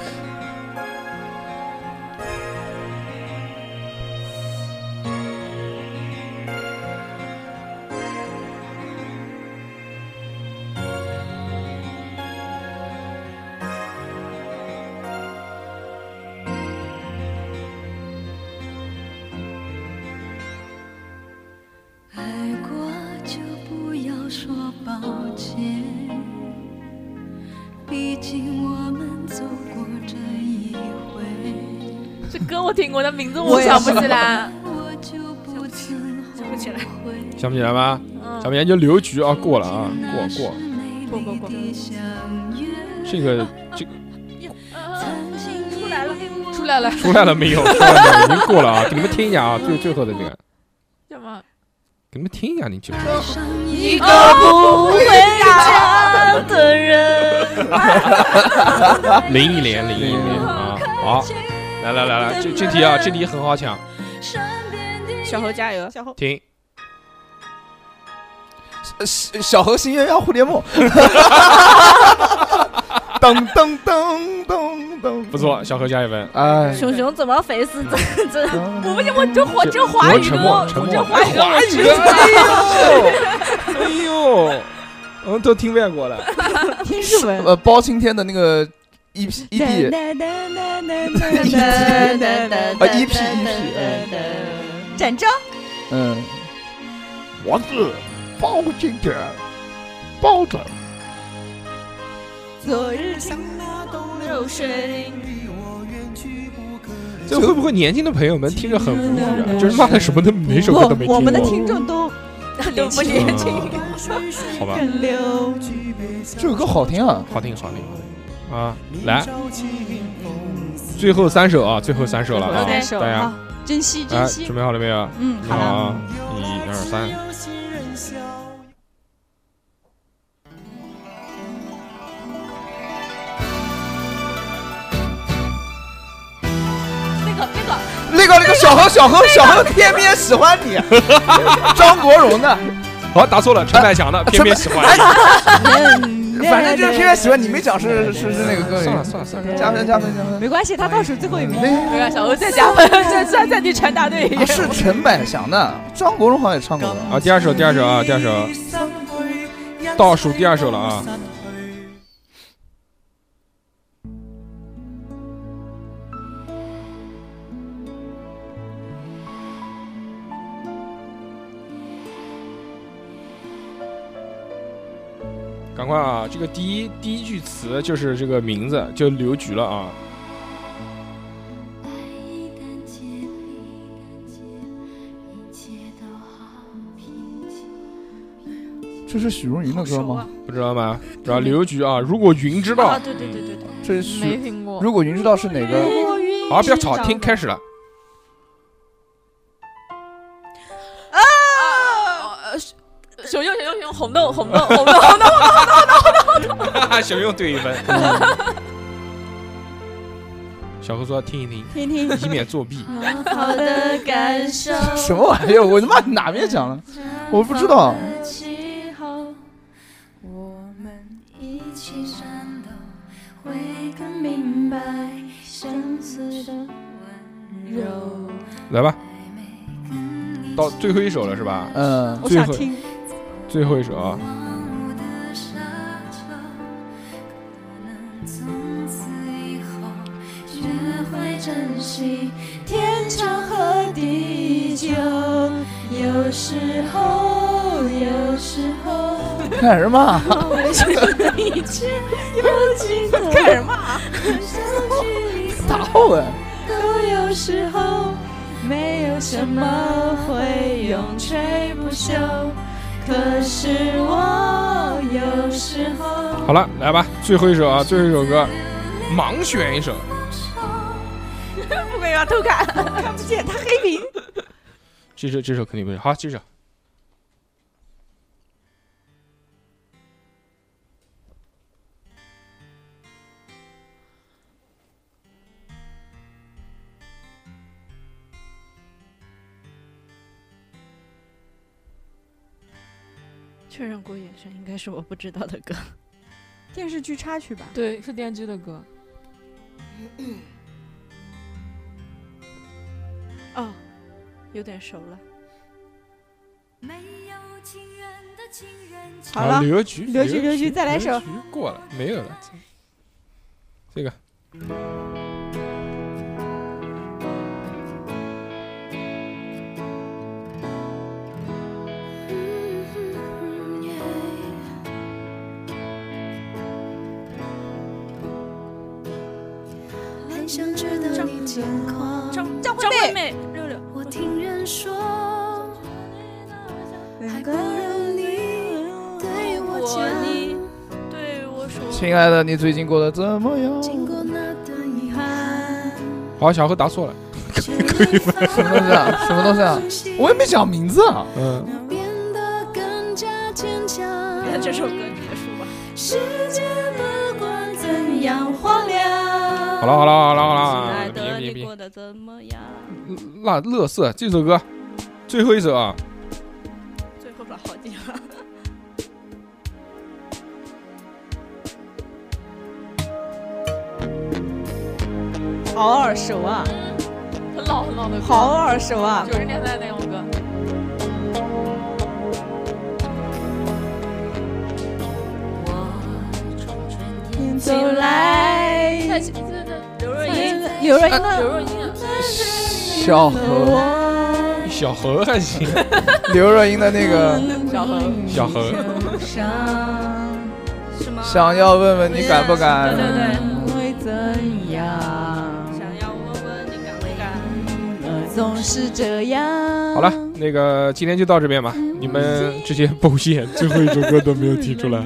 S9: 爱过就不要说抱歉，毕竟我们走过这一回，
S8: 这歌我听过，但名字
S7: 我
S8: 我
S7: 也
S8: 想不起来。
S9: 我就不曾后
S8: 不起来
S9: 悔。
S2: 想不起来吗？想不
S8: 嗯，
S2: 起来就留局啊，过了啊，
S9: 那
S2: 过
S9: 是
S2: 过。
S9: 美
S8: 过过过
S9: 丽的相约，
S2: 这个这个
S9: 曾经
S8: 出来了
S9: 以为
S8: 出来了，
S2: 出来了没有？出来了没有，已经过了啊！给你们听一下啊，最最后的这个，
S8: 什么？
S2: 给你们听一下，你去。
S8: 一个
S5: 哦
S8: 不回家的人。
S2: 零一年，零一年啊，好，来来来来，这这题啊，这题很好抢，
S5: 小猴加油！
S3: 小猴
S2: 听，
S4: 小小何新鸳鸯蝴蝶梦，噔噔噔噔噔，
S2: 不错，小何加一分。
S4: 哎，嗯
S5: 熊熊怎么肥死这这？
S4: 我
S8: 我们我这我这华
S2: 我
S8: 语
S2: 沉
S8: 歌
S2: 默，沉
S8: 我
S2: 默
S8: 这华语歌我知道，
S2: 哎呦，哎呦，嗯，都听外国了。
S7: 听日文。
S4: 呃包青天的那个 EP
S2: E
S4: EP
S2: 啊
S7: 哎 EP
S4: 啊 EP EP，嗯
S2: 哎
S7: 展昭，
S4: 嗯，我是包青天，包拯，
S7: 昨日情
S5: 肉身
S2: 这会不会年轻的朋友们听着很无语啊？就是骂的什么都哪首歌都没听过。
S7: 我们的听众都
S8: 都不年
S4: 嗯
S8: 轻。
S2: 好吧，
S7: 更溜。
S4: 这首歌好听啊，
S2: 好听好听啊！来，最后三首啊，最后三首了啊，
S5: 三首
S2: 大家
S7: 啊珍惜珍
S2: 哎，
S7: 惜
S2: 准，备好了没有？
S7: 嗯，好了，
S2: 好，一二三。
S8: 那个那个，
S4: 那个那个小何小何小何偏偏喜欢 你，张国荣的，
S2: 好，答错了，陈百强的，偏偏喜欢。
S4: 反正就是偏偏喜欢你，没讲是是是那个歌名
S2: 算了算了算了，
S4: 加分加分加分。
S7: 没关系，他倒数最后一名。
S2: 嗯
S8: 没关系，我再加 分，再再再去全答对一
S4: 啊
S8: 个。
S4: 是陈百强的，张国荣好像也唱过吧？
S2: 啊，第二首，第二首啊，第二首，倒数第二首了啊。赶快啊！这个第一第一句词就是这个名字，就刘局了啊。
S9: 爱一旦见，一旦见，一切都好平静。
S4: 这是许茹芸的歌吗？
S2: 不知道吗？然后刘局啊，如果云知道，
S8: 啊，
S2: 啊，
S8: 对对对对对，
S4: 这是
S8: 没
S4: 许
S8: 听过。
S4: 如果云知道是哪个？
S2: 不要吵，听开始了。
S8: 啊，熊熊熊熊熊，红豆红豆红豆红 豆，
S2: 小用对一分。
S4: 嗯
S2: 小何说：“听一听，
S7: 听听，
S2: 以免作弊。
S5: 好的感受。
S4: 什么玩意儿？我他妈哪边讲了？我不知道。
S9: 气候，我们一起战斗，会更明白生死的温柔。”
S2: 来吧，
S9: 每
S2: 到最后一首了是吧？
S4: 嗯，
S7: 我想听。
S2: 最后一 首啊，
S9: 荒芜的沙丘，可能从此以后学会珍惜天长和地久。有时候，有时候，
S4: 干什么？啊
S9: 一直不记得。干什么？
S4: 打后哎！
S9: 都有时候，没有什么会永垂不朽。可是我有时候。
S2: 好了，来吧，最后一首啊，最后一首歌，盲选一首。
S8: 不会吧？偷看。
S2: 这首这首肯定不是，好，这首
S5: 确认过眼神，应该是我不知道的歌。
S7: 电视剧插曲吧，
S8: 对，是电视剧的歌。
S5: 哦，有点熟了。
S9: 没有情人的情人节，
S7: 好了
S2: 啊，刘局，
S7: 刘局刘局再来一首
S2: 刘局过了，没有了。这个
S9: 很想知道你近况。
S8: 张张惠妹，六六，
S9: 我听人说，还不让你对我讲，
S8: 对我说。
S4: 亲爱的，你最近过得怎么样？
S9: 经过那段遗憾，
S2: 好，小何答错了。
S4: 什么东西啊？什么东西啊？我也没讲名字啊。
S2: 嗯，
S9: 变得更加坚强。
S5: 那这首歌结束吧。
S9: 世界不管怎样荒凉。
S2: 好了好了好了
S5: 亲
S2: 好
S5: 爱
S2: 了，
S5: 的，
S2: 别别
S5: 你
S2: 别，
S5: 过得怎么样？
S2: 那乐色这首歌，最后一首啊，
S5: 最后把好记了。
S7: 好耳熟啊，
S6: 很老很老的歌，
S7: 好耳熟啊！
S6: 九十年代那种歌。
S7: 走来，哎
S6: 蔡徐坤的刘若英，
S7: 有人
S6: 刘
S7: 呢？
S6: 若英啊，
S4: 小何，
S2: 小何还行，
S4: 刘若英的那个，
S6: 小何，
S2: 小何，
S5: 是吗？
S2: 啊
S4: 想要问问你敢不敢？
S5: 对对
S7: 会怎样？
S5: 想要问问你敢不敢？
S7: 总是这样。
S2: 好了，那个今天就到这边吧。你们这些狗血，最后一首歌都没有提出来，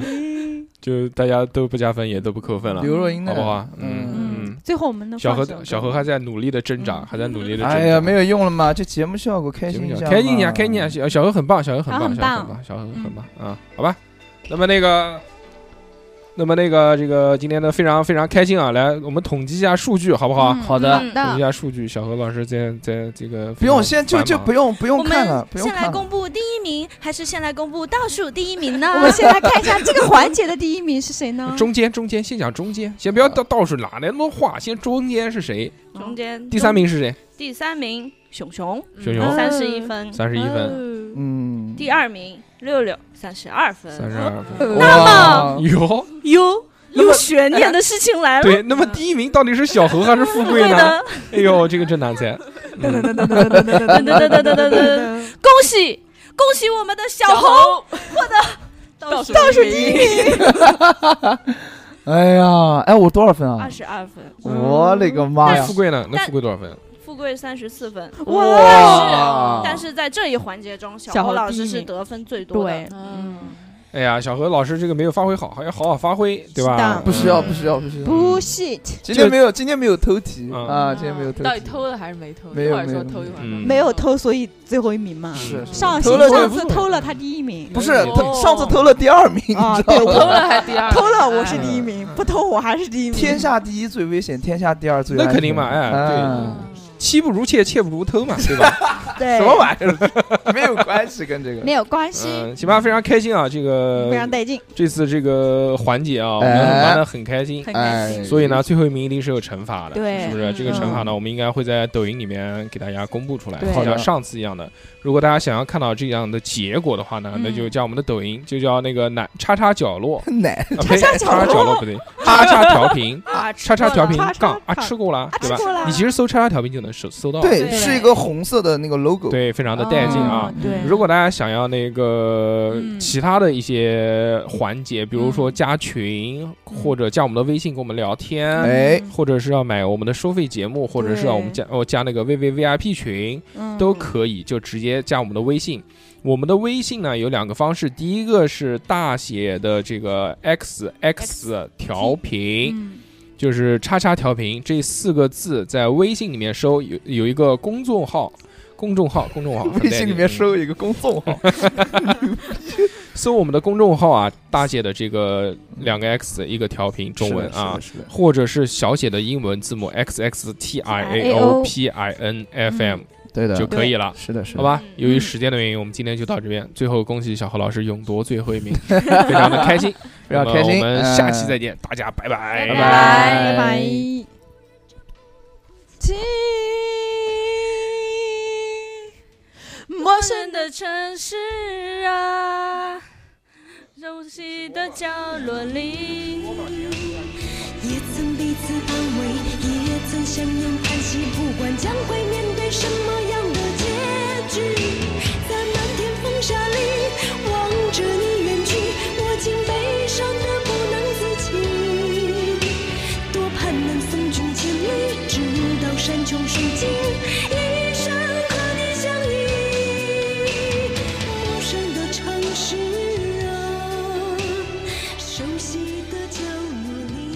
S2: 就大家都不加分，也都不扣分了，
S4: 刘若英的
S2: 好不好？
S4: 嗯。
S2: 嗯嗯。
S7: 最后我们能
S2: 小
S7: 放
S2: 何
S7: 首歌
S2: 小何还在努力的挣扎，还在努力的挣扎。
S4: 哎呀，没有用了嘛，这节目效果开
S2: 行
S4: 心
S2: 不
S4: 一
S2: 行？
S4: 下，
S2: 开心一下，开心一下。。小小何很棒，小何很
S7: 小
S2: 棒，
S7: 何很
S2: 小何很
S7: 棒
S2: 棒，小何很棒啊！好吧，那么那个。那么那个这个今天呢非常非常开心啊！来，我们统计一下数据好不好？
S7: 嗯
S4: 好的
S5: 嗯
S2: 统计一下数据，小何老师在在这个
S4: 不用，现在就就不
S2: 用
S4: 用不
S5: 我
S4: 用
S5: 们
S4: 看了，不用
S5: 先来
S4: 看了。
S5: 公布第一名，还是先来公布倒数第一名呢？
S7: 我们先 来看一下这个环节的第一名是谁呢？
S9: 嗯
S2: 中间中间先讲中间，先
S4: 啊
S2: 不要到倒数哪来那么多话，先中间是谁？
S5: 中间
S2: 第三，名是谁？
S5: 第三名熊熊，
S2: 熊
S7: 哦
S2: 熊
S5: 三十一分。
S2: 三十一分，
S7: 分。
S4: 嗯，
S5: 第二名六六三十二
S2: 三
S5: 分，
S2: 十二
S7: 嗯
S2: 分。啊
S4: 哇，
S2: 哟，
S5: 有有悬念的事情来了，
S2: 对，那么第一名到底是小何还是富贵
S5: 对
S2: 呢？
S5: 的，
S2: 哎呦，这个真难猜。嗯
S5: 噔噔噔噔噔噔，恭喜恭喜我们的小红
S6: 红
S5: 倒数
S6: 倒数第一名，
S4: 哎呀，哎，我多少分啊
S5: 二？十二分，
S4: 我勒个妈
S2: 那
S4: 呀
S2: 富！贵呢？那
S5: 但
S2: 富贵多少分？
S5: 富贵三十四分。
S4: 哇
S5: 但是在这一环节中，小
S7: 小
S5: 侯
S7: 侯
S5: 老
S7: 第
S5: 师
S7: 一
S5: 是
S7: 名
S5: 得分最多的。
S7: 对，
S6: 嗯，
S2: 哎呀，小何老师这个没有发挥好，还要好好发挥，对
S7: 是
S2: 吧嗯
S7: 的？
S4: 不需要，不需要，不需要。
S7: 不 shit，
S4: 今天没有，今天没有偷题
S2: 嗯
S4: 啊，今天没有偷
S6: 到底
S4: 题。
S6: 偷了还是没偷？
S4: 没有
S6: 一会儿说
S4: 没有
S6: 偷一会儿
S2: 嗯
S6: 说，
S7: 没有偷，所以最后一名嘛。
S4: 是是
S7: 上
S4: 偷
S7: 行
S4: 了就
S7: 上
S4: 不
S7: 次
S4: 错
S7: 偷了他第一名，
S4: 不是
S6: 哦
S4: 他上次偷了第二名，你
S7: 啊
S4: 知
S5: 哦
S4: 道
S7: 对
S6: 偷
S4: 吗？
S6: 了还第二，
S7: 偷了
S8: 嗯
S7: 我是第一名，不偷我还是第一名。
S4: 天下第一最危险，天下第二最
S2: 那
S4: 安
S2: 肯定
S4: 全
S2: 嘛哎
S4: 啊
S2: 妻不如妾，妾不如偷 嘛，对吧？
S7: 对
S4: 什么玩意儿？ 没有关系，跟这 个
S7: 没有关系，
S2: 嗯，行吧，非常开心啊，这
S7: 非常
S2: 个
S7: 带劲，
S2: 这次这个环节啊，我们
S4: 哎
S2: 玩的很开心。
S7: 很开
S4: 哎，
S7: 心。
S2: 所以呢，最后一名一定是有惩罚的，
S7: 对
S2: 是不是？
S6: 嗯
S2: 这个惩罚呢，我们应该会在抖音里面给大家公布出来，
S7: 对
S2: 就
S4: 好
S2: 像
S4: 的
S2: 上次一样的。如果大家想要看到这样的结果的话呢，
S7: 嗯
S2: 那就加我们的抖音，就叫那个奶叉叉角 落，
S4: 奶
S2: 啊呸
S7: 叉
S2: 叉叉
S7: 叉角落
S2: 角落不对，叉叉调频，
S5: 啊，
S2: 叉叉调频
S7: 叉叉
S2: 杠啊，
S7: 杠
S2: 吃过了，对吧
S7: 吃过了？
S2: 你其实搜叉叉调频就能搜搜到，
S4: 对，
S7: 对
S4: 是一个红色的那个
S2: 哦
S4: logo。
S2: 对，非常的带劲啊
S7: 哦。对，
S2: 如果大家想要那个
S7: 嗯
S2: 其他的一些环节，比如说加群或者加我们的微信跟我们聊天，
S4: 哎，
S2: 或者是要买我们的收费节目，或者是让我们加哦加那个 VV VIP 群
S7: 嗯
S2: 都可以，就直接加我们的微信。我们的微信呢有两个方式，第一个是大写的这个 X X 调频，
S7: 嗯
S2: 就是“叉叉调频”这四个字，在微信里面搜有有一个公众号，公众号，公众号，嗯
S4: 微信里面
S2: 搜
S4: 收一个公众号，
S2: 搜我们的公众号啊，大写的这个两个 X 一个调频中文啊，
S4: 是的，是的是的
S2: 或者是小写的英文字母 X X T I A O P I N F M
S4: 嗯对的，
S2: 就可以了。
S4: 是的，是的
S2: 好，吧，
S5: 嗯
S2: 由于时间的原因，我们今天就到这边。最后恭喜小何老师勇夺最后一 名，非常的开心，
S4: 非常开
S2: 那
S4: 心。
S2: 么我们下期
S4: 嗯
S2: 再见，大家拜拜，
S4: 拜
S7: 拜拜。请陌
S5: 陌
S7: 生
S5: 生
S7: 的
S5: 的城市啊，熟悉的角落里，
S9: 也曾彼此安慰，也曾相拥叹息，不管将会面对什么样的结局，在漫天风沙里望着你远去，我竟悲伤得不能自己。多盼能送君千里，直到山穷水尽，一生和你相依。陌生的城市啊，熟悉的角落里。